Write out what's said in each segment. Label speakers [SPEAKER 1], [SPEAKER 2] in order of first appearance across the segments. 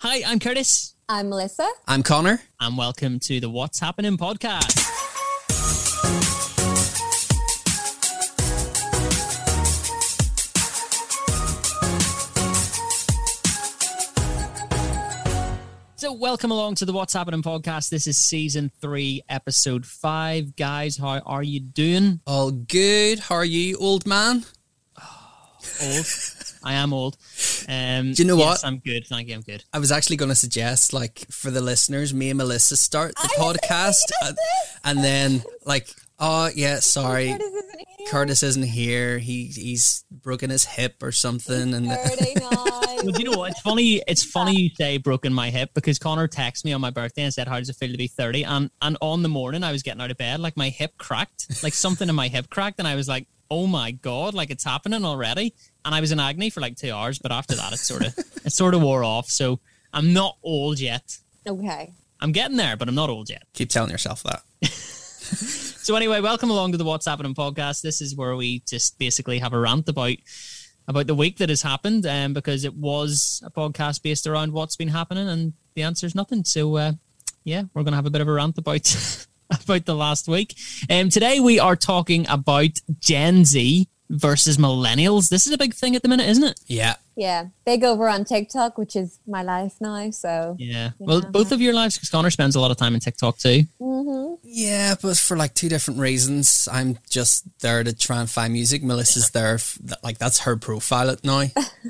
[SPEAKER 1] Hi, I'm Curtis,
[SPEAKER 2] I'm Melissa.
[SPEAKER 3] I'm Connor.
[SPEAKER 1] and welcome to the What's Happening podcast. So, welcome along to the What's Happening podcast. This is season three, episode five. Guys, how are you doing?
[SPEAKER 3] All good. How are you, old man?
[SPEAKER 1] Old. I am old. Um,
[SPEAKER 3] Do you know
[SPEAKER 1] yes,
[SPEAKER 3] what?
[SPEAKER 1] I'm good. Thank you. I'm good.
[SPEAKER 3] I was actually going to suggest, like, for the listeners, me and Melissa start the
[SPEAKER 2] I was
[SPEAKER 3] podcast,
[SPEAKER 1] Uh,
[SPEAKER 2] thinking
[SPEAKER 3] and,
[SPEAKER 2] of this.
[SPEAKER 3] and then, like, oh yeah, sorry,
[SPEAKER 2] Curtis isn't here.
[SPEAKER 3] Curtis isn't here. He he's broken his hip or something, and
[SPEAKER 2] Thirty nine.
[SPEAKER 1] Well, do you know what? It's funny. It's funny you say broken my hip because Connor texted me on my birthday and said, "How does it feel to be 30? And and on the morning I was getting out of bed, like my hip cracked, like something in my hip cracked, and I was like, "Oh my god!" Like it's happening already. And I was in agony for like two hours, but after that, it sort of it sort of wore off. So I'm not old yet.
[SPEAKER 2] okay.
[SPEAKER 1] I'm getting there, but I'm not old yet.
[SPEAKER 3] keep telling yourself that.
[SPEAKER 1] So anyway, welcome along to the What's Happening podcast. This is where we just basically have a rant about about the week that has happened, um, because it was a podcast based around what's been happening, and the answer is nothing. So uh, yeah, we're gonna have a bit of a rant about about the last week. Um, today we are talking about Gen Z versus millennials. This is a big thing at the minute, isn't it?
[SPEAKER 3] Yeah,
[SPEAKER 2] Yeah. Big over on TikTok, which is my life now. So
[SPEAKER 1] Yeah. Well, both of your lives, because Connor spends a lot of time on TikTok too.
[SPEAKER 2] Mhm.
[SPEAKER 3] yeah, but for like two different reasons. I'm just there to try and find music. Melissa's there, f- like that's her profile at now.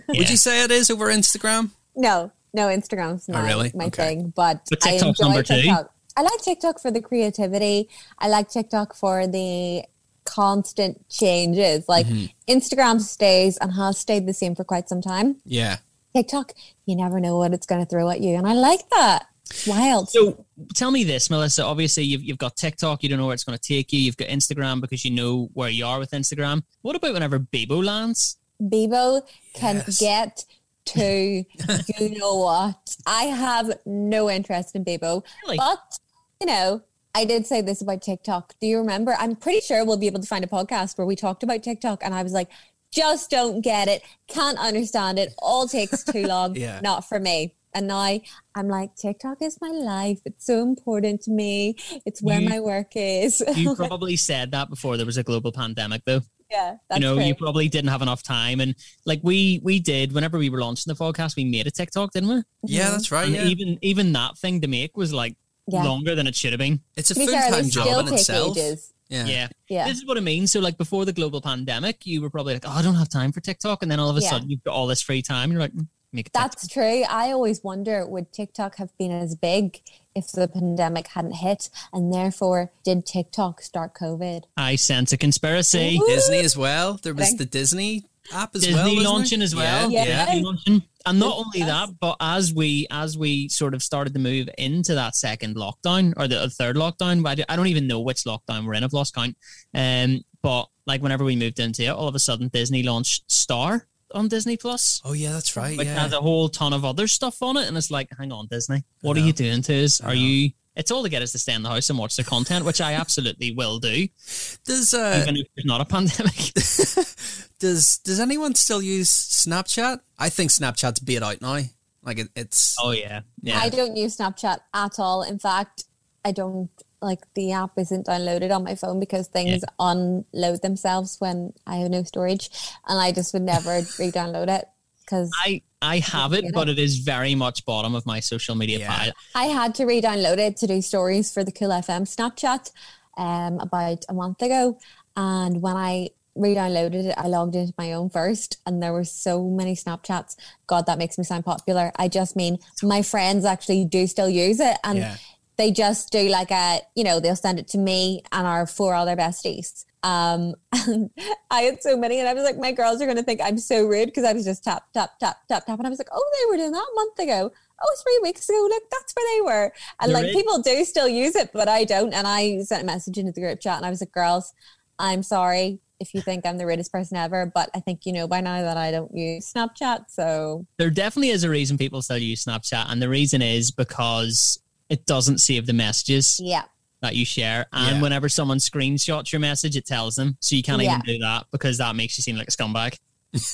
[SPEAKER 3] Would
[SPEAKER 1] Yeah.
[SPEAKER 3] you say it is over Instagram?
[SPEAKER 2] no, no, Instagram's not
[SPEAKER 3] really?
[SPEAKER 2] my
[SPEAKER 3] Okay.
[SPEAKER 2] thing. But,
[SPEAKER 1] Oh, But
[SPEAKER 2] I
[SPEAKER 1] TikTok's
[SPEAKER 2] enjoy
[SPEAKER 1] number two.
[SPEAKER 2] TikTok. I like TikTok for the creativity. I like TikTok for the constant changes. Like
[SPEAKER 1] Mm-hmm.
[SPEAKER 3] Mm-hmm.
[SPEAKER 2] Instagram stays and has stayed the same for quite some time.
[SPEAKER 3] Yeah.
[SPEAKER 2] TikTok, you never know what it's going to throw at you, and I like that. It's wild.
[SPEAKER 1] So tell me this, Melissa. Obviously, you've, you've got TikTok. You don't know where it's going to take you. You've got Instagram because you know where you are with Instagram. What about whenever Bebo lands?
[SPEAKER 2] Bebo can
[SPEAKER 3] Yes.
[SPEAKER 2] get to you know what. I have no interest in Bebo,
[SPEAKER 1] Really?
[SPEAKER 2] but you know, I did say this about TikTok. Do you remember? I'm pretty sure we'll be able to find a podcast where we talked about TikTok, and I was like, just don't get it, can't understand it, all takes too long,
[SPEAKER 3] Yeah.
[SPEAKER 2] not for me. And now I'm like, TikTok is my life. It's so important to me. It's where
[SPEAKER 1] You-
[SPEAKER 2] my work is.
[SPEAKER 1] You probably said that before there was a global pandemic, though.
[SPEAKER 2] yeah, that's
[SPEAKER 1] you know,
[SPEAKER 2] true.
[SPEAKER 1] you probably didn't have enough time. And like we we did, whenever we were launching the podcast, we made a TikTok, didn't we?
[SPEAKER 3] Yeah, that's right.
[SPEAKER 1] And
[SPEAKER 3] Oh, yeah.
[SPEAKER 1] even even that thing to make was like
[SPEAKER 2] Yeah.
[SPEAKER 1] longer than it should have been.
[SPEAKER 3] It's a
[SPEAKER 2] To be
[SPEAKER 3] full
[SPEAKER 2] fair, they
[SPEAKER 3] time
[SPEAKER 2] still
[SPEAKER 3] job in
[SPEAKER 2] take
[SPEAKER 3] itself.
[SPEAKER 2] ages.
[SPEAKER 3] Yeah.
[SPEAKER 1] yeah.
[SPEAKER 2] Yeah.
[SPEAKER 1] This is what I mean. So, like before the global pandemic, you were probably like, "Oh, I don't have time for TikTok," and then all of a
[SPEAKER 2] Yeah.
[SPEAKER 1] sudden, you've got all this free time. You're like, "Mm, "Make a TikTok."
[SPEAKER 2] That's true. I always wonder would TikTok have been as big if the pandemic hadn't hit? And therefore, did TikTok start COVID?
[SPEAKER 1] I sense a conspiracy.
[SPEAKER 2] Ooh.
[SPEAKER 3] Disney as well. There was
[SPEAKER 2] Thank-
[SPEAKER 3] the Disney app as
[SPEAKER 1] Disney
[SPEAKER 3] well. wasn't
[SPEAKER 1] launching
[SPEAKER 3] there?
[SPEAKER 1] as well.
[SPEAKER 3] Yeah.
[SPEAKER 2] Yeah.
[SPEAKER 1] Disney launching. And not only
[SPEAKER 2] Yes.
[SPEAKER 1] that, but as we as we sort of started to move into that second lockdown or the uh, third lockdown, I don't- I don't even know which lockdown we're in. I've lost count. Um, but like whenever we moved into it, all of a sudden Disney launched Star on Disney Plus,
[SPEAKER 3] Oh yeah, that's right.
[SPEAKER 1] which
[SPEAKER 3] Yeah.
[SPEAKER 1] has a whole ton of other stuff on it, and it's like, hang on, Disney, what are
[SPEAKER 3] know.
[SPEAKER 1] you doing to us?
[SPEAKER 3] I
[SPEAKER 1] Are
[SPEAKER 3] know.
[SPEAKER 1] you? It's all to get us to stay in the house and watch the content, which I absolutely will do,
[SPEAKER 3] Does uh,
[SPEAKER 1] even if there's not a pandemic.
[SPEAKER 3] does does anyone still use Snapchat? I think Snapchat's beat out now. Like it, it's
[SPEAKER 1] oh yeah, yeah.
[SPEAKER 2] I don't use Snapchat at all. In fact, I don't like the app isn't downloaded on my phone because things unload themselves when I have no storage. And I just would never re download it because
[SPEAKER 1] I I have it,
[SPEAKER 2] Yeah.
[SPEAKER 1] but it is very much bottom of my social media
[SPEAKER 3] Yeah.
[SPEAKER 1] pile.
[SPEAKER 2] I had to re-download it to do stories for the Cool FM Snapchat um, about a month ago, and when I re-downloaded it, I logged into my own first, and there were so many Snapchats. God, that makes me sound popular. I just mean my friends actually do still use it, and
[SPEAKER 3] yeah.
[SPEAKER 2] they just do like a you know they'll send it to me and our four other besties um and i had so many and i was like my girls are going to think i'm so rude because i was just tap tap tap tap tap and i was like oh they were doing that a month ago oh three weeks ago look that's where they were and
[SPEAKER 1] There
[SPEAKER 2] like
[SPEAKER 1] is-
[SPEAKER 2] people do still use it but i don't and i sent a message into the group chat and i was like girls i'm sorry if you think i'm the rudest person ever but i think you know by now that i don't use snapchat so
[SPEAKER 1] There definitely is a reason people still use Snapchat, and the reason is because it doesn't save the messages
[SPEAKER 2] yeah
[SPEAKER 1] that you share. And
[SPEAKER 3] Yeah.
[SPEAKER 1] whenever someone screenshots your message, it tells them. So you can't
[SPEAKER 2] Yeah.
[SPEAKER 1] even do that because that makes you seem like a scumbag.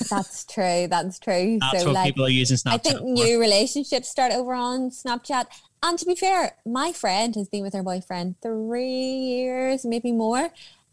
[SPEAKER 2] That's true. That's true.
[SPEAKER 1] That's
[SPEAKER 2] so
[SPEAKER 1] what
[SPEAKER 2] like,
[SPEAKER 1] people are using Snapchat.
[SPEAKER 2] I think
[SPEAKER 1] for.
[SPEAKER 2] new relationships start over on Snapchat. And to be fair, my friend has been with her boyfriend three years, maybe more.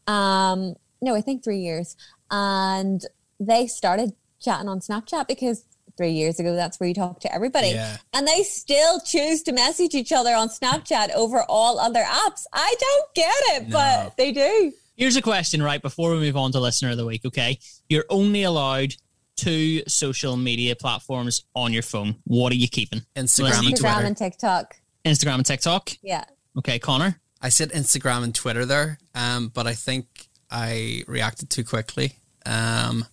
[SPEAKER 2] Um, no, I think three years. And they started chatting on Snapchat because three years ago, that's where you talk to everybody.
[SPEAKER 3] Yeah.
[SPEAKER 2] And they still choose to message each other on Snapchat over all other apps. I don't get it,
[SPEAKER 3] No.
[SPEAKER 2] but they do.
[SPEAKER 1] Here's a question, right? Before we move on to listener of the week, okay? You're only allowed two social media platforms on your phone. What are you keeping?
[SPEAKER 3] Instagram and
[SPEAKER 2] Instagram
[SPEAKER 3] Twitter.
[SPEAKER 2] and TikTok.
[SPEAKER 1] Instagram and TikTok.
[SPEAKER 2] Yeah.
[SPEAKER 1] Okay, Connor.
[SPEAKER 3] I said Instagram and Twitter there, um, but I think I reacted too quickly. Um,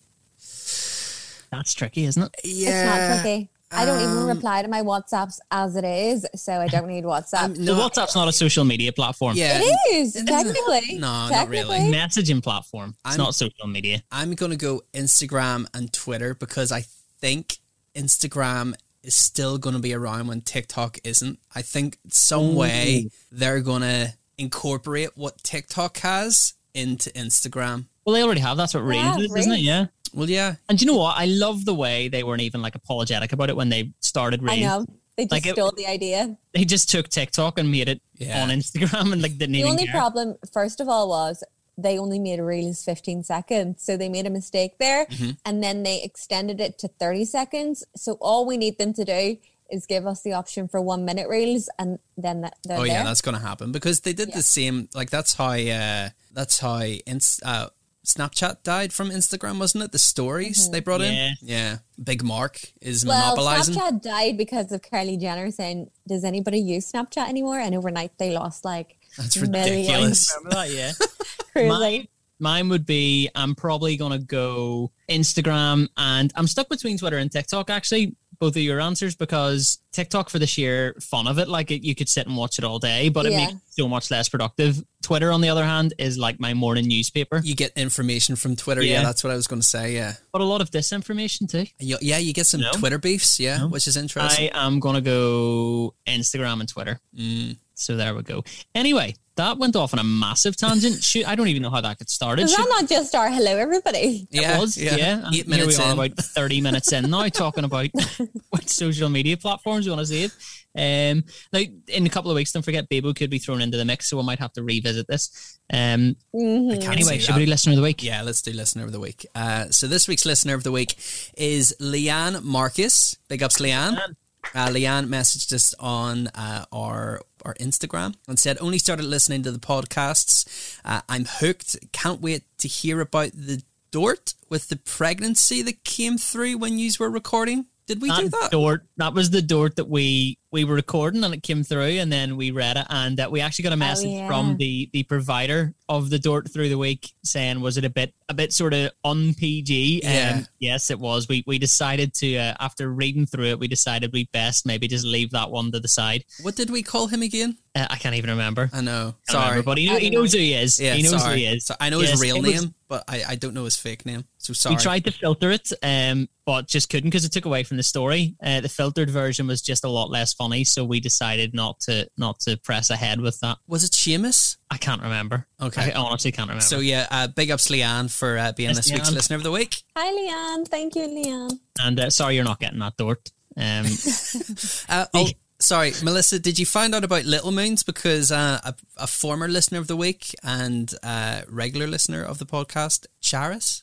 [SPEAKER 1] That's tricky, isn't it?
[SPEAKER 3] yeah.
[SPEAKER 2] It's not tricky. I don't even
[SPEAKER 3] um,
[SPEAKER 2] reply to my WhatsApps as it is, so I don't need WhatsApp.
[SPEAKER 1] No,
[SPEAKER 3] No,
[SPEAKER 1] WhatsApp's not a social media platform.
[SPEAKER 3] yeah.
[SPEAKER 2] it is technically.
[SPEAKER 3] No, not
[SPEAKER 2] technically.
[SPEAKER 1] It's a
[SPEAKER 3] really.
[SPEAKER 1] Messaging platform. It's
[SPEAKER 3] I'm-
[SPEAKER 1] not social media.
[SPEAKER 3] I'm going to go Instagram and Twitter because I think Instagram is still going to be around when TikTok isn't. I think some way they're going to incorporate what TikTok has into Instagram.
[SPEAKER 1] Well, they already have. That's what Reels
[SPEAKER 2] Yeah,
[SPEAKER 1] is, isn't it?
[SPEAKER 2] Reels.
[SPEAKER 1] Yeah.
[SPEAKER 3] Well, yeah.
[SPEAKER 1] And do you know what? I love the way they weren't even like apologetic about it when they started Reels.
[SPEAKER 2] I know they just
[SPEAKER 1] Like it-
[SPEAKER 2] stole the idea.
[SPEAKER 1] They just took TikTok and made it
[SPEAKER 3] Yeah.
[SPEAKER 1] on Instagram and like didn't
[SPEAKER 2] The
[SPEAKER 1] even
[SPEAKER 2] only
[SPEAKER 1] care.
[SPEAKER 2] problem, first of all, was they only made reels fifteen seconds, so they made a mistake there,
[SPEAKER 3] Mhm.
[SPEAKER 2] and then they extended it to thirty seconds. So all we need them to do is give us the option for one minute reels, and then that, they're
[SPEAKER 3] Oh
[SPEAKER 2] there.
[SPEAKER 3] yeah, that's going to happen because they did
[SPEAKER 2] Yeah.
[SPEAKER 3] the same. Like that's how uh, that's how inst- uh, Snapchat died from Instagram, wasn't it? The stories they brought
[SPEAKER 1] Yeah.
[SPEAKER 3] in. Yeah, Big Mark is
[SPEAKER 2] Mm-hmm. well,
[SPEAKER 3] monopolizing.
[SPEAKER 2] Snapchat died because of Kylie Jenner saying, "Does anybody use Snapchat anymore?" And overnight, they lost like
[SPEAKER 3] That's
[SPEAKER 2] millions.
[SPEAKER 3] ridiculous.
[SPEAKER 1] Remember that? Yeah.
[SPEAKER 2] crazy.
[SPEAKER 1] Mine, mine would be I'm probably gonna go Instagram and I'm stuck between Twitter and TikTok actually. Both of your answers because TikTok for the sheer fun of it, like it, you could sit and watch it all day, but it
[SPEAKER 2] Yeah.
[SPEAKER 1] makes you so much less productive. Twitter, on the other hand, is like my morning newspaper,
[SPEAKER 3] You get information from Twitter. Yeah,
[SPEAKER 1] Yeah.
[SPEAKER 3] that's what I was going to say. Yeah,
[SPEAKER 1] but a lot of disinformation too.
[SPEAKER 3] You- yeah, you get some
[SPEAKER 1] No.
[SPEAKER 3] Twitter beefs. Yeah,
[SPEAKER 1] No.
[SPEAKER 3] which is interesting.
[SPEAKER 1] I am gonna go Instagram and Twitter.
[SPEAKER 3] Mm.
[SPEAKER 1] So there we go. Anyway, that went off on a massive tangent. Shoot, I don't even know how that got started.
[SPEAKER 2] Is
[SPEAKER 1] Should-
[SPEAKER 2] that not just our hello, everybody?
[SPEAKER 1] It was, yeah. And
[SPEAKER 3] Eight
[SPEAKER 1] here we
[SPEAKER 3] minutes
[SPEAKER 1] are
[SPEAKER 3] in.
[SPEAKER 1] about 30 minutes in now talking about what social media platforms we want to save. Um, now, in a couple of weeks, don't forget, Bebo could be thrown into the mix, so we might have to revisit this. Um,
[SPEAKER 2] Mhm.
[SPEAKER 3] I can't
[SPEAKER 1] anyway,
[SPEAKER 3] see
[SPEAKER 1] should
[SPEAKER 3] that.
[SPEAKER 1] we do listener of the week?
[SPEAKER 3] Yeah, let's do listener of the week. Uh, so this week's listener of the week is Leanne Marcus. Big ups, Leanne. Uh, Leanne messaged us on uh, our our Instagram and said, "Only started listening to the podcasts. Uh, I'm hooked. Can't wait to hear about the Dort with the pregnancy that came through when you were recording. Did we
[SPEAKER 1] That,
[SPEAKER 3] do that?
[SPEAKER 1] Dort, that was the Dort that we we were recording and it came through, and then we read it, and uh, we actually
[SPEAKER 3] Oh,
[SPEAKER 1] got a message
[SPEAKER 2] yeah.
[SPEAKER 1] from the the provider of the Dort through the week saying, "Was it a bit a bit sort of on PG?"
[SPEAKER 3] Yeah.
[SPEAKER 1] yes, it was. We we decided to uh, after reading through it, we decided we best maybe just leave that one to the side.
[SPEAKER 3] What did we call him again?
[SPEAKER 1] Uh, I can't even remember.
[SPEAKER 3] I know.
[SPEAKER 1] I can't
[SPEAKER 3] Sorry."
[SPEAKER 1] remember, but he,
[SPEAKER 2] I
[SPEAKER 1] he
[SPEAKER 2] don't
[SPEAKER 1] knows who he is.
[SPEAKER 3] yeah,
[SPEAKER 1] he knows
[SPEAKER 3] sorry.
[SPEAKER 1] who he is.
[SPEAKER 3] So I know
[SPEAKER 1] Yes,
[SPEAKER 3] his real
[SPEAKER 1] it was-
[SPEAKER 3] name, but I, I don't know his fake name. So sorry.
[SPEAKER 1] We tried to filter it, um, but just couldn't because it took away from the story. Uh, the filtered version was just a lot less funny, so we decided not to not to press ahead with that.
[SPEAKER 3] Was it Seamus?
[SPEAKER 1] I can't remember.
[SPEAKER 3] Okay.
[SPEAKER 1] I honestly can't remember.
[SPEAKER 3] So yeah, uh, big ups Leanne for uh, being
[SPEAKER 1] Yes,
[SPEAKER 3] this week's
[SPEAKER 1] Leanne.
[SPEAKER 3] listener of the week.
[SPEAKER 2] Hi, Leanne. Thank you, Leanne.
[SPEAKER 1] and uh, sorry, you're not getting that Dort. Um,
[SPEAKER 3] Uh, oh, sorry, Melissa, did you find out about Little Moons? Because uh, a, a former listener of the week and uh, regular listener of the podcast, Charis,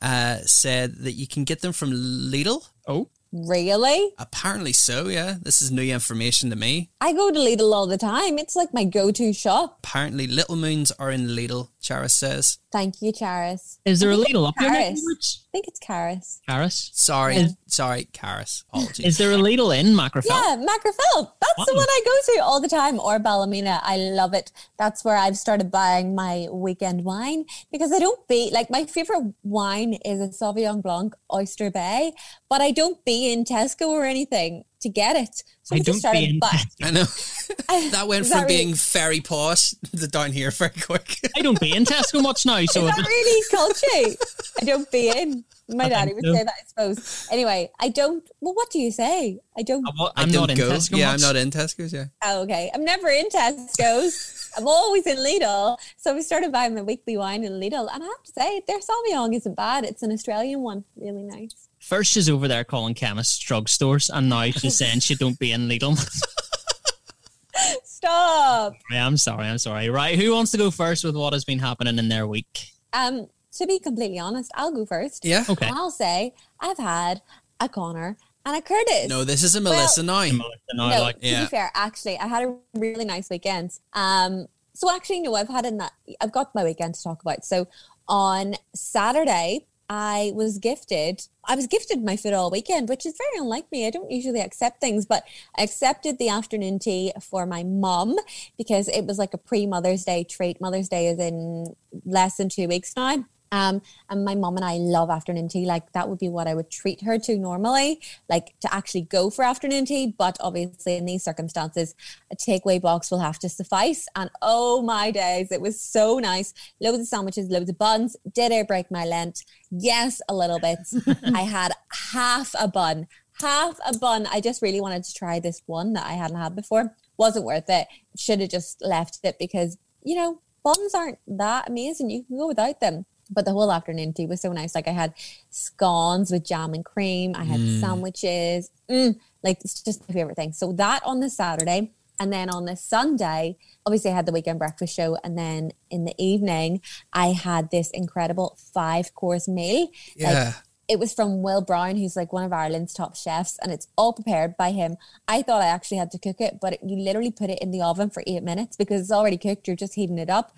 [SPEAKER 3] uh, said that you can get them from Lidl.
[SPEAKER 1] oh,
[SPEAKER 2] Really?
[SPEAKER 3] Apparently so, yeah. This is new information to me.
[SPEAKER 2] I go to Lidl all the time. It's like my go-to shop.
[SPEAKER 3] Apparently, Little Moons are in Lidl, Charis says.
[SPEAKER 2] Thank you, Charis.
[SPEAKER 1] is there a Lidl up here?
[SPEAKER 2] Paris.
[SPEAKER 1] Caris.
[SPEAKER 2] I think it's Charis.
[SPEAKER 1] Caris.
[SPEAKER 3] Sorry,
[SPEAKER 2] Yeah.
[SPEAKER 3] sorry, Charis. Apologies.
[SPEAKER 1] Is there a Lidl in Macrofil?
[SPEAKER 2] Yeah, Macrofil. That's the
[SPEAKER 1] Wow.
[SPEAKER 2] one I go to all the time. Or Ballymena. I love it. That's where I've started buying my weekend wine because I don't be like my favorite wine is a Sauvignon Blanc Oyster Bay, but I don't be in Tesco or anything to get it.
[SPEAKER 1] I
[SPEAKER 2] So I,
[SPEAKER 1] don't
[SPEAKER 2] just started
[SPEAKER 1] be in
[SPEAKER 2] buying.
[SPEAKER 3] I know. that went
[SPEAKER 2] Is
[SPEAKER 3] from
[SPEAKER 2] that really-
[SPEAKER 3] being very posh to down here very quick.
[SPEAKER 1] I don't be in Tesco much now, so
[SPEAKER 2] is
[SPEAKER 1] it
[SPEAKER 2] that really culture? I don't be in. My
[SPEAKER 1] I
[SPEAKER 2] daddy
[SPEAKER 1] think
[SPEAKER 2] would
[SPEAKER 1] so.
[SPEAKER 2] say that, I suppose. Anyway, I don't. Well, what do you say? I don't.
[SPEAKER 1] I'm
[SPEAKER 3] I
[SPEAKER 1] not
[SPEAKER 3] don't
[SPEAKER 1] in
[SPEAKER 3] go.
[SPEAKER 1] Tesco
[SPEAKER 3] yeah,
[SPEAKER 1] much.
[SPEAKER 3] I'm not in Tesco's. Yeah.
[SPEAKER 2] Oh, okay. I'm never in Tesco's. I'm always in Lidl. So we started buying my weekly wine in Lidl. And I have to say, their Sauvignon isn't bad. It's an Australian one. Really nice.
[SPEAKER 1] First, she's over there calling chemists drugstores, and now she's saying she don't be in Lidl.
[SPEAKER 2] Stop.
[SPEAKER 1] Right, I'm sorry, I'm sorry. Right, who wants to go first with what has been happening in their week?
[SPEAKER 2] Um, to be completely honest, I'll go first.
[SPEAKER 3] Yeah.
[SPEAKER 1] Okay.
[SPEAKER 2] And I'll say I've had a Connor and a Curtis.
[SPEAKER 3] No, this is a Melissa
[SPEAKER 1] Hey,
[SPEAKER 3] now.
[SPEAKER 1] Melissa, now,
[SPEAKER 2] No,
[SPEAKER 1] like,
[SPEAKER 2] to
[SPEAKER 3] yeah.
[SPEAKER 2] be fair, actually, I had a really nice weekend. Um, so actually, no, I've had a ni- I've got my weekend to talk about. So on Saturday, I was gifted. I was gifted my food all weekend, which is very unlike me. I don't usually accept things, but I accepted the afternoon tea for my mum because it was like a pre Mother's Day treat. Mother's Day is in less than two weeks now. Um, and my mom and I love afternoon tea. Like that would be what I would treat her to normally, like to actually go for afternoon tea. But obviously, in these circumstances, a takeaway box will have to suffice. And oh my days, it was so nice. Loads of sandwiches, loads of buns. Did I break my lent? Yes, a little bit. I had half a bun, half a bun. I just really wanted to try this one that I hadn't had before. Wasn't worth it. Should have just left it because you know buns aren't that amazing. You can go without them but the whole afternoon tea was so nice. Like I had scones with jam and cream. I had
[SPEAKER 3] Mm.
[SPEAKER 2] sandwiches. Mm, like it's just my favorite thing. So that on the Saturday, and then on the Sunday, obviously I had the weekend breakfast show, and then in the evening I had this incredible five course meal.
[SPEAKER 3] Yeah.
[SPEAKER 2] It was from Will Brown, who's like one of Ireland's top chefs, and it's all prepared by him. I thought I actually had to cook it, but it, you literally put it in the oven for eight minutes because it's already cooked. You're just heating it up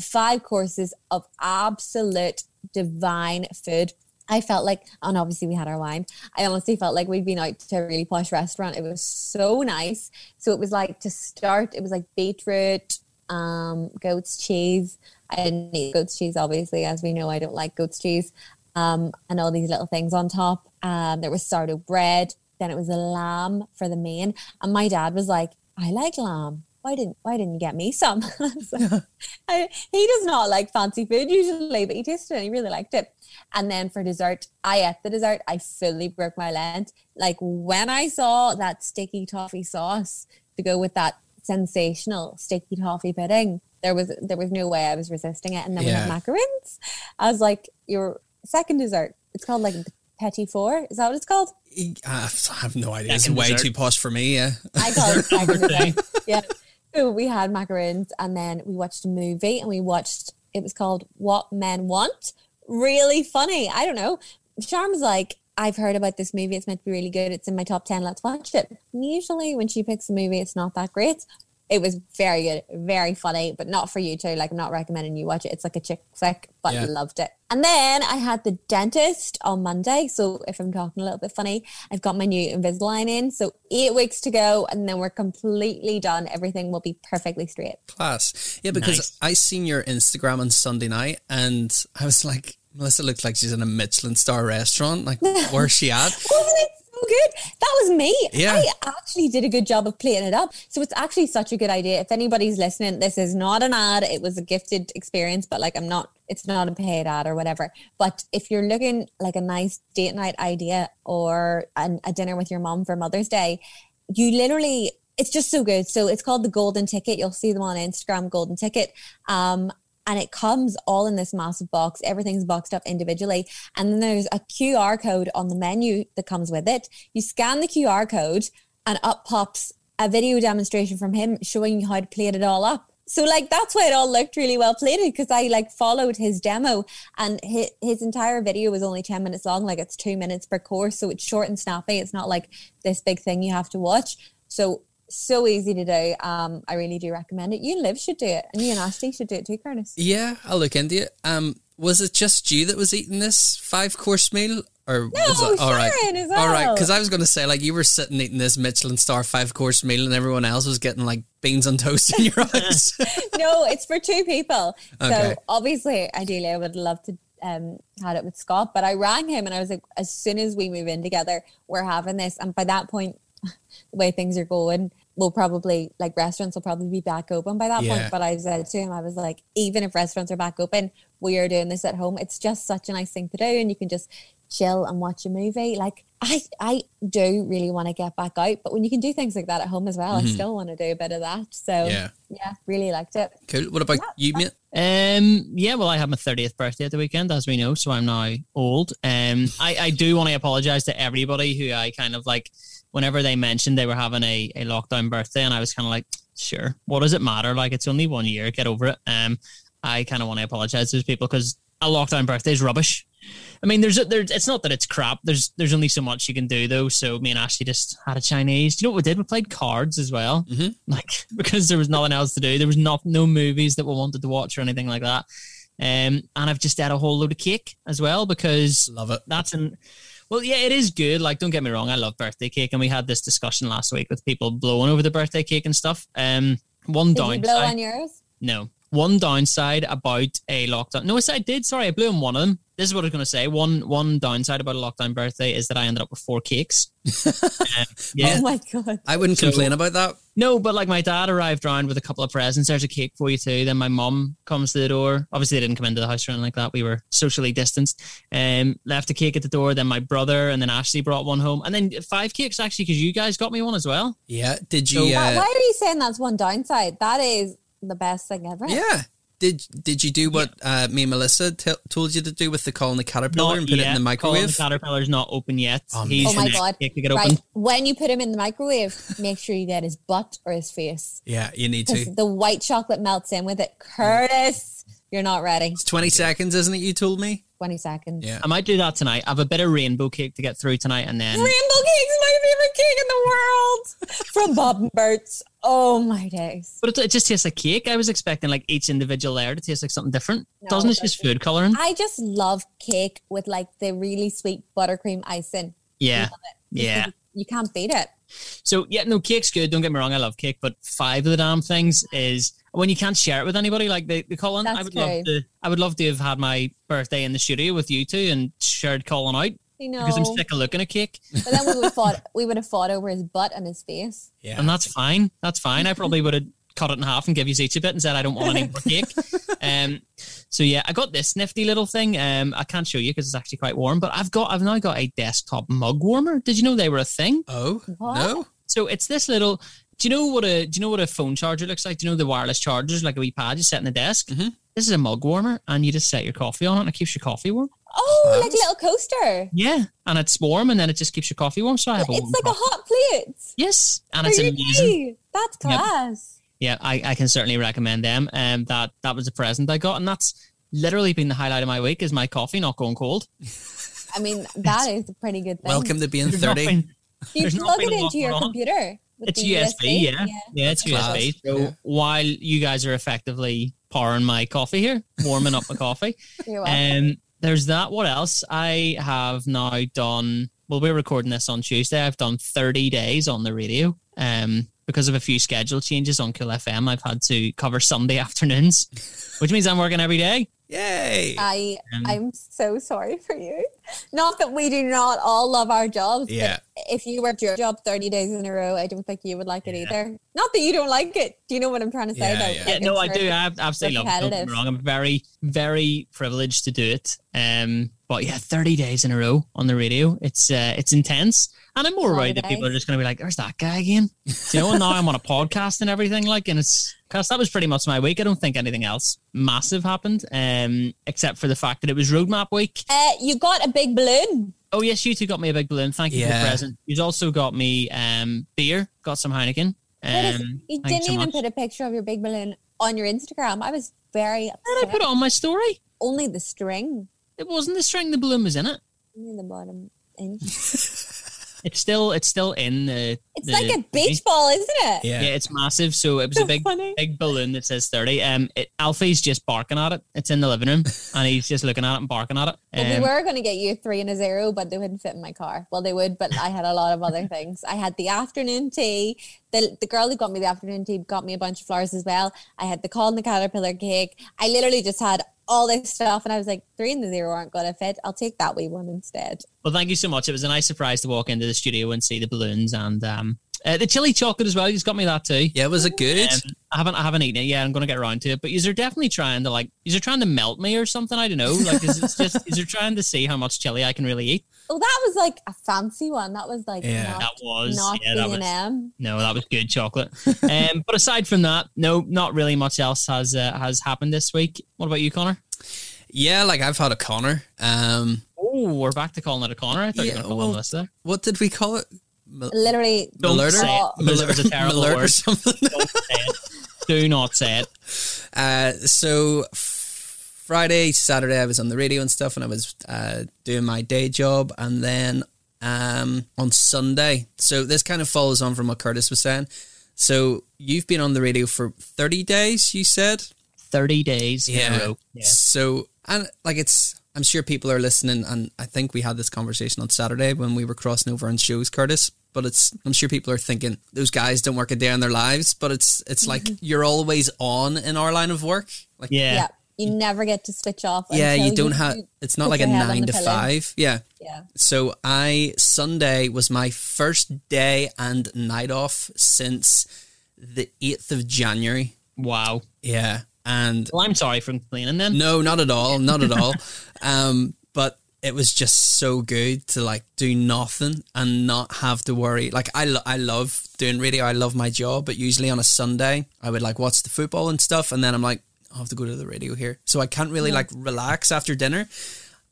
[SPEAKER 2] five courses of absolute divine food. I felt like, and obviously we had our wine. I honestly felt like we'd been out to a really posh restaurant. It was so nice. So it was like to start, it was like beetroot, um, goat's cheese. I didn't eat goat's cheese, obviously, as we know, I don't like goat's cheese. Um, and all these little things on top. Um, there was sourdough bread. Then it was a lamb for the main. And my dad was like, I like lamb. Why didn't Why didn't you get me some? I was like, I, he does not like fancy food usually, but he tasted it and he really liked it. And then for dessert, I ate the dessert. I fully broke my lent. Like when I saw that sticky toffee sauce to go with that sensational sticky toffee pudding, there was there was no way I was resisting it. And then we had
[SPEAKER 3] Yeah.
[SPEAKER 2] macarons. I was like, your second dessert. It's called like petit four. Is that what it's called?
[SPEAKER 3] I have no idea. It's
[SPEAKER 1] Second
[SPEAKER 3] way
[SPEAKER 1] dessert.
[SPEAKER 3] too posh for me. Yeah.
[SPEAKER 2] I call it second
[SPEAKER 1] birthday.
[SPEAKER 2] dessert. Yeah. So we had macarons and then we watched a movie and we watched it was called What Men Want. Really funny. I don't know. Charm's like, I've heard about this movie. It's meant to be really good. It's in my top ten. Let's watch it. And usually when she picks a movie, it's not that great. It was very good, very funny, but not for you too. Like I'm not recommending you watch it. It's like a chick flick, but
[SPEAKER 3] Yeah.
[SPEAKER 2] loved it. And then I had the dentist on Monday. So if I'm talking a little bit funny, I've got my new Invisalign in. So eight weeks to go, and then we're completely done. Everything will be perfectly straight.
[SPEAKER 3] class. Yeah, because
[SPEAKER 1] Nice.
[SPEAKER 3] I seen your Instagram on Sunday night, and I was like, Melissa looks like she's in a Michelin star restaurant. Like, where's she at?
[SPEAKER 2] Wasn't it so good? That was me.
[SPEAKER 3] Yeah.
[SPEAKER 2] I actually did a good job of plating it up. So it's actually such a good idea. If anybody's listening, this is not an ad. It was a gifted experience, but like I'm not, it's not a paid ad or whatever. But if you're looking like a nice date night idea or an, a dinner with your mom for Mother's Day, you literally, it's just so good. So it's called the Golden Ticket. You'll see them on Instagram, Golden Ticket. Um, and it comes all in this massive box. Everything's boxed up individually. And then there's a QR code on the menu that comes with it. You scan the QR code, and up pops a video demonstration from him showing you how to plate it all up. So, like, that's why it all looked really well plated because I like followed his demo, and his, his entire video was only 10 minutes long. Like, it's two minutes per course. So, it's short and snappy. It's not like this big thing you have to watch. So, so easy to do. Um, I really do recommend it. You and Liv should do it, and you and Ashley should do it too, Curtis.
[SPEAKER 3] Yeah, I'll look into it. Um, was it just you that was eating this five course meal, or was it
[SPEAKER 2] Oh, Sharon as
[SPEAKER 3] All right,
[SPEAKER 2] well.
[SPEAKER 3] because I was going to say like you were sitting eating this Michelin star five course meal, and everyone else was getting like beans on toast in your house.
[SPEAKER 2] no, it's for two people. So
[SPEAKER 3] Okay.
[SPEAKER 2] obviously, ideally, I would love to um had it with Scott, but I rang him and I was like, as soon as we move in together, we're having this. And by that point, the way things are going, we'll probably like restaurants will probably be back open by that
[SPEAKER 3] Yeah.
[SPEAKER 2] point. But I said to him, I was like, even if restaurants are back open, we are doing this at home. It's just such a nice thing to do, and you can just chill and watch a movie. Like I, I do really want to get back out, but when you can do things like that at home as well, I
[SPEAKER 3] Mhm.
[SPEAKER 2] still want to do a bit of that. So
[SPEAKER 3] Yeah.
[SPEAKER 2] yeah, really liked it.
[SPEAKER 3] Cool. What about you, mate?
[SPEAKER 1] Um, yeah, well, I had my 30th birthday at the weekend, as we know, so I'm now old. Um, I, I do want to apologize to everybody who I kind of like, whenever they mentioned they were having a, a lockdown birthday, and I was kind of like, sure, what does it matter? Like, it's only one year, get over it. Um, I kind of want to apologize to those people because a lockdown birthday is rubbish. I mean, there's, there's, it's not that it's crap. There's, there's only so much you can do though. So me and Ashley just had a Chinese. Do you know what we did? We played cards as well like because there was nothing else to do. There was not no movies that we wanted to watch or anything like that. Um, and I've just had a whole load of cake as well because
[SPEAKER 3] Love it.
[SPEAKER 1] that's an well, yeah, it is good. Like, don't get me wrong, I love birthday cake, and we had this discussion last week with people blowing over the birthday cake and stuff. Um, one
[SPEAKER 2] Did you
[SPEAKER 1] downside,
[SPEAKER 2] blow on yours?
[SPEAKER 1] no, one downside about a lockdown. No, I said I did. Sorry, I blew on one of them. This is what I was going to say. One one downside about a lockdown birthday is that I ended up with four cakes. Um, yeah,
[SPEAKER 2] Oh my god.
[SPEAKER 3] I wouldn't
[SPEAKER 1] So-
[SPEAKER 3] complain about that.
[SPEAKER 1] no, but like my dad arrived around with a couple of presents. There's a cake for you too. Then my mom comes to the door. Obviously, they didn't come into the house or anything like that. We were socially distanced. Um, left a cake at the door. Then my brother and then Ashley brought one home. And then five cakes actually because you guys got me one as well.
[SPEAKER 3] Yeah. Did
[SPEAKER 1] So-
[SPEAKER 3] you?
[SPEAKER 2] Why,
[SPEAKER 3] Uh,
[SPEAKER 2] why are you saying that's one downside? That is the best thing ever.
[SPEAKER 3] yeah. Did Did you do what uh, me and Melissa t- told you to do with the call on the caterpillar
[SPEAKER 1] Not
[SPEAKER 3] and put it in the
[SPEAKER 1] yet. Colin
[SPEAKER 3] microwave?
[SPEAKER 1] the caterpillar's not open yet.
[SPEAKER 3] Oh,
[SPEAKER 1] He's
[SPEAKER 3] man.
[SPEAKER 2] Oh
[SPEAKER 1] the
[SPEAKER 2] my
[SPEAKER 1] next
[SPEAKER 2] God.
[SPEAKER 1] Cake to get
[SPEAKER 2] Right.
[SPEAKER 1] open.
[SPEAKER 2] When you put him in the microwave, make sure you get his butt or his face.
[SPEAKER 3] Yeah, you need
[SPEAKER 2] Because
[SPEAKER 3] to.
[SPEAKER 2] the white chocolate melts in with it. Curtis, you're not ready.
[SPEAKER 3] It's twenty seconds, isn't it? You told me.
[SPEAKER 2] 20 seconds.
[SPEAKER 3] Yeah.
[SPEAKER 1] I might do that tonight. I have a bit of rainbow cake to get through tonight, and then
[SPEAKER 2] Rainbow cake's my favorite cake in the world from Bob and Bert's. Oh my days.
[SPEAKER 1] but it, it just tastes like cake. I was expecting like each individual layer to taste like something different.
[SPEAKER 2] No,
[SPEAKER 1] doesn't
[SPEAKER 2] it
[SPEAKER 1] it? Just food coloring.
[SPEAKER 2] I just love cake with like the really sweet buttercream icing.
[SPEAKER 1] Yeah,
[SPEAKER 2] Love it. You
[SPEAKER 1] yeah.
[SPEAKER 2] can- You can't beat it.
[SPEAKER 1] So yeah, no, cake's good. Don't get me wrong, I love cake, but five of the damn things is when you can't share it with anybody. Like the, the Colin, I
[SPEAKER 2] That's
[SPEAKER 1] would love to. I would love to have had my birthday in the studio with you two and shared Colin out
[SPEAKER 2] You know.
[SPEAKER 1] because I'm sick of looking at cake,
[SPEAKER 2] But then we would have fought we would have fought over his butt and his face.
[SPEAKER 3] Yeah.
[SPEAKER 1] and that's fine. That's fine. I probably would have cut it in half and give you each a bit and said I don't want any more cake. Um, so yeah, I got this nifty little thing. Um, I can't show you because it's actually quite warm, but I've got I've now got a desktop mug warmer. Did you know they were a thing?
[SPEAKER 3] oh
[SPEAKER 2] What?
[SPEAKER 3] no.
[SPEAKER 1] So it's this little. Do you know what a Do you know what a phone charger looks like? Do you know the wireless chargers like a wee pad you set in the desk?
[SPEAKER 3] Mhm.
[SPEAKER 1] This is a mug warmer, and you just set your coffee on it, and it keeps your coffee warm.
[SPEAKER 2] Oh,
[SPEAKER 3] Wow.
[SPEAKER 2] like a little coaster.
[SPEAKER 1] Yeah, and it's warm, and then it just keeps your coffee warm. So I have
[SPEAKER 2] It's
[SPEAKER 1] a warm
[SPEAKER 2] like a
[SPEAKER 1] coffee.
[SPEAKER 2] hot plate.
[SPEAKER 1] yes, and
[SPEAKER 2] for
[SPEAKER 1] it's
[SPEAKER 2] your
[SPEAKER 1] amazing.
[SPEAKER 2] tea. That's
[SPEAKER 1] Yep.
[SPEAKER 2] class.
[SPEAKER 1] Yeah, I, I can certainly recommend them. Um, that that was a present I got, and that's literally been the highlight of my week is my coffee not going cold.
[SPEAKER 2] I mean, that is a pretty good thing.
[SPEAKER 3] Welcome to being
[SPEAKER 1] There's
[SPEAKER 3] thirty.
[SPEAKER 1] nothing-
[SPEAKER 2] You
[SPEAKER 1] There's
[SPEAKER 2] plug
[SPEAKER 1] nothing
[SPEAKER 2] it
[SPEAKER 1] a lot
[SPEAKER 2] into your
[SPEAKER 1] going on.
[SPEAKER 2] computer. with
[SPEAKER 1] It's
[SPEAKER 2] the
[SPEAKER 1] USB, yeah. Yeah, it's
[SPEAKER 3] That's
[SPEAKER 1] USB.
[SPEAKER 3] class.
[SPEAKER 1] So
[SPEAKER 3] Yeah.
[SPEAKER 1] while you guys are effectively pouring my coffee here, warming up my coffee,
[SPEAKER 2] You're welcome.
[SPEAKER 1] Um, there's that. What else? I have now done. Well, we're recording this on Tuesday. I've done 30 days on the radio. Um, because of a few schedule changes on Cool FM, I've had to cover Sunday afternoons, which means I'm working every day.
[SPEAKER 3] Yay.
[SPEAKER 2] I
[SPEAKER 1] Um,
[SPEAKER 2] I'm so sorry for you. Not that we do not all love our jobs. but
[SPEAKER 3] Yeah.
[SPEAKER 2] If you worked your job 30 days in a row, I don't think you would like it
[SPEAKER 1] Yeah.
[SPEAKER 2] either. Not that you don't like it. Do you know what I'm trying to say?
[SPEAKER 3] Yeah,
[SPEAKER 2] though?
[SPEAKER 3] yeah.
[SPEAKER 1] Yeah,
[SPEAKER 2] Like,
[SPEAKER 1] no,
[SPEAKER 2] it's
[SPEAKER 1] I do.
[SPEAKER 2] very-
[SPEAKER 1] I absolutely love it. Don't get me
[SPEAKER 2] repetitive.
[SPEAKER 1] wrong. I'm very, very privileged to do it. Um, but yeah, 30 days in a row on the radio. It's uh, it's intense. And I'm more
[SPEAKER 2] Lot
[SPEAKER 1] worried
[SPEAKER 2] of
[SPEAKER 1] that people
[SPEAKER 2] days.
[SPEAKER 1] are just going to be like, there's that guy again. You know, and now I'm on a podcast and everything. Like, and it's because that was pretty much my week. I don't think anything else massive happened, um, except for the fact that it was roadmap week.
[SPEAKER 2] Uh, you got a big balloon.
[SPEAKER 1] Oh, yes, you two got me a big balloon. Thank you for
[SPEAKER 3] Yeah.
[SPEAKER 1] the present. You've also got me um, beer, got some Heineken.
[SPEAKER 2] Curtis,
[SPEAKER 1] Um,
[SPEAKER 2] you
[SPEAKER 1] thank
[SPEAKER 2] didn't
[SPEAKER 1] so
[SPEAKER 2] even
[SPEAKER 1] much.
[SPEAKER 2] put a picture of your big balloon on your Instagram. I was very
[SPEAKER 1] Did I
[SPEAKER 2] upset.
[SPEAKER 1] put it on my story?
[SPEAKER 2] Only the string,
[SPEAKER 1] It wasn't the string the balloon was in it.
[SPEAKER 2] only the bottom inch.
[SPEAKER 1] It's still it's still in the.
[SPEAKER 2] It's
[SPEAKER 1] the-
[SPEAKER 2] like a beach ball, isn't it?
[SPEAKER 1] Yeah.
[SPEAKER 3] Yeah.
[SPEAKER 1] it's massive. So it was a
[SPEAKER 2] So
[SPEAKER 1] big
[SPEAKER 2] funny.
[SPEAKER 1] big balloon that says thirty. Um, it, Alfie's just barking at it. It's in the living room, and he's just looking at it and barking at it.
[SPEAKER 2] Well, we
[SPEAKER 1] Um,
[SPEAKER 2] were going to get you a three and a zero, but they wouldn't fit in my car. Well, they would, but I had a lot of other things. I had the afternoon tea. The, the girl who got me the afternoon tea got me a bunch of flowers as well. I had the call and the caterpillar cake. I literally just had all this stuff, and I was like, three and the zero aren't going to fit. I'll take that wee one instead.
[SPEAKER 1] well, thank you so much. It was a nice surprise to walk into the studio and see the balloons, and um, Uh, the chili chocolate as well. You just got me that too.
[SPEAKER 3] Yeah, was it good?
[SPEAKER 1] Um, I haven't I haven't eaten it yet. I'm gonna get around to it. But you're definitely trying to like you're trying to melt me or something. I don't know. Like is it's just you're trying to see how much chili I can really eat.
[SPEAKER 2] Oh, that was like a fancy one. That was like
[SPEAKER 3] Yeah.
[SPEAKER 2] not,
[SPEAKER 1] That was
[SPEAKER 2] not
[SPEAKER 1] yeah, that
[SPEAKER 2] B&M.
[SPEAKER 1] was no, that was good chocolate. um, but aside from that, no, not really much else has uh, has happened this week. What about you, Connor?
[SPEAKER 3] Yeah, like I've had a Connor. Um,
[SPEAKER 1] Oh, we're back to calling it a Connor. I thought you
[SPEAKER 3] Yeah,
[SPEAKER 1] were going to call
[SPEAKER 3] well,
[SPEAKER 1] him Melissa.
[SPEAKER 3] what did we call it? Mal-
[SPEAKER 2] Literally,
[SPEAKER 1] Don't
[SPEAKER 3] Malert?
[SPEAKER 1] say it because it was a terrible
[SPEAKER 3] Malert or
[SPEAKER 1] word.
[SPEAKER 3] something.
[SPEAKER 1] Don't say it. Do not say it.
[SPEAKER 3] Uh, so f- Friday, Saturday, I was on the radio and stuff, and I was uh, doing my day job, and then um, on Sunday. So this kind of follows on from what Curtis was saying. So you've been on the radio for thirty days, you said.
[SPEAKER 1] Thirty days in a row. Yeah.
[SPEAKER 3] So and like it's I'm sure people are listening and I think we had this conversation on Saturday when we were crossing over on shows, Curtis. But it's I'm sure people are thinking those guys don't work a day in their lives, but it's it's like you're always on in our line of work. Like
[SPEAKER 1] Mm-hmm. Yeah.
[SPEAKER 2] yeah. You never get to switch off.
[SPEAKER 3] yeah,
[SPEAKER 2] until
[SPEAKER 3] you don't have it's not
[SPEAKER 2] put
[SPEAKER 3] like a
[SPEAKER 2] your head on
[SPEAKER 3] nine
[SPEAKER 2] the
[SPEAKER 3] to
[SPEAKER 2] pillow.
[SPEAKER 3] five. Yeah.
[SPEAKER 2] Yeah.
[SPEAKER 3] So I Sunday was my first day and night off since the eighth of January.
[SPEAKER 1] Wow.
[SPEAKER 3] Yeah. And
[SPEAKER 1] Well, I'm sorry for complaining then.
[SPEAKER 3] No, not at all. Not at all. um, but it was just so good to like do nothing and not have to worry. Like I, lo- I love doing radio. I love my job, but usually on a Sunday I would like watch the football and stuff, and then I'm like, I have to go to the radio here, so I can't really like relax after dinner.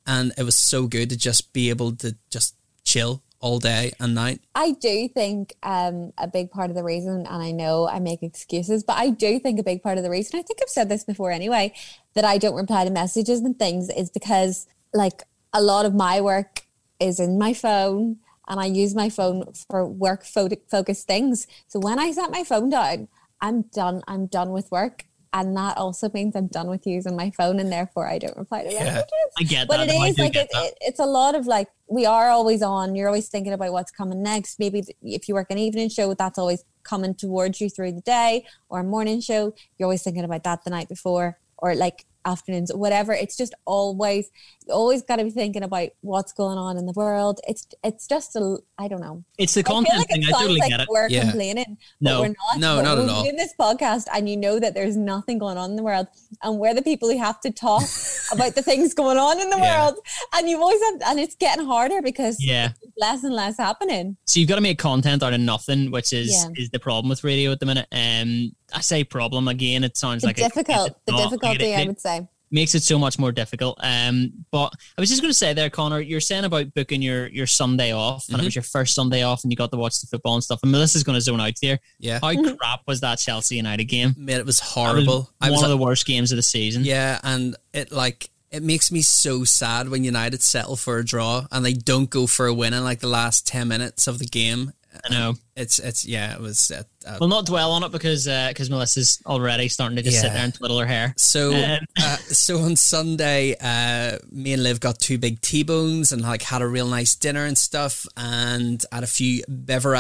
[SPEAKER 3] And it was so good to just be able to just chill all day and night.
[SPEAKER 2] I do think um, a big part of the reason, and I know I make excuses, but I do think a big part of the reason, I think I've said this before anyway, that I don't reply to messages and things is because, like, a lot of my work is in my phone and I use my phone for work fo- focused things. So when I set my phone down, I'm done. I'm done with work. And that also means I'm done with using my phone and therefore I don't reply to messages
[SPEAKER 1] I get
[SPEAKER 2] but
[SPEAKER 1] that.
[SPEAKER 2] it
[SPEAKER 1] No, I
[SPEAKER 2] is
[SPEAKER 1] do
[SPEAKER 2] like
[SPEAKER 1] get
[SPEAKER 2] it,
[SPEAKER 1] that.
[SPEAKER 2] it, it's a lot of like we are always on you're always thinking about what's coming next maybe th- if you work an evening show that's always coming towards you through the day or a morning show you're always thinking about that the night before or like afternoons whatever it's just always you always got to be thinking about what's going on in the world it's it's just a l- i don't know
[SPEAKER 1] It's the
[SPEAKER 2] I feel
[SPEAKER 1] content
[SPEAKER 2] like
[SPEAKER 1] thing.
[SPEAKER 2] it
[SPEAKER 1] I
[SPEAKER 2] sounds
[SPEAKER 1] totally
[SPEAKER 2] like
[SPEAKER 1] get it.
[SPEAKER 2] we're
[SPEAKER 3] Yeah.
[SPEAKER 2] complaining
[SPEAKER 1] No.
[SPEAKER 2] but we're not
[SPEAKER 3] No,
[SPEAKER 2] But
[SPEAKER 3] not at
[SPEAKER 2] we're
[SPEAKER 3] all.
[SPEAKER 2] doing this podcast and you know that there's nothing going on in the world and we're the people who have to talk about the things going on in the
[SPEAKER 3] Yeah.
[SPEAKER 2] world and you always have and it's getting harder because
[SPEAKER 1] Yeah.
[SPEAKER 2] less and less happening
[SPEAKER 1] so you've got to make content out of nothing, which is
[SPEAKER 2] Yeah.
[SPEAKER 1] is the problem with radio at the minute. Um, I say problem again. It sounds
[SPEAKER 2] the
[SPEAKER 1] like a-
[SPEAKER 2] difficult
[SPEAKER 1] it's
[SPEAKER 2] the
[SPEAKER 1] not. Like,
[SPEAKER 2] difficulty
[SPEAKER 1] it-
[SPEAKER 2] i
[SPEAKER 1] it
[SPEAKER 2] would say
[SPEAKER 1] makes it so much more difficult. Um, but I was just going to say there, Connor, you're saying about booking your your Sunday off, and
[SPEAKER 3] Mhm.
[SPEAKER 1] it was your first Sunday off, and you got to watch the football and stuff. And Melissa's going to zone out there.
[SPEAKER 3] Yeah,
[SPEAKER 1] How
[SPEAKER 2] Mhm.
[SPEAKER 1] crap was that Chelsea United game?
[SPEAKER 3] man, it was horrible. I was
[SPEAKER 1] One of the worst games of the season.
[SPEAKER 3] Yeah, and it like it makes me so sad when United settle for a draw and they don't go for a win in like the last ten minutes of the game.
[SPEAKER 1] I know.
[SPEAKER 3] It's it's yeah, it was. Uh, uh,
[SPEAKER 1] We'll not dwell on it because because Melissa's already starting to just sit
[SPEAKER 3] Yeah.
[SPEAKER 1] there and twiddle her hair.
[SPEAKER 3] so
[SPEAKER 1] Um,
[SPEAKER 3] uh, so on Sunday, uh, me and Liv got two big T bones and like had a real nice dinner and stuff, and had a few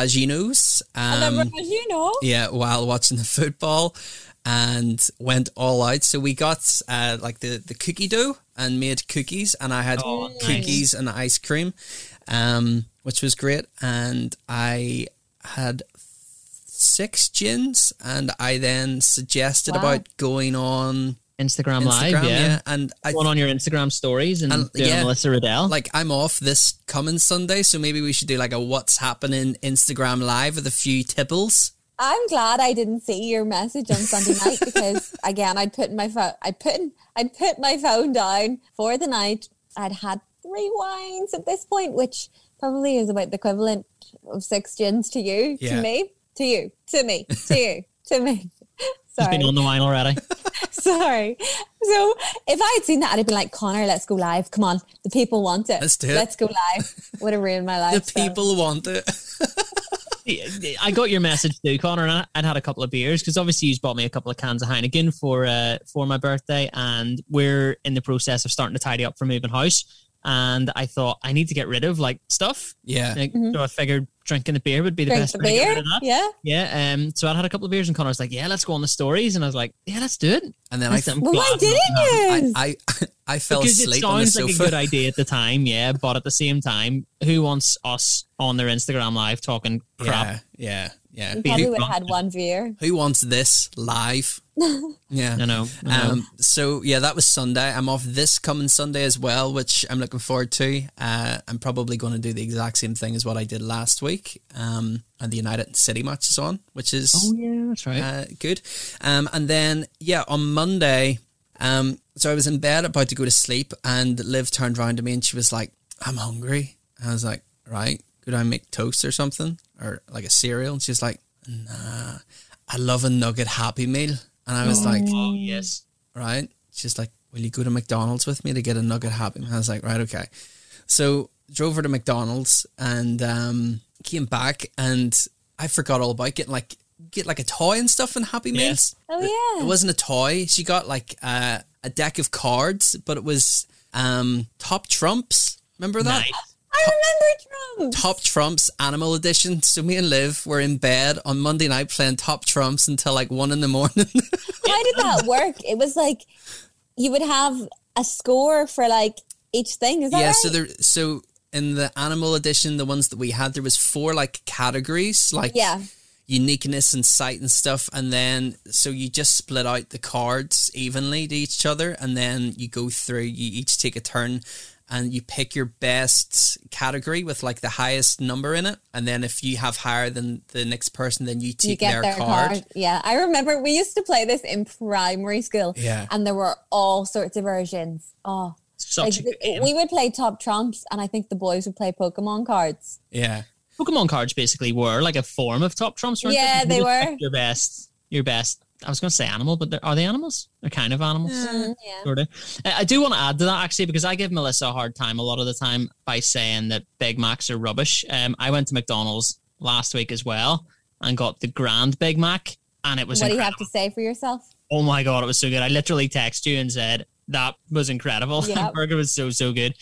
[SPEAKER 3] beveraginos.
[SPEAKER 2] and
[SPEAKER 3] Um,
[SPEAKER 2] then as you know
[SPEAKER 3] Yeah, while watching the football and went all out. So we got uh, like the, the cookie dough and made cookies and I had
[SPEAKER 1] Oh, nice.
[SPEAKER 3] cookies and ice cream, um, which was great. And I had six gins and I then suggested
[SPEAKER 2] Wow.
[SPEAKER 3] about going on
[SPEAKER 1] Instagram,
[SPEAKER 3] Instagram.
[SPEAKER 1] live, yeah.
[SPEAKER 3] yeah. And I
[SPEAKER 1] Going on your Instagram stories and,
[SPEAKER 3] And-
[SPEAKER 1] doing
[SPEAKER 3] yeah.
[SPEAKER 1] Melissa Riddell.
[SPEAKER 3] like I'm off this coming Sunday, so maybe we should do like a what's happening Instagram live with a few tipples.
[SPEAKER 2] i'm glad i didn't see your message on sunday night because again i'd put my phone i put i'd put my phone down for the night i'd had three wines at this point which probably is about the equivalent of six gins to you
[SPEAKER 3] Yeah.
[SPEAKER 2] to me to you to me to you to me
[SPEAKER 1] She's
[SPEAKER 2] sorry
[SPEAKER 1] been on the wine already.
[SPEAKER 2] Sorry. So if I had seen that, I'd have been like, Connor, let's go live. Come on. The people want it.
[SPEAKER 3] Let's do it."
[SPEAKER 2] Let's go live. Would have ruined my
[SPEAKER 3] The
[SPEAKER 2] life. so.
[SPEAKER 3] people want it.
[SPEAKER 1] I got your message too, Connor, and I- I'd had a couple of beers because obviously you bought me a couple of cans of Heineken for uh, for my birthday, and we're in the process of starting to tidy up for moving house. And I thought I need to get rid of like stuff,
[SPEAKER 3] Yeah.
[SPEAKER 1] like,
[SPEAKER 2] Mhm.
[SPEAKER 1] so I figured drinking a beer would be the
[SPEAKER 2] Drink
[SPEAKER 1] best
[SPEAKER 2] the
[SPEAKER 1] way to get rid
[SPEAKER 2] beer.
[SPEAKER 1] of that.
[SPEAKER 2] Yeah.
[SPEAKER 1] Yeah, um, so I had a couple of beers, and Connor's like, "Yeah, let's go on the stories," and I was like, "Yeah, let's do it."
[SPEAKER 3] And then I
[SPEAKER 1] Listen, I'm
[SPEAKER 2] Well, why
[SPEAKER 1] glad
[SPEAKER 2] didn't
[SPEAKER 1] not-
[SPEAKER 2] you?
[SPEAKER 3] I I, I fell
[SPEAKER 1] because
[SPEAKER 3] asleep
[SPEAKER 1] it
[SPEAKER 3] on the
[SPEAKER 1] sounds like
[SPEAKER 3] sofa.
[SPEAKER 1] a good idea at the time, yeah, but at the same time, who wants us on their Instagram live talking crap?
[SPEAKER 3] Yeah, yeah. yeah.
[SPEAKER 2] We
[SPEAKER 1] Be
[SPEAKER 2] probably
[SPEAKER 1] Luke
[SPEAKER 2] would
[SPEAKER 1] Bronson.
[SPEAKER 2] have had one viewer.
[SPEAKER 3] Who wants this live? Yeah.
[SPEAKER 1] I know. I know.
[SPEAKER 3] Um, so yeah, that was Sunday. I'm off this coming Sunday as well, which I'm looking forward to. Uh, I'm probably going to do the exact same thing as what I did last week. Um, and the United City match is on, which is
[SPEAKER 1] oh yeah, that's right.
[SPEAKER 3] uh, good. Um, and then yeah, on Monday, um, so I was in bed about to go to sleep, and Liv turned around to me and she was like, "I'm hungry." And I was like, "Right, could I make toast or something, or like a cereal?" And she's like, "Nah, I love a nugget Happy Meal." And I was like,
[SPEAKER 1] oh yes.
[SPEAKER 3] "Right." She's like, "Will you go to McDonald's with me to get a nugget Happy Meal?" And I was like, "Right, okay." So drove her to McDonald's and um, came back, and I forgot all about getting like get like a toy and stuff in Happy
[SPEAKER 1] Yeah.
[SPEAKER 3] Meals.
[SPEAKER 2] Oh
[SPEAKER 3] It
[SPEAKER 2] yeah.
[SPEAKER 3] wasn't a toy. She got like uh, a deck of cards, but it was um, Top Trumps. Remember that?
[SPEAKER 1] Nice.
[SPEAKER 2] I remember Trump.
[SPEAKER 3] Top Trumps Animal Edition. So me and Liv were in bed on Monday night playing Top Trumps until like one in the morning.
[SPEAKER 2] How did that work? It was like you would have a score for like each thing. Is that
[SPEAKER 3] yeah.
[SPEAKER 2] right?
[SPEAKER 3] So there. So in the Animal Edition, the ones that we had, there was four like categories, like
[SPEAKER 2] yeah.
[SPEAKER 3] uniqueness and sight and stuff and then so you just split out the cards evenly to each other and then you go through you each take a turn and you pick your best category with like the highest number in it and then if you have higher than the next person then you take
[SPEAKER 2] You get
[SPEAKER 3] their,
[SPEAKER 2] their
[SPEAKER 3] card,
[SPEAKER 2] card. Yeah. I remember we used to play this in primary school.
[SPEAKER 3] Yeah.
[SPEAKER 2] And there were all sorts of versions. Oh.
[SPEAKER 1] Such a
[SPEAKER 2] like,
[SPEAKER 1] good game.
[SPEAKER 2] we would play top trumps and I think the boys would play Pokemon cards.
[SPEAKER 3] yeah
[SPEAKER 1] Pokemon cards basically were like a form of top trumps. weren't
[SPEAKER 2] Yeah, they
[SPEAKER 1] You would
[SPEAKER 2] were.
[SPEAKER 1] pick Your best, your best. I was going to say animal, but they're, are they animals? They're kind of animals.
[SPEAKER 2] Mm, yeah.
[SPEAKER 1] Sort of. I I do want to add to that actually because I give Melissa a hard time a lot of the time by saying that Big Macs are rubbish. Um, I went to McDonald's last week as well and got the Grand Big Mac, and it was
[SPEAKER 2] What do you
[SPEAKER 1] incredible.
[SPEAKER 2] have to say for yourself?
[SPEAKER 1] oh my god, it was so good. I literally texted you and said that was incredible.
[SPEAKER 2] Yeah.
[SPEAKER 1] that burger was so so good.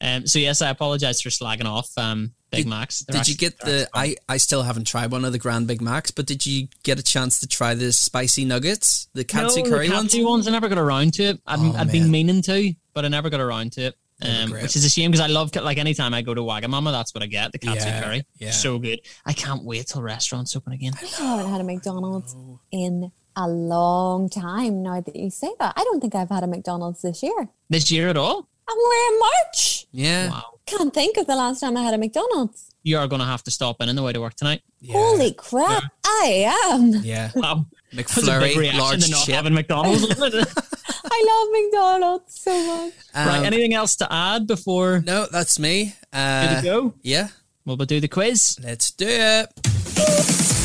[SPEAKER 1] Um, so yes, I apologize for slagging off um, Big
[SPEAKER 3] Did-
[SPEAKER 1] Macs. They're
[SPEAKER 3] did
[SPEAKER 1] actually-
[SPEAKER 3] you get
[SPEAKER 1] they're
[SPEAKER 3] the I, I still haven't tried one of the grand big macs but did you get a chance to try the spicy nuggets the katsu
[SPEAKER 1] no,
[SPEAKER 3] curry
[SPEAKER 1] the
[SPEAKER 3] ones
[SPEAKER 1] Katsu ones. I never got around to it. I'd,
[SPEAKER 3] Oh,
[SPEAKER 1] I'd been
[SPEAKER 3] man.
[SPEAKER 1] meaning to, but I never got around to it.
[SPEAKER 3] They were
[SPEAKER 1] Um,
[SPEAKER 3] great.
[SPEAKER 1] which is a shame because I love like anytime I go to Wagamama, that's what I get the katsu
[SPEAKER 3] Yeah,
[SPEAKER 1] curry.
[SPEAKER 3] yeah.
[SPEAKER 1] So good. I can't wait till restaurants open again.
[SPEAKER 2] I haven't had a Oh, McDonald's
[SPEAKER 1] Oh,
[SPEAKER 2] in a long time now that you say that. I don't think I've had a McDonald's this year. And
[SPEAKER 1] This year at all?
[SPEAKER 2] we're in March.
[SPEAKER 3] yeah,
[SPEAKER 1] Wow.
[SPEAKER 2] Can't think of the last time I had a McDonald's.
[SPEAKER 1] You are going to have to stop in on the way to work tonight.
[SPEAKER 3] yeah
[SPEAKER 2] Holy crap, I am.
[SPEAKER 3] yeah
[SPEAKER 1] Wow. That was a big
[SPEAKER 3] mcflurry
[SPEAKER 1] reaction
[SPEAKER 3] large
[SPEAKER 1] to not
[SPEAKER 3] chip
[SPEAKER 1] having McDonald's. wasn't it?
[SPEAKER 2] I love McDonald's so much.
[SPEAKER 1] right.
[SPEAKER 3] Um,
[SPEAKER 1] Anything else to add before
[SPEAKER 3] No, that's me.
[SPEAKER 1] we
[SPEAKER 3] Uh,
[SPEAKER 1] go?
[SPEAKER 3] yeah,
[SPEAKER 1] Well, we'll do the quiz.
[SPEAKER 3] let's do it.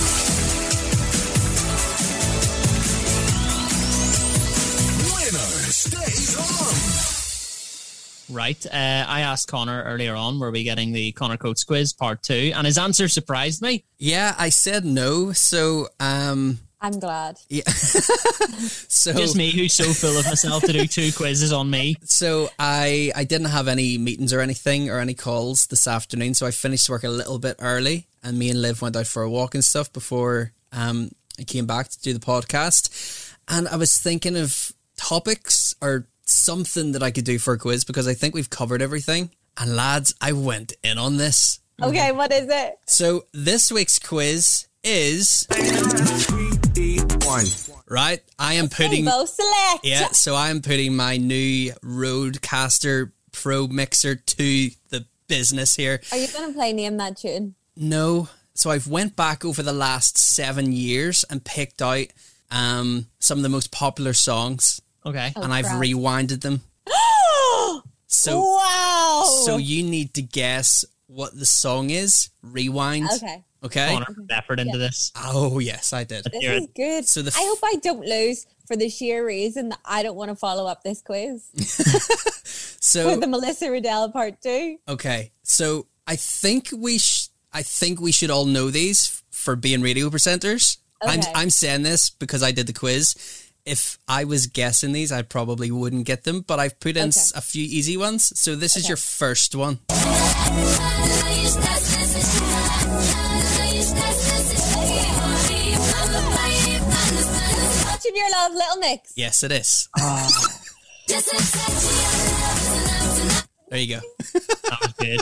[SPEAKER 1] Right. Uh, I asked Connor earlier on, were we getting the Connor Coates quiz part two? And his answer surprised me.
[SPEAKER 3] Yeah, I said no. So, um,
[SPEAKER 2] I'm glad.
[SPEAKER 3] yeah. so
[SPEAKER 1] Just me, who's so full of myself to do two quizzes on me.
[SPEAKER 3] So I I didn't have any meetings or anything or any calls this afternoon. So I finished work a little bit early, and me and Liv went out for a walk and stuff before um I came back to do the podcast. And I was thinking of topics or something that I could do for a quiz because I think we've covered everything. And lads, I went in on this.
[SPEAKER 2] Okay, what is it?
[SPEAKER 3] So this week's quiz is right. I am putting
[SPEAKER 2] Rainbow Select.
[SPEAKER 3] yeah. So I am putting my new Rodecaster Pro mixer to the business here.
[SPEAKER 2] Are you going to play Name That Tune?
[SPEAKER 3] No. So I've went back over the last seven years and picked out um, some of the most popular songs,
[SPEAKER 1] Okay.
[SPEAKER 3] and I've
[SPEAKER 2] Oh, crap.
[SPEAKER 3] rewinded them. So
[SPEAKER 2] wow.
[SPEAKER 3] so you need to guess what the song is. Rewind.
[SPEAKER 2] okay.
[SPEAKER 3] Okay.
[SPEAKER 1] Connor effort into this.
[SPEAKER 3] Oh yes, I did.
[SPEAKER 2] This
[SPEAKER 1] You're-
[SPEAKER 2] is good.
[SPEAKER 3] So the f-
[SPEAKER 2] I hope I don't lose for the sheer reason that I don't want to follow up this quiz
[SPEAKER 3] So
[SPEAKER 2] with the Melissa Riddell part two.
[SPEAKER 3] Okay, so I think we sh- I think we should all know these f- for being radio presenters. I'm
[SPEAKER 2] Okay.
[SPEAKER 3] I'm saying this because I did the quiz. If I was guessing these, I probably wouldn't get them. But I've put in s a a few easy ones. So this is your first one.
[SPEAKER 2] Much of your love, Little Mix.
[SPEAKER 3] Yes, it is. there you go.
[SPEAKER 1] That was good.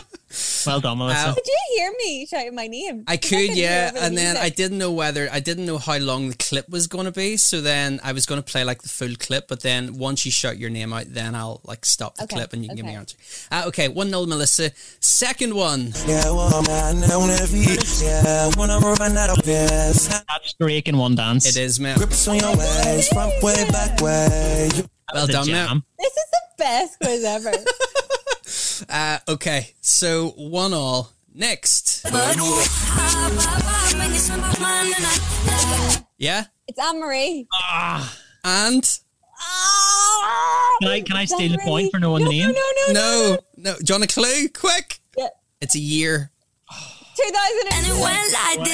[SPEAKER 1] Well done, Melissa.
[SPEAKER 3] Uh,
[SPEAKER 2] Did you hear me shouting my name?
[SPEAKER 3] I
[SPEAKER 2] Because
[SPEAKER 3] could,
[SPEAKER 2] couldn't
[SPEAKER 3] yeah.
[SPEAKER 2] hear over
[SPEAKER 3] And
[SPEAKER 2] the
[SPEAKER 3] then I
[SPEAKER 2] music.
[SPEAKER 3] didn't know whether I didn't know how long the clip was going to be. So then I was going to play like the full clip, but then once you shout your name out, then I'll like stop the
[SPEAKER 2] Okay,
[SPEAKER 3] clip and you can give me
[SPEAKER 2] okay.
[SPEAKER 3] your answer. Uh, okay, one nil, Melissa. Second one.
[SPEAKER 4] Yeah, well, man, I wanna be. Yeah, I wanna run out of this.
[SPEAKER 1] That's Drake in one dance.
[SPEAKER 3] It is Mel.
[SPEAKER 4] Grips on your ways, front way, back way. You
[SPEAKER 3] Well
[SPEAKER 1] The
[SPEAKER 3] done, Mel.
[SPEAKER 1] jam.
[SPEAKER 2] This is the best quiz ever.
[SPEAKER 3] Uh, okay, so one all. Next, yeah,
[SPEAKER 2] it's Anne Marie.
[SPEAKER 1] Ah,
[SPEAKER 3] and
[SPEAKER 2] Oh,
[SPEAKER 1] Can I- can I
[SPEAKER 2] it's
[SPEAKER 1] steal a
[SPEAKER 2] Anne-Marie.
[SPEAKER 1] point for knowing
[SPEAKER 2] no,
[SPEAKER 1] the name?
[SPEAKER 2] No, no, no.
[SPEAKER 3] no, no. Do you want a clue? Quick.
[SPEAKER 2] Yeah.
[SPEAKER 3] It's a year.
[SPEAKER 2] 2001.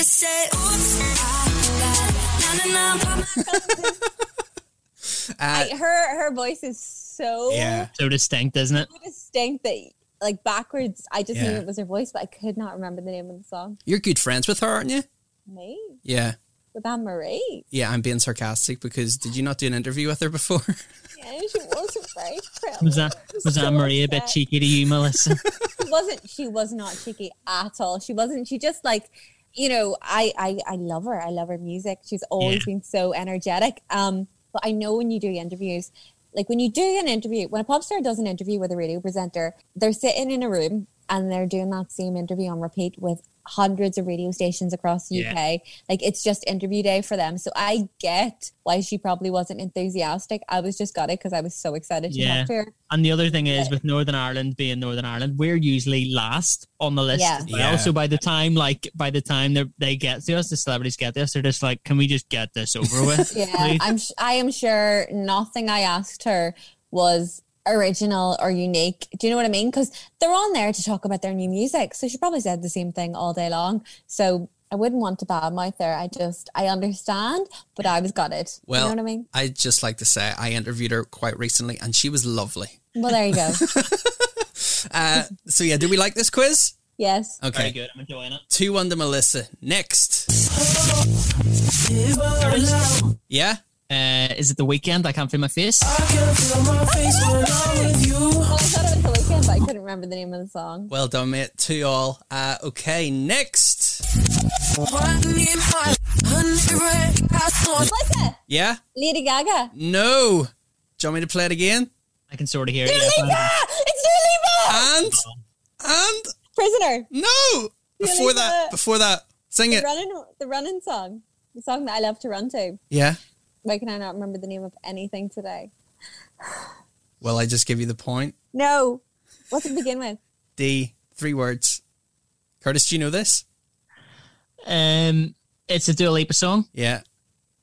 [SPEAKER 3] Uh,
[SPEAKER 2] Like, her her voice is so
[SPEAKER 3] yeah.
[SPEAKER 1] so distinct, isn't it?
[SPEAKER 2] distinct that like backwards, I just knew
[SPEAKER 3] Yeah.
[SPEAKER 2] it was her voice, but I could not remember the name of the song.
[SPEAKER 3] You're good friends with her, aren't you?
[SPEAKER 2] Me
[SPEAKER 3] Yeah.
[SPEAKER 2] with Anne Marie.
[SPEAKER 3] Yeah, I'm being sarcastic because did you not do an interview with her before?
[SPEAKER 2] Yeah, she wasn't very pretty.
[SPEAKER 1] Was that was that Marie a bit cheeky to you, Melissa?
[SPEAKER 2] She wasn't. She was not cheeky at all. She wasn't. She just like, you know, I I I love her. I love her music. She's always
[SPEAKER 1] Yeah.
[SPEAKER 2] been so energetic. Um, but I know when you do interviews. Like when you do an interview, when a pop star does an interview with a radio presenter, they're sitting in a room and they're doing that same interview on repeat with hundreds of radio stations across the
[SPEAKER 1] Yeah.
[SPEAKER 2] UK. Like it's just interview day for them. So I get why she probably wasn't enthusiastic. I was just got it because I was so excited to
[SPEAKER 1] Yeah.
[SPEAKER 2] talk to her.
[SPEAKER 1] And the other thing is, with Northern Ireland being Northern Ireland, we're usually last on the list.
[SPEAKER 2] Yeah.
[SPEAKER 1] as well.
[SPEAKER 3] Yeah.
[SPEAKER 1] So by the time, like, by the time they they get to us, the celebrities get to us, they're just like, "Can we just get this over with?"
[SPEAKER 2] Yeah,
[SPEAKER 1] please?"
[SPEAKER 2] I'm. s- I am sure nothing I asked her was original or unique. Do you know what I mean? Because they're on there to talk about their new music, so she probably said the same thing all day long. So I wouldn't want to badmouth her. I just I understand, but I was gutted.
[SPEAKER 3] Well,
[SPEAKER 2] you know what I mean?
[SPEAKER 3] I'd just like to say I interviewed her quite recently and she was lovely.
[SPEAKER 2] Well, there you go.
[SPEAKER 3] Uh, so yeah, do we like this quiz?
[SPEAKER 2] yes,
[SPEAKER 1] Very
[SPEAKER 3] Okay.
[SPEAKER 1] good. I'm enjoying it.
[SPEAKER 3] Two under Melissa. Next. Yeah.
[SPEAKER 1] Uh, is it the weekend? I can't feel my face.
[SPEAKER 2] well, Oh, I thought it was the weekend, but I couldn't remember the name of the song.
[SPEAKER 3] Well done, mate. Two all. Uh, okay. Next.
[SPEAKER 2] Melissa,
[SPEAKER 3] Yeah.
[SPEAKER 2] Lady Gaga.
[SPEAKER 3] No. Do you want me to play it again?
[SPEAKER 1] I can sort of hear
[SPEAKER 2] Dua
[SPEAKER 1] it.
[SPEAKER 2] Lipa! It's Dua Lipa!
[SPEAKER 3] And and
[SPEAKER 2] Prisoner.
[SPEAKER 3] no. Before that. Before that. Sing
[SPEAKER 2] The
[SPEAKER 3] it.
[SPEAKER 2] running, the running song, the song that I love to run to.
[SPEAKER 3] Yeah.
[SPEAKER 2] Why can I not remember the name of anything today?
[SPEAKER 3] Well, I just give you the point.
[SPEAKER 2] No. What's it begin with?
[SPEAKER 3] D. Three words. Curtis, do you know this?
[SPEAKER 1] Um, it's a Dua Lipa song.
[SPEAKER 3] Yeah.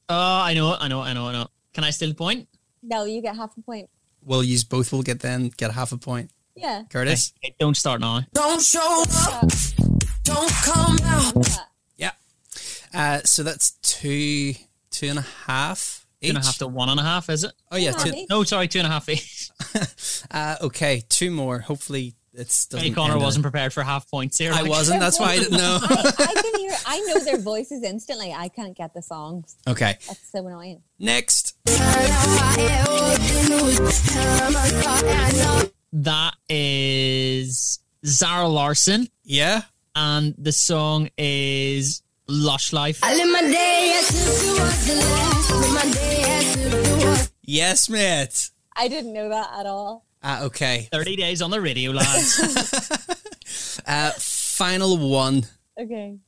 [SPEAKER 1] Oh, I know it. I know it. I know it. I know it. Can I steal a point?
[SPEAKER 2] No, you get half a point.
[SPEAKER 3] We'll use both. We'll get then get half a point.
[SPEAKER 2] Yeah.
[SPEAKER 3] Curtis.
[SPEAKER 1] Okay, don't start now.
[SPEAKER 4] Don't show up,
[SPEAKER 2] Uh,
[SPEAKER 4] don't come out.
[SPEAKER 2] yeah.
[SPEAKER 3] Uh, so that's two, two and a half each.
[SPEAKER 1] Two and a half to one and a half, is it?
[SPEAKER 3] oh yeah.
[SPEAKER 2] Come on,
[SPEAKER 3] Two,
[SPEAKER 2] Nick.
[SPEAKER 1] No, sorry, two and a half each.
[SPEAKER 3] uh, okay, two more. Hopefully it's.
[SPEAKER 1] Ray
[SPEAKER 3] doesn't
[SPEAKER 1] Connor
[SPEAKER 3] end in-
[SPEAKER 1] wasn't prepared for half points here.
[SPEAKER 3] I
[SPEAKER 1] Like,
[SPEAKER 3] wasn't. That's why I didn't know.
[SPEAKER 2] I, I can hear. I know their voices instantly. I can't get the songs.
[SPEAKER 3] okay,
[SPEAKER 2] That's so annoying.
[SPEAKER 3] next.
[SPEAKER 1] That is Zara Larson,
[SPEAKER 3] Yeah.
[SPEAKER 1] and the song is Lush Life.
[SPEAKER 3] Yes, mate.
[SPEAKER 2] I didn't know that at all.
[SPEAKER 3] Uh, okay.
[SPEAKER 1] 30 days on the radio, lads.
[SPEAKER 3] Uh, final one.
[SPEAKER 2] Okay.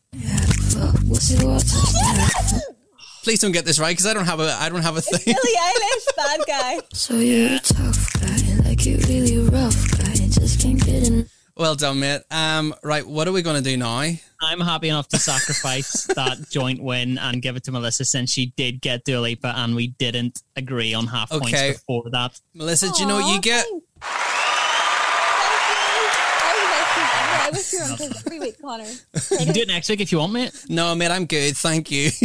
[SPEAKER 3] Please don't get this right because I don't have a. I don't have a thing.
[SPEAKER 2] Billie Eilish, bad guy.
[SPEAKER 5] So you're a tough guy, like you really rough guy, just can't get enough.
[SPEAKER 3] well done, mate. Um, right. What are we gonna do now?
[SPEAKER 1] I'm happy enough to sacrifice that joint win and give it to Melissa since she did get Dua Lipa and we didn't agree on half
[SPEAKER 3] Okay.
[SPEAKER 1] points before that.
[SPEAKER 3] Melissa, do you know
[SPEAKER 2] Aw,
[SPEAKER 3] what you get?
[SPEAKER 2] thanks. Thank you. I wish you were on quiz every week, Connor.
[SPEAKER 1] You can do it next week if you want, mate.
[SPEAKER 3] No, mate. I'm good. Thank you.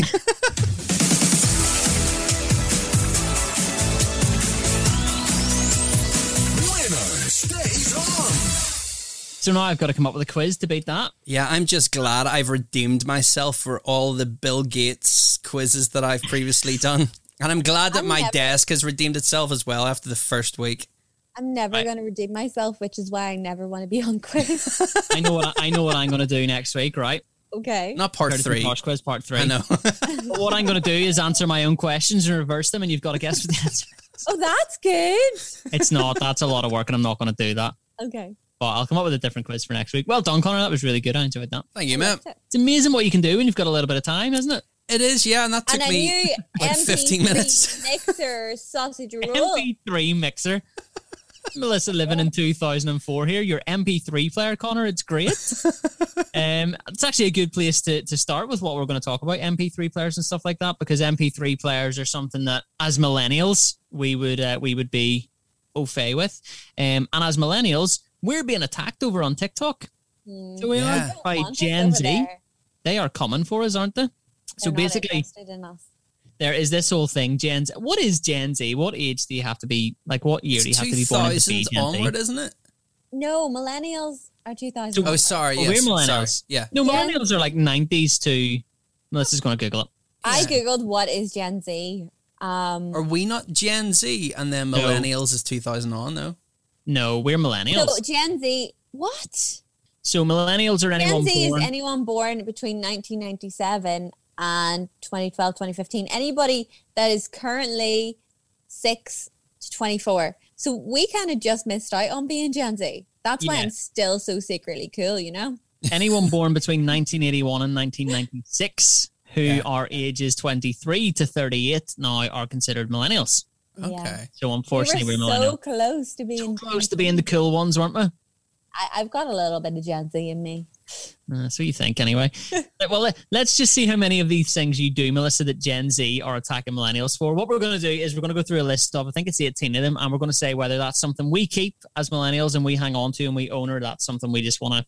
[SPEAKER 1] So now I've got to come up with a quiz to beat that.
[SPEAKER 3] Yeah, I'm just glad I've redeemed myself for all the Bill Gates quizzes that I've previously done. And I'm glad that
[SPEAKER 2] I'm
[SPEAKER 3] my
[SPEAKER 2] never-
[SPEAKER 3] desk has redeemed itself as well after the first week.
[SPEAKER 2] I'm never
[SPEAKER 1] Right.
[SPEAKER 2] going to redeem myself, which is why I never want to be on quiz.
[SPEAKER 1] I know what I, I know what I'm going to do next week, right?
[SPEAKER 2] okay.
[SPEAKER 3] Not part
[SPEAKER 1] Curtis and
[SPEAKER 3] three.
[SPEAKER 1] Posh quiz part three.
[SPEAKER 3] I know.
[SPEAKER 1] But what I'm going to do is answer my own questions and reverse them, and you've got to guess what the answer.
[SPEAKER 2] Oh, that's good.
[SPEAKER 1] It's not. That's a lot of work, and I'm not going to do that.
[SPEAKER 2] Okay.
[SPEAKER 1] But I'll come up with a different quiz for next week. Well done, Connor. That was really good. I enjoyed that.
[SPEAKER 3] Thank you, Matt.
[SPEAKER 1] It's amazing what you can do when you've got a little bit of time, isn't it?
[SPEAKER 3] It is, yeah, and that took
[SPEAKER 2] and I
[SPEAKER 3] me.
[SPEAKER 2] knew
[SPEAKER 3] like
[SPEAKER 2] MP3
[SPEAKER 3] 15 minutes.
[SPEAKER 2] mixer sausage roll.
[SPEAKER 1] MP3 mixer. Melissa living in 2004 here. Your MP3 player, Connor. It's great. um, it's actually a good place to, to start with what we're going to talk about MP3 players and stuff like that because MP3 players are something that as millennials we would uh, we would be au fait with, um, and as millennials we're being attacked over on TikTok.
[SPEAKER 2] Hmm.
[SPEAKER 1] So we
[SPEAKER 3] Yeah.
[SPEAKER 1] are by
[SPEAKER 2] Want us
[SPEAKER 1] Gen
[SPEAKER 2] over
[SPEAKER 1] Z.
[SPEAKER 2] there.
[SPEAKER 1] They are coming for us, aren't they? so
[SPEAKER 2] They're not
[SPEAKER 1] basically,
[SPEAKER 2] interested in us.
[SPEAKER 1] there is this whole thing. Gen Z. What is Gen Z? What age do you have to be? Like, what year do you
[SPEAKER 3] It's
[SPEAKER 1] have to be born into
[SPEAKER 3] 2000s
[SPEAKER 1] be Gen Z?
[SPEAKER 3] onward, isn't it?
[SPEAKER 2] no millennials are 2000.
[SPEAKER 3] Oh, sorry.
[SPEAKER 1] Oh,
[SPEAKER 3] yes,
[SPEAKER 1] we're millennials.
[SPEAKER 3] Sorry. Yeah.
[SPEAKER 1] No,
[SPEAKER 2] Yeah.
[SPEAKER 1] millennials are like nineties to. Melissa's going to Google it.
[SPEAKER 2] I
[SPEAKER 3] Yeah.
[SPEAKER 2] googled what is Gen Z. Um,
[SPEAKER 3] Are we not Gen Z and then
[SPEAKER 1] No.
[SPEAKER 3] millennials is 2000 on, though?
[SPEAKER 1] No, we're millennials.
[SPEAKER 2] so Gen Z, what?
[SPEAKER 1] So millennials are anyone
[SPEAKER 2] Gen Z
[SPEAKER 1] born.
[SPEAKER 2] is anyone born between 1997 and 2012, 2015. Anybody that is currently 6 to 24. So we kind of just missed out on being Gen Z. That's why
[SPEAKER 1] Yeah.
[SPEAKER 2] I'm still so secretly cool, you know?
[SPEAKER 1] anyone born between 1981 and 1996 who
[SPEAKER 3] Yeah.
[SPEAKER 1] are ages 23 to 38 now are considered millennials.
[SPEAKER 3] Okay.
[SPEAKER 1] So
[SPEAKER 2] We were
[SPEAKER 1] unfortunately, are
[SPEAKER 2] so
[SPEAKER 1] millennials.
[SPEAKER 2] close to being
[SPEAKER 1] Close to being the cool ones, weren't we?
[SPEAKER 2] I, I've got a little bit of Gen Z in me.
[SPEAKER 1] Uh, That's what you think, anyway. Right, well, let- let's just see how many of these things you do, Melissa, that Gen Z are attacking millennials for. What we're going to do is we're going to go through a list of, I think it's 18 of them, and we're going to say whether that's something we keep as millennials and we hang on to and we own, or that's something we just want to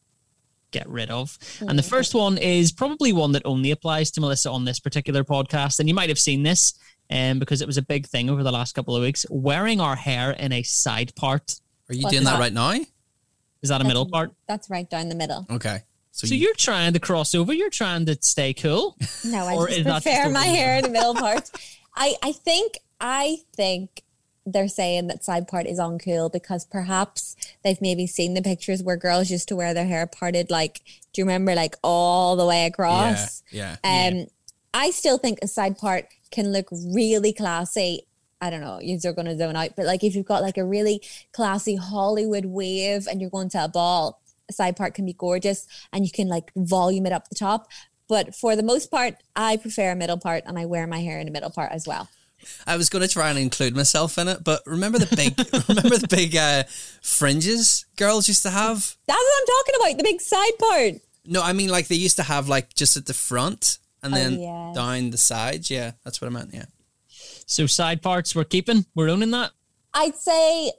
[SPEAKER 1] get rid of. And the first one is probably one that only applies to Melissa on this particular podcast. And you might have seen this um, because it was a big thing over the last couple of weeks wearing our hair in a side part.
[SPEAKER 3] Are you
[SPEAKER 2] What's
[SPEAKER 3] doing that
[SPEAKER 2] that?
[SPEAKER 3] right now?
[SPEAKER 1] Is that a
[SPEAKER 2] That's-
[SPEAKER 1] middle part?
[SPEAKER 2] That's right down the middle.
[SPEAKER 3] Okay.
[SPEAKER 1] So, you're trying to cross over, you're trying to stay cool.
[SPEAKER 2] No, I
[SPEAKER 1] Or
[SPEAKER 2] just
[SPEAKER 1] is that just
[SPEAKER 2] prefer
[SPEAKER 1] a
[SPEAKER 2] my
[SPEAKER 1] rumor?
[SPEAKER 2] hair in the middle part. I, I think I think they're saying that side part is uncool because perhaps they've maybe seen the pictures where girls used to wear their hair parted like do you remember like all the way
[SPEAKER 3] Yeah.
[SPEAKER 2] across?
[SPEAKER 3] Yeah.
[SPEAKER 2] Um I still think a side part can look really classy. I don't know, you're gonna zone out, but like if you've got like a really classy Hollywood wave and you're going to a ball, a side part can be gorgeous and you can like volume it up the top. But for the most part, I prefer a middle part and I wear my hair in a middle part as well.
[SPEAKER 3] I was going to try and include myself in it, but remember the big, remember the big uh, fringes girls used to have?
[SPEAKER 2] That's what I'm talking about, the big side part.
[SPEAKER 3] No, I mean like they used to have like just at the front and
[SPEAKER 2] Oh,
[SPEAKER 3] then
[SPEAKER 2] yes.
[SPEAKER 3] down the sides. Yeah, that's what I meant. Yeah.
[SPEAKER 1] So side parts we're keeping, we're owning that.
[SPEAKER 2] I'd say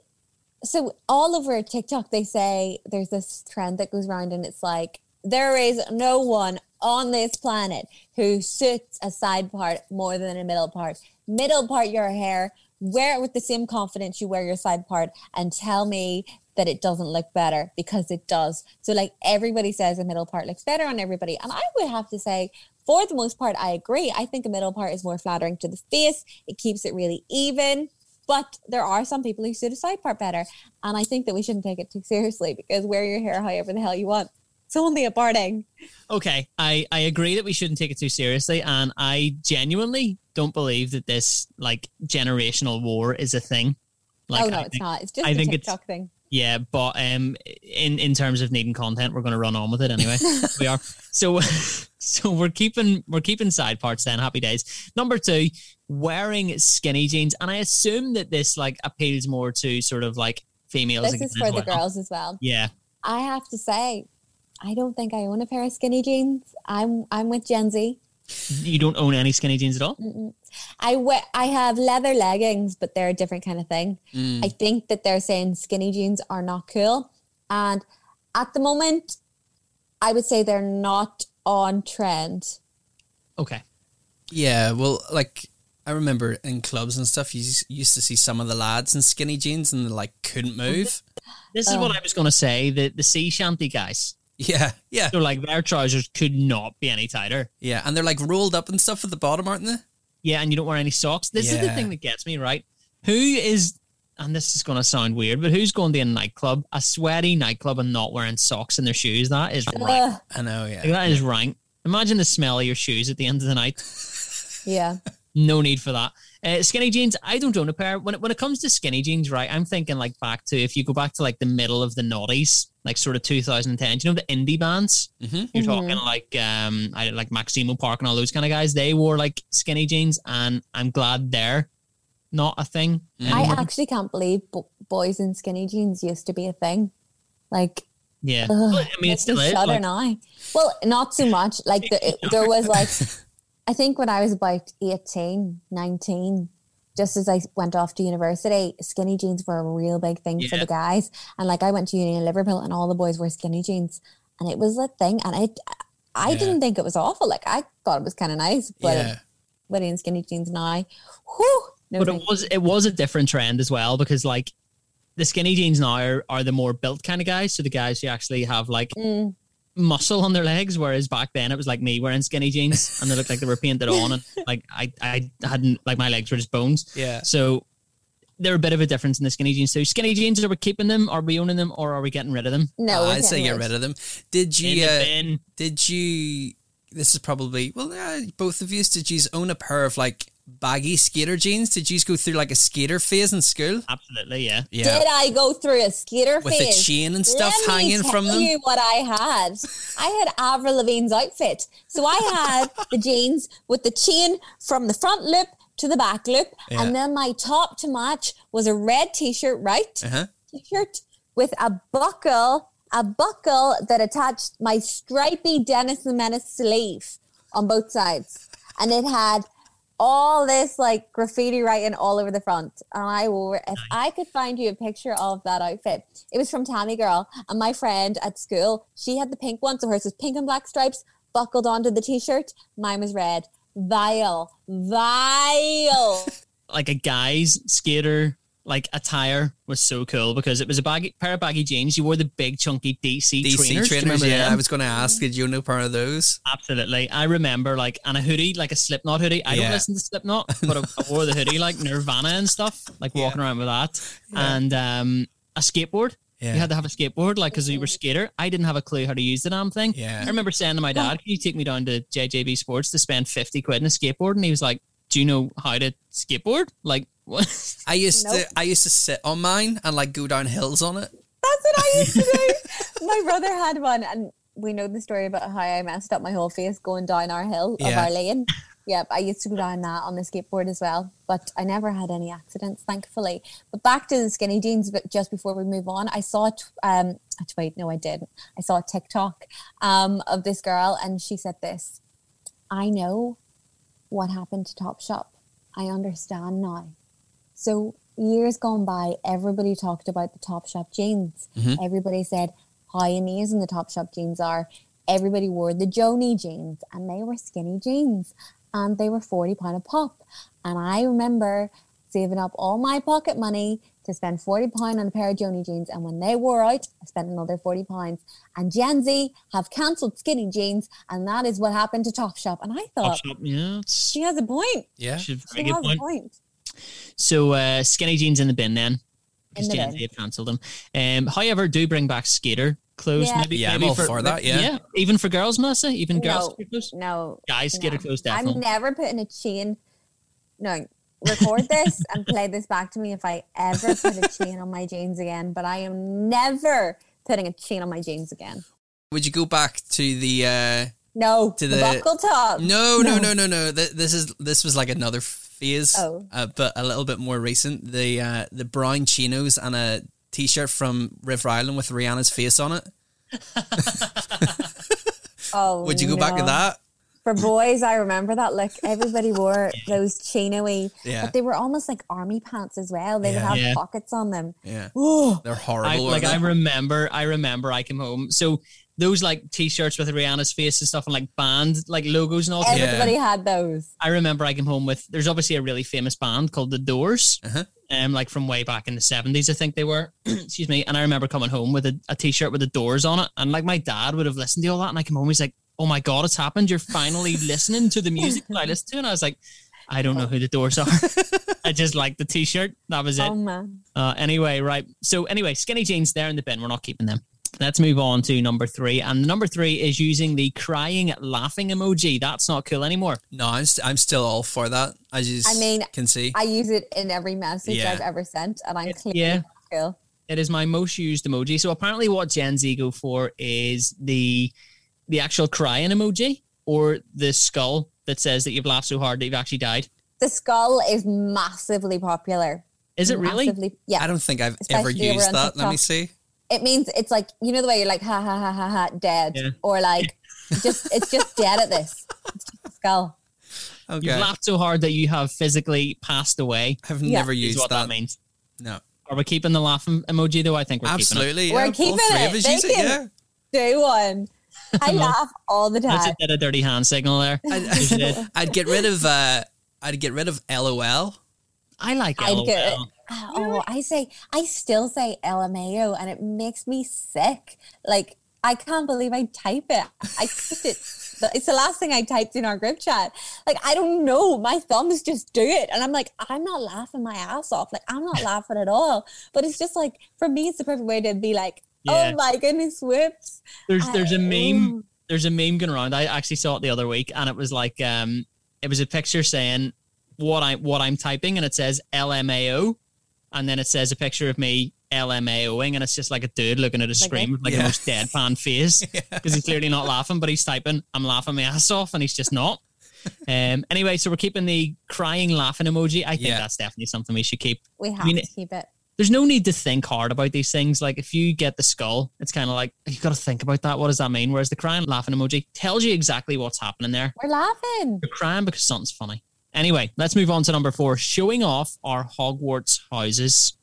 [SPEAKER 2] so all over TikTok they say there's this trend that goes around and it's like there is no one on this planet who suits a side part more than a middle part. Middle part your hair, wear it with the same confidence you wear your side part and tell me that it doesn't look better because it does. So like everybody says a middle part looks better on everybody and I would have to say for the most part I agree. I think a middle part is more flattering to the face. It keeps it really even. But there are some people who suit a side part better. And I think that we shouldn't take it too seriously because wear your hair however the hell you want. It's only a parting.
[SPEAKER 1] Okay, I, I agree that we shouldn't take it too seriously, and I genuinely don't believe that this like generational war is a thing. Like,
[SPEAKER 2] oh, no,
[SPEAKER 1] I
[SPEAKER 2] it's
[SPEAKER 1] think-
[SPEAKER 2] not. It's just
[SPEAKER 1] I
[SPEAKER 2] a
[SPEAKER 1] think it's-
[SPEAKER 2] TikTok thing.
[SPEAKER 1] Yeah, but um, in in terms of needing content, we're going to run on with it anyway. we are. So so we're keeping we're keeping side parts then. Happy days. Number two, wearing skinny jeans, and I assume that this like appeals more to sort of like females.
[SPEAKER 2] This is
[SPEAKER 1] again
[SPEAKER 2] for
[SPEAKER 1] as
[SPEAKER 2] the
[SPEAKER 1] well.
[SPEAKER 2] girls as well.
[SPEAKER 1] Yeah,
[SPEAKER 2] I have to say, I don't think I own a pair of skinny jeans. I'm I'm with Gen Z.
[SPEAKER 1] you don't own any skinny jeans at all.
[SPEAKER 2] Mm-mm. I wear I have leather leggings, but they're a different kind of thing.
[SPEAKER 3] Mm.
[SPEAKER 1] Hmm.
[SPEAKER 2] I think that they're saying skinny jeans are not cool. And at the moment, I would say they're not on trend.
[SPEAKER 1] Okay.
[SPEAKER 3] Yeah, well, like I remember in clubs and stuff, you s- used to see some of the lads in skinny jeans and they like couldn't move.
[SPEAKER 1] This is
[SPEAKER 2] Oh.
[SPEAKER 1] what I was going to say. The the sea shanty guys.
[SPEAKER 3] Yeah, yeah,
[SPEAKER 1] So like their trousers could not be any tighter.
[SPEAKER 3] yeah, and they're like rolled up and stuff at the bottom, aren't they?
[SPEAKER 1] Yeah, and you don't wear any socks. This is the
[SPEAKER 3] Yeah.
[SPEAKER 1] thing that gets me right. Who is and this is going to sound weird, but who's going to a nightclub, a sweaty nightclub, and not wearing socks in their shoes? That is rank.
[SPEAKER 2] Ugh,
[SPEAKER 3] I know,
[SPEAKER 1] Like,
[SPEAKER 3] yeah.
[SPEAKER 1] that is rank. Imagine the smell of your shoes at the end of the night.
[SPEAKER 2] yeah.
[SPEAKER 1] No need for that. Uh, skinny jeans, I don't own a pair. When it, when it comes to skinny jeans, right, I'm thinking like back to if you go back to like the middle of the noughties, like sort of 2010, you know, the indie bands?
[SPEAKER 3] Mhm.
[SPEAKER 1] You're
[SPEAKER 2] Mhm.
[SPEAKER 1] talking like um, I like Maximo Park and all those kind of guys. They wore like skinny jeans, and I'm glad they're not a thing.
[SPEAKER 3] Mm.
[SPEAKER 2] I
[SPEAKER 1] anymore.
[SPEAKER 2] actually can't believe bo- boys in skinny jeans used to be a thing. Like,
[SPEAKER 1] yeah.
[SPEAKER 2] ugh,
[SPEAKER 1] But, I mean, it
[SPEAKER 2] makes
[SPEAKER 1] still
[SPEAKER 2] me
[SPEAKER 1] is.
[SPEAKER 2] shudder
[SPEAKER 1] like-
[SPEAKER 2] now. Well, not so much. Like, there, it- there was like, I think when I was about 18, 19, just as I went off to university, skinny jeans were a real big thing for
[SPEAKER 1] Yeah.
[SPEAKER 2] the guys. And like, I went to uni in Liverpool, and all the boys wore skinny jeans, and it was a thing. And it, I
[SPEAKER 3] Yeah.
[SPEAKER 2] didn't think it was awful. Like, I thought it was kind of nice, but
[SPEAKER 3] yeah.
[SPEAKER 2] but in skinny jeans now, whew, no
[SPEAKER 1] but it
[SPEAKER 2] thank you.
[SPEAKER 1] was it was a different trend as well because like the skinny jeans now are, are the more built kind of guys, so the guys who actually have like
[SPEAKER 2] Mm.
[SPEAKER 1] muscle on their legs, whereas back then it was like me wearing skinny jeans and they looked like they were painted on and like I I hadn't like my legs were just bones.
[SPEAKER 3] Yeah.
[SPEAKER 1] So they're a bit of a difference in the skinny jeans. So skinny jeans, are we keeping them? Are we owning them? Or are we getting rid of them?
[SPEAKER 2] No,
[SPEAKER 3] I'd say get rid of them. Did
[SPEAKER 1] In
[SPEAKER 3] you?
[SPEAKER 1] the
[SPEAKER 3] uh,
[SPEAKER 1] bin.
[SPEAKER 3] did you this is probably well uh, both of you did you own a pair of like baggy skater jeans did you go through like a skater phase in school
[SPEAKER 1] Absolutely, yeah.
[SPEAKER 2] Did I go through a skater
[SPEAKER 3] with a
[SPEAKER 2] phase?
[SPEAKER 3] chain and stuff
[SPEAKER 2] Let me
[SPEAKER 3] hanging
[SPEAKER 2] tell
[SPEAKER 3] from them
[SPEAKER 2] you what I had. I had Avril Lavigne's outfit. So I had the jeans with the chain from the front loop to the back loop,
[SPEAKER 3] Yeah.
[SPEAKER 2] and then my top to match was a red T-shirt, right?
[SPEAKER 3] uh-huh.
[SPEAKER 2] T-shirt with a buckle, a buckle that attached my stripy Dennis the Menace sleeve on both sides, and it had. All this like graffiti writing all over the front, and I wore. If I could find you a picture of that outfit, it was from Tammy Girl, and my friend at school. She had the pink one, so hers was pink and black stripes buckled onto the t-shirt. Mine was red. Vile, vile.
[SPEAKER 1] Like a guy's skater like attire was so cool because it was a baggy pair of baggy jeans. You wore the big chunky DC,
[SPEAKER 3] DC
[SPEAKER 1] trainers.
[SPEAKER 3] trainers,
[SPEAKER 1] Do you remember
[SPEAKER 3] yeah
[SPEAKER 1] them?
[SPEAKER 3] I was going to ask did you own a pair of those
[SPEAKER 1] Absolutely. I remember like and a hoodie, like a Slipknot hoodie. I
[SPEAKER 3] Yeah.
[SPEAKER 1] don't listen to Slipknot, but I, I wore the hoodie like Nirvana and stuff, like
[SPEAKER 3] Yeah.
[SPEAKER 1] walking around with that. And um a skateboard.
[SPEAKER 3] yeah
[SPEAKER 1] You had to have a skateboard, like because you were a skater. I didn't have a clue how to use the damn thing.
[SPEAKER 3] Yeah.
[SPEAKER 1] I remember saying to my dad, "Can you take me down to JJB Sports to spend fifty quid on a skateboard?" And he was like, "Do you know how to skateboard?" Like, what?
[SPEAKER 3] I used
[SPEAKER 2] Nope.
[SPEAKER 3] to I used to sit on mine and like go down hills on it
[SPEAKER 2] That's what I used to do. my brother had one, and we know the story about how I messed up my whole face going down our hill of
[SPEAKER 3] Yeah.
[SPEAKER 2] our lane. Yep, I used to go down that on the skateboard as well, but I never had any accidents, thankfully. But back to the skinny jeans, but just before we move on, I saw a t- um, a tweet. No, I didn't. I saw a TikTok um, of this girl, and she said this I know what happened to Topshop. I understand now. So years gone by, everybody talked about the Topshop jeans.
[SPEAKER 1] Mm-hmm.
[SPEAKER 3] Mhm.
[SPEAKER 2] Everybody said how amazing the Topshop jeans are. Everybody wore the Joni jeans, and they were skinny jeans, and they were forty pound a pop. And I remember saving up all my pocket money to spend forty pound on a pair of Joni jeans, and when they wore out, I spent another forty pounds. And Gen Z have cancelled skinny jeans, and that is what happened to Topshop. And I thought
[SPEAKER 1] yeah, it's,
[SPEAKER 2] she has a point.
[SPEAKER 3] yeah
[SPEAKER 1] she's a
[SPEAKER 2] She
[SPEAKER 1] very good
[SPEAKER 2] has
[SPEAKER 1] point.
[SPEAKER 2] a point.
[SPEAKER 1] So uh, skinny jeans in the bin then. Because
[SPEAKER 2] In the
[SPEAKER 1] Gen
[SPEAKER 2] bin.
[SPEAKER 1] Z have cancelled them. Um, however, do bring back skater clothes.
[SPEAKER 2] Yeah.
[SPEAKER 1] Maybe,
[SPEAKER 3] Yeah, I'm
[SPEAKER 1] maybe
[SPEAKER 3] all for that, yeah.
[SPEAKER 1] even for girls, Melissa. Even girls
[SPEAKER 2] No.
[SPEAKER 1] skater clothes.
[SPEAKER 2] No,
[SPEAKER 1] Guys skater
[SPEAKER 2] No.
[SPEAKER 1] clothes
[SPEAKER 2] I'm
[SPEAKER 1] definitely.
[SPEAKER 2] never putting a chain. No, record this and play this back to me if I ever put a chain on my jeans again. But I am never putting a chain on my jeans again.
[SPEAKER 3] would you go back to the uh
[SPEAKER 2] No,
[SPEAKER 3] To
[SPEAKER 2] the,
[SPEAKER 3] the-
[SPEAKER 2] buckle top.
[SPEAKER 3] No, no, no, no, no. Th- This is this was like another phase,
[SPEAKER 2] Oh.
[SPEAKER 3] uh, but a little bit more recent. The uh, the brown chinos and a t-shirt from River Island with Rihanna's face on it.
[SPEAKER 2] Oh,
[SPEAKER 3] Would you go back to
[SPEAKER 2] no.
[SPEAKER 3] that?
[SPEAKER 2] For boys, I remember that look. Everybody wore those chinoy,
[SPEAKER 3] Yeah.
[SPEAKER 2] but they were almost like army pants as well. They
[SPEAKER 3] Yeah.
[SPEAKER 2] would have
[SPEAKER 1] Yeah.
[SPEAKER 2] pockets on them.
[SPEAKER 3] Yeah,
[SPEAKER 2] Oh,
[SPEAKER 3] they're
[SPEAKER 1] I,
[SPEAKER 3] horrible.
[SPEAKER 1] like I
[SPEAKER 3] aren't they?
[SPEAKER 1] remember, I remember I came home. So those like t-shirts with Rihanna's face and stuff, and like band like logos and all.
[SPEAKER 3] Yeah.
[SPEAKER 2] everybody had those.
[SPEAKER 1] I remember I came home with. There's obviously a really famous band called The Doors,
[SPEAKER 3] Uh-huh.
[SPEAKER 1] um, like from way back in the '70s, I think they were. Excuse me. And I remember coming home with a, a T-shirt with The Doors on it, and like my dad would have listened to all that, and I came home, he's like, "Oh my god, it's happened! You're finally listening to the music that I listened to," and I was like, I don't know who the doors are. I just like the t shirt. That was it.
[SPEAKER 2] Oh man.
[SPEAKER 1] Uh, anyway, right. So anyway, skinny jeans they're in the bin. We're not keeping them. Let's move on to number three. And number three is using the crying laughing emoji. That's not cool anymore.
[SPEAKER 3] No, I'm, st- I'm still all for that. I just
[SPEAKER 2] I mean,
[SPEAKER 3] can see.
[SPEAKER 2] I use it in every message
[SPEAKER 3] Yeah.
[SPEAKER 2] I've ever sent, and I'm clearly
[SPEAKER 1] yeah.
[SPEAKER 2] not cool.
[SPEAKER 1] It is my most used emoji. So apparently, what Gen Z go for is the the actual crying emoji or the skull that says that you've laughed so hard that you've actually died.
[SPEAKER 2] The skull is massively popular.
[SPEAKER 1] Is it really?
[SPEAKER 2] Massively- yeah.
[SPEAKER 3] I don't think I've ever
[SPEAKER 2] Especially over
[SPEAKER 3] used
[SPEAKER 2] on
[SPEAKER 3] that. Let me
[SPEAKER 2] TikTok.
[SPEAKER 3] see.
[SPEAKER 2] it means it's like you know the way you're like ha ha ha ha ha dead
[SPEAKER 1] Yeah.
[SPEAKER 2] or like just it's just dead at this it's just a skull
[SPEAKER 3] Okay.
[SPEAKER 1] You've laughed so hard that you have physically passed away.
[SPEAKER 3] I've
[SPEAKER 2] Yeah.
[SPEAKER 3] never
[SPEAKER 1] Is
[SPEAKER 3] used
[SPEAKER 1] what that.
[SPEAKER 3] that.
[SPEAKER 1] means.
[SPEAKER 3] No.
[SPEAKER 1] Are we keeping the laughing emoji though? I think we're keeping it.
[SPEAKER 3] Absolutely.
[SPEAKER 2] We're
[SPEAKER 3] yeah.
[SPEAKER 2] keeping
[SPEAKER 3] All three
[SPEAKER 2] it.
[SPEAKER 3] of us
[SPEAKER 2] They
[SPEAKER 3] use it,
[SPEAKER 2] can-
[SPEAKER 3] yeah.
[SPEAKER 2] do one I
[SPEAKER 1] No.
[SPEAKER 2] laugh all the
[SPEAKER 1] That's
[SPEAKER 2] time
[SPEAKER 1] a, a dirty hand signal there. You
[SPEAKER 3] I'd,
[SPEAKER 1] did.
[SPEAKER 3] I'd get rid of uh, I'd get rid of LOL.
[SPEAKER 1] I like
[SPEAKER 2] I'd
[SPEAKER 1] LOL.
[SPEAKER 2] get it. oh I say I still say LMAO and it makes me sick like I can't believe I type it I typed it but it's the last thing I typed in our group chat like I don't know my thumbs just do it and I'm like I'm not laughing my ass off like I'm not laughing at all but it's just like for me it's the perfect way to be like
[SPEAKER 1] Yeah.
[SPEAKER 2] oh my goodness whoops
[SPEAKER 1] There's
[SPEAKER 2] I-
[SPEAKER 1] there's a meme
[SPEAKER 2] ooh.
[SPEAKER 1] there's a meme going around. I actually saw it the other week, and it was like um it was a picture saying what I what I'm typing, and it says LMAO, and then it says a picture of me LMAOing, and it's just like a dude looking at a screen with like
[SPEAKER 3] Yeah.
[SPEAKER 1] the most deadpan face because he's clearly not laughing, but he's typing I'm laughing my ass off, and he's just not. Um. Anyway, so we're keeping the crying laughing emoji. I think
[SPEAKER 3] Yeah.
[SPEAKER 1] that's definitely something we should keep.
[SPEAKER 2] we have
[SPEAKER 1] mean,
[SPEAKER 2] to keep it
[SPEAKER 1] there's no need to think hard about these things. Like if you get the skull, it's kind of like you got to think about that. What does that mean? Whereas the crying laughing emoji tells you exactly what's happening there.
[SPEAKER 2] we're laughing
[SPEAKER 1] You're crying because something's funny. Anyway, let's move on to number four: showing off our Hogwarts houses.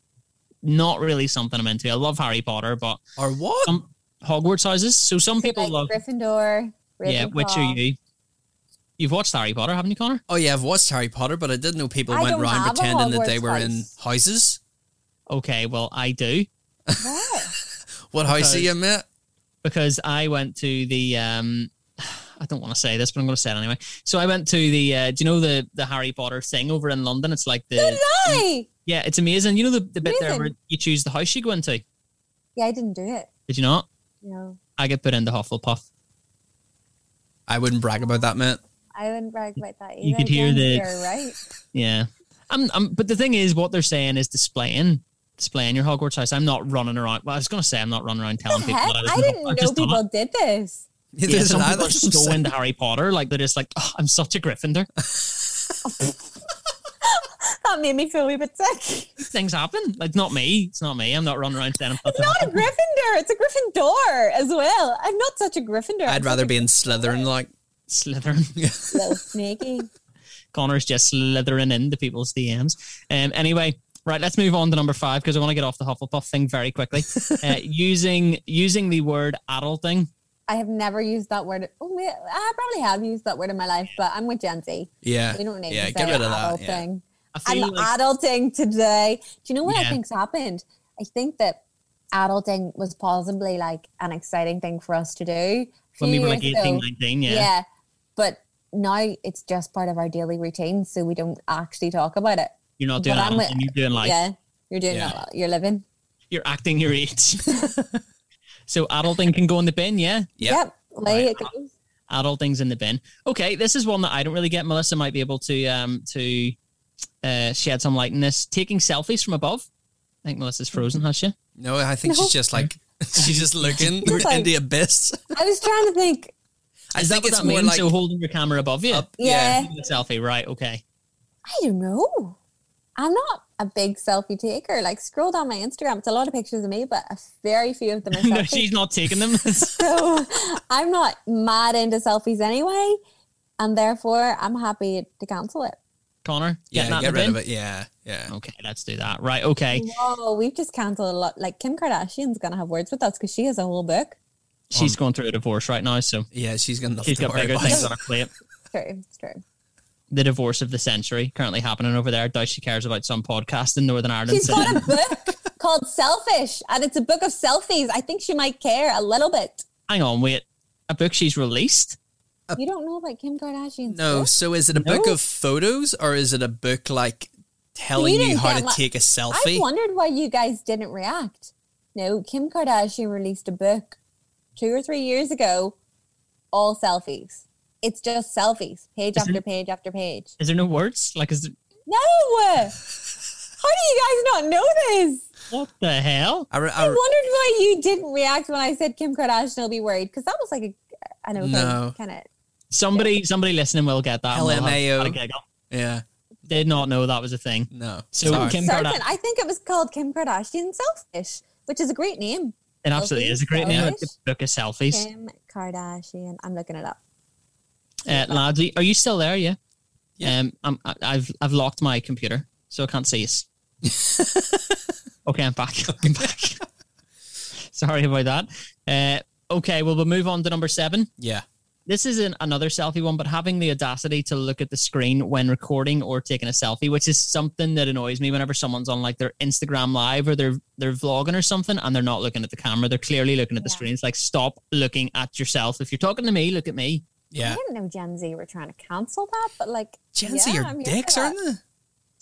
[SPEAKER 1] Not really something I'm into. I love Harry Potter, but
[SPEAKER 3] Or what?
[SPEAKER 1] some Hogwarts houses. So some people
[SPEAKER 2] like
[SPEAKER 1] love.
[SPEAKER 2] Gryffindor
[SPEAKER 1] yeah, which are
[SPEAKER 2] Ravenclaw.
[SPEAKER 1] you? You've watched Harry Potter, haven't you, Connor?
[SPEAKER 3] Oh yeah, I've watched Harry Potter, but I didn't know people
[SPEAKER 2] I
[SPEAKER 3] went
[SPEAKER 2] don't
[SPEAKER 3] around
[SPEAKER 2] have a
[SPEAKER 3] pretending that they
[SPEAKER 2] Hogwarts
[SPEAKER 3] were in
[SPEAKER 2] house.
[SPEAKER 3] houses.
[SPEAKER 1] Okay, well I do.
[SPEAKER 2] What?
[SPEAKER 3] What house are
[SPEAKER 1] Because-
[SPEAKER 3] you in, mate?
[SPEAKER 1] because I went to the um I don't want to say this, but I'm going to say it anyway. So I went to the uh, do you know the the Harry Potter thing over in London? It's like
[SPEAKER 2] Did
[SPEAKER 1] the
[SPEAKER 2] I?
[SPEAKER 1] yeah, it's amazing. You know the, the bit there where
[SPEAKER 2] Amazing.
[SPEAKER 1] you choose the house you go into.
[SPEAKER 2] Yeah, I didn't do it.
[SPEAKER 1] Did you not?
[SPEAKER 2] No,
[SPEAKER 1] I get put into Hufflepuff.
[SPEAKER 3] I wouldn't brag about that, mate.
[SPEAKER 2] I wouldn't brag about that either.
[SPEAKER 1] You could hear
[SPEAKER 2] Jen.
[SPEAKER 1] the-
[SPEAKER 2] You're right.
[SPEAKER 1] Yeah, I'm, I'm. But the thing is, what they're saying is displaying displaying your Hogwarts house. I'm not running around. Well, I was going to say I'm not running around telling
[SPEAKER 2] What the
[SPEAKER 1] people
[SPEAKER 2] heck?
[SPEAKER 1] that I, was
[SPEAKER 2] I
[SPEAKER 1] in Hufflepuff.
[SPEAKER 2] didn't know
[SPEAKER 1] I've just done
[SPEAKER 2] people
[SPEAKER 1] it.
[SPEAKER 2] did this.
[SPEAKER 3] It
[SPEAKER 1] Yeah,
[SPEAKER 3] isn't
[SPEAKER 1] some people
[SPEAKER 3] either.
[SPEAKER 1] are so into Harry Potter, like they're just like, oh, I'm such a Gryffindor.
[SPEAKER 2] That made me feel a wee bit sick.
[SPEAKER 1] Things happen. Like not me. It's not me. I'm not running around saying I'm such a
[SPEAKER 2] Not a Gryffindor. It's a Gryffindor as well. I'm not such a Gryffindor.
[SPEAKER 3] I'd
[SPEAKER 2] I'm
[SPEAKER 3] rather
[SPEAKER 2] such
[SPEAKER 3] be in Slytherin, like
[SPEAKER 1] Slytherin.
[SPEAKER 2] a little snaky.
[SPEAKER 1] Connor's just slithering into people's DMs. Um, anyway, right, let's move on to number five because I want to get off the Hufflepuff thing very quickly. Uh, using using the word adulting.
[SPEAKER 2] I have never used that word. Oh, wait, I probably have used that word in my life, but I'm with Gen Z.
[SPEAKER 3] yeah,
[SPEAKER 2] We don't need
[SPEAKER 3] yeah.
[SPEAKER 2] to
[SPEAKER 3] Get
[SPEAKER 2] say
[SPEAKER 3] rid of that. yeah.
[SPEAKER 2] adulting.
[SPEAKER 1] I
[SPEAKER 2] I'm
[SPEAKER 1] feel like,
[SPEAKER 2] adulting today. Do you know what
[SPEAKER 1] Yeah.
[SPEAKER 2] I think's happened? I think that adulting was possibly like an exciting thing for us to do a
[SPEAKER 1] when we
[SPEAKER 2] few
[SPEAKER 1] were like
[SPEAKER 2] years
[SPEAKER 1] 18,
[SPEAKER 2] ago.
[SPEAKER 1] 19, yeah.
[SPEAKER 2] yeah. but now it's just part of our daily routine, so we don't actually talk about it.
[SPEAKER 1] You're not doing
[SPEAKER 2] But I'm a-
[SPEAKER 1] adulting, you're doing like,
[SPEAKER 2] yeah, you're doing
[SPEAKER 3] Yeah.
[SPEAKER 2] that. You're living.
[SPEAKER 1] you're acting your age. so adulting can go in the bin, yeah?
[SPEAKER 3] Yeah.
[SPEAKER 2] Yep. Way it goes.
[SPEAKER 1] Adulting's in the bin. Okay, this is one that I don't really get. Melissa might be able to um to uh, shed some light on this. Taking selfies from above. I think Melissa's frozen, has she?
[SPEAKER 3] No, I think
[SPEAKER 2] No.
[SPEAKER 3] she's just like she's just looking
[SPEAKER 2] Just like-
[SPEAKER 3] in the abyss.
[SPEAKER 2] I was trying to think.
[SPEAKER 3] I
[SPEAKER 1] Is that
[SPEAKER 3] think
[SPEAKER 1] what
[SPEAKER 3] it's
[SPEAKER 1] that
[SPEAKER 3] more
[SPEAKER 1] means?
[SPEAKER 3] like
[SPEAKER 1] so holding your camera above you.
[SPEAKER 3] up.
[SPEAKER 2] Yeah.
[SPEAKER 3] yeah.
[SPEAKER 1] Taking a selfie, right? Okay.
[SPEAKER 2] I don't know. I'm not a big selfie taker. Like scroll down my Instagram, it's a lot of pictures of me, but a very few of them are selfies.
[SPEAKER 1] no, she's not taking them.
[SPEAKER 2] so I'm not mad into selfies anyway, and therefore I'm happy to cancel it.
[SPEAKER 1] Connor,
[SPEAKER 3] Yeah,
[SPEAKER 1] getting that in
[SPEAKER 3] get
[SPEAKER 1] the
[SPEAKER 3] rid of
[SPEAKER 1] bin?
[SPEAKER 3] it. Yeah, yeah.
[SPEAKER 1] Okay, let's do that. Right. Okay.
[SPEAKER 2] Whoa, we've just cancelled a lot. Like Kim Kardashian's gonna have words with us because she has a whole book.
[SPEAKER 1] She's going through a divorce right now, so
[SPEAKER 3] Yeah, she's got nothing
[SPEAKER 1] she's
[SPEAKER 3] to
[SPEAKER 1] got
[SPEAKER 3] worry
[SPEAKER 1] bigger
[SPEAKER 3] about.
[SPEAKER 1] things on her plate.
[SPEAKER 2] True, it's true.
[SPEAKER 1] The divorce of the century currently happening over there. I doubt she cares about some podcast in Northern Ireland.
[SPEAKER 2] She's
[SPEAKER 1] so-
[SPEAKER 2] got a book called Selfish, and it's a book of selfies. I think she might care a little bit.
[SPEAKER 1] Hang on, wait. A book she's released?
[SPEAKER 2] You don't know about Kim Kardashian's
[SPEAKER 3] No.
[SPEAKER 2] book?
[SPEAKER 3] So is it a book of photos or is it a book like telling you,
[SPEAKER 2] didn't
[SPEAKER 3] how
[SPEAKER 2] get
[SPEAKER 3] to
[SPEAKER 2] my-
[SPEAKER 3] take a
[SPEAKER 2] I
[SPEAKER 3] selfie?
[SPEAKER 2] wondered why you guys didn't react. No, Kim Kardashian released a book two or three years ago, all selfies. It's just selfies, page
[SPEAKER 1] Is it-
[SPEAKER 2] after page after page.
[SPEAKER 1] Is there no words? Like, is there,
[SPEAKER 2] No! How do you guys not know this?
[SPEAKER 1] what the hell?
[SPEAKER 3] I, re-
[SPEAKER 2] I
[SPEAKER 3] I re-
[SPEAKER 2] wondered why you didn't react when I said Kim Kardashian will be worried because that was like a, an okay
[SPEAKER 3] No.
[SPEAKER 2] kind of.
[SPEAKER 1] Somebody, somebody listening will get that. and we'll have-
[SPEAKER 3] LMAO.
[SPEAKER 1] have a giggle.
[SPEAKER 3] yeah.
[SPEAKER 1] Did not know that was a thing.
[SPEAKER 3] No.
[SPEAKER 1] So
[SPEAKER 3] Sorry.
[SPEAKER 1] Kim
[SPEAKER 2] Certain,
[SPEAKER 1] Kardashian,
[SPEAKER 2] I think it was called Kim Kardashian Selfish, which is a great name.
[SPEAKER 1] it absolutely is a great name. It's a book of selfies.
[SPEAKER 2] Kim Kardashian. I'm looking it up.
[SPEAKER 1] Uh, Laddie, are you still there? Yeah.
[SPEAKER 3] Yeah.
[SPEAKER 1] Um, I'm, I- I've I've locked my computer, so I can't see us. okay, I'm back. I'm back. Sorry about that. Uh, okay, well, we'll move on to number seven.
[SPEAKER 3] Yeah.
[SPEAKER 1] This is an, another selfie one, but having the audacity to look at the screen when recording or taking a selfie, which is something that annoys me whenever someone's on like their Instagram live or they're they're vlogging or something and they're not looking at the camera. They're clearly looking at the
[SPEAKER 2] Yeah.
[SPEAKER 1] screen. It's like stop looking at yourself. If you're talking to me, look at me.
[SPEAKER 3] Yeah.
[SPEAKER 2] I didn't know Gen Z were trying to cancel that, but like
[SPEAKER 3] Gen
[SPEAKER 2] Oh, yeah,
[SPEAKER 3] Z are
[SPEAKER 2] I'm here for
[SPEAKER 3] dicks,
[SPEAKER 2] that.
[SPEAKER 3] aren't they?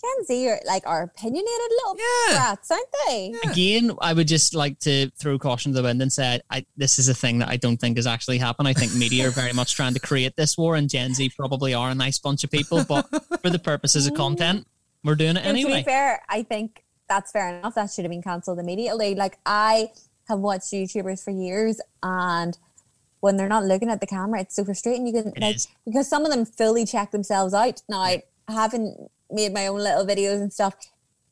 [SPEAKER 2] Gen Z are like are opinionated little
[SPEAKER 3] Yeah.
[SPEAKER 2] brats, aren't they?
[SPEAKER 3] Yeah.
[SPEAKER 1] again, I would just like to throw caution to the wind and say I, this is a thing that I don't think has actually happened. I think media are very much trying to create this war, and Gen Z probably are a nice bunch of people, but for the purposes of content, we're doing it
[SPEAKER 2] And to be
[SPEAKER 1] anyway.
[SPEAKER 2] fair, I think that's fair enough. That should have been cancelled immediately. Like I have watched YouTubers for years, and when they're not looking at the camera, it's so frustrating. You can
[SPEAKER 1] It
[SPEAKER 2] like
[SPEAKER 1] is.
[SPEAKER 2] because some of them fully check themselves out. Now, I haven't made my own little videos and stuff.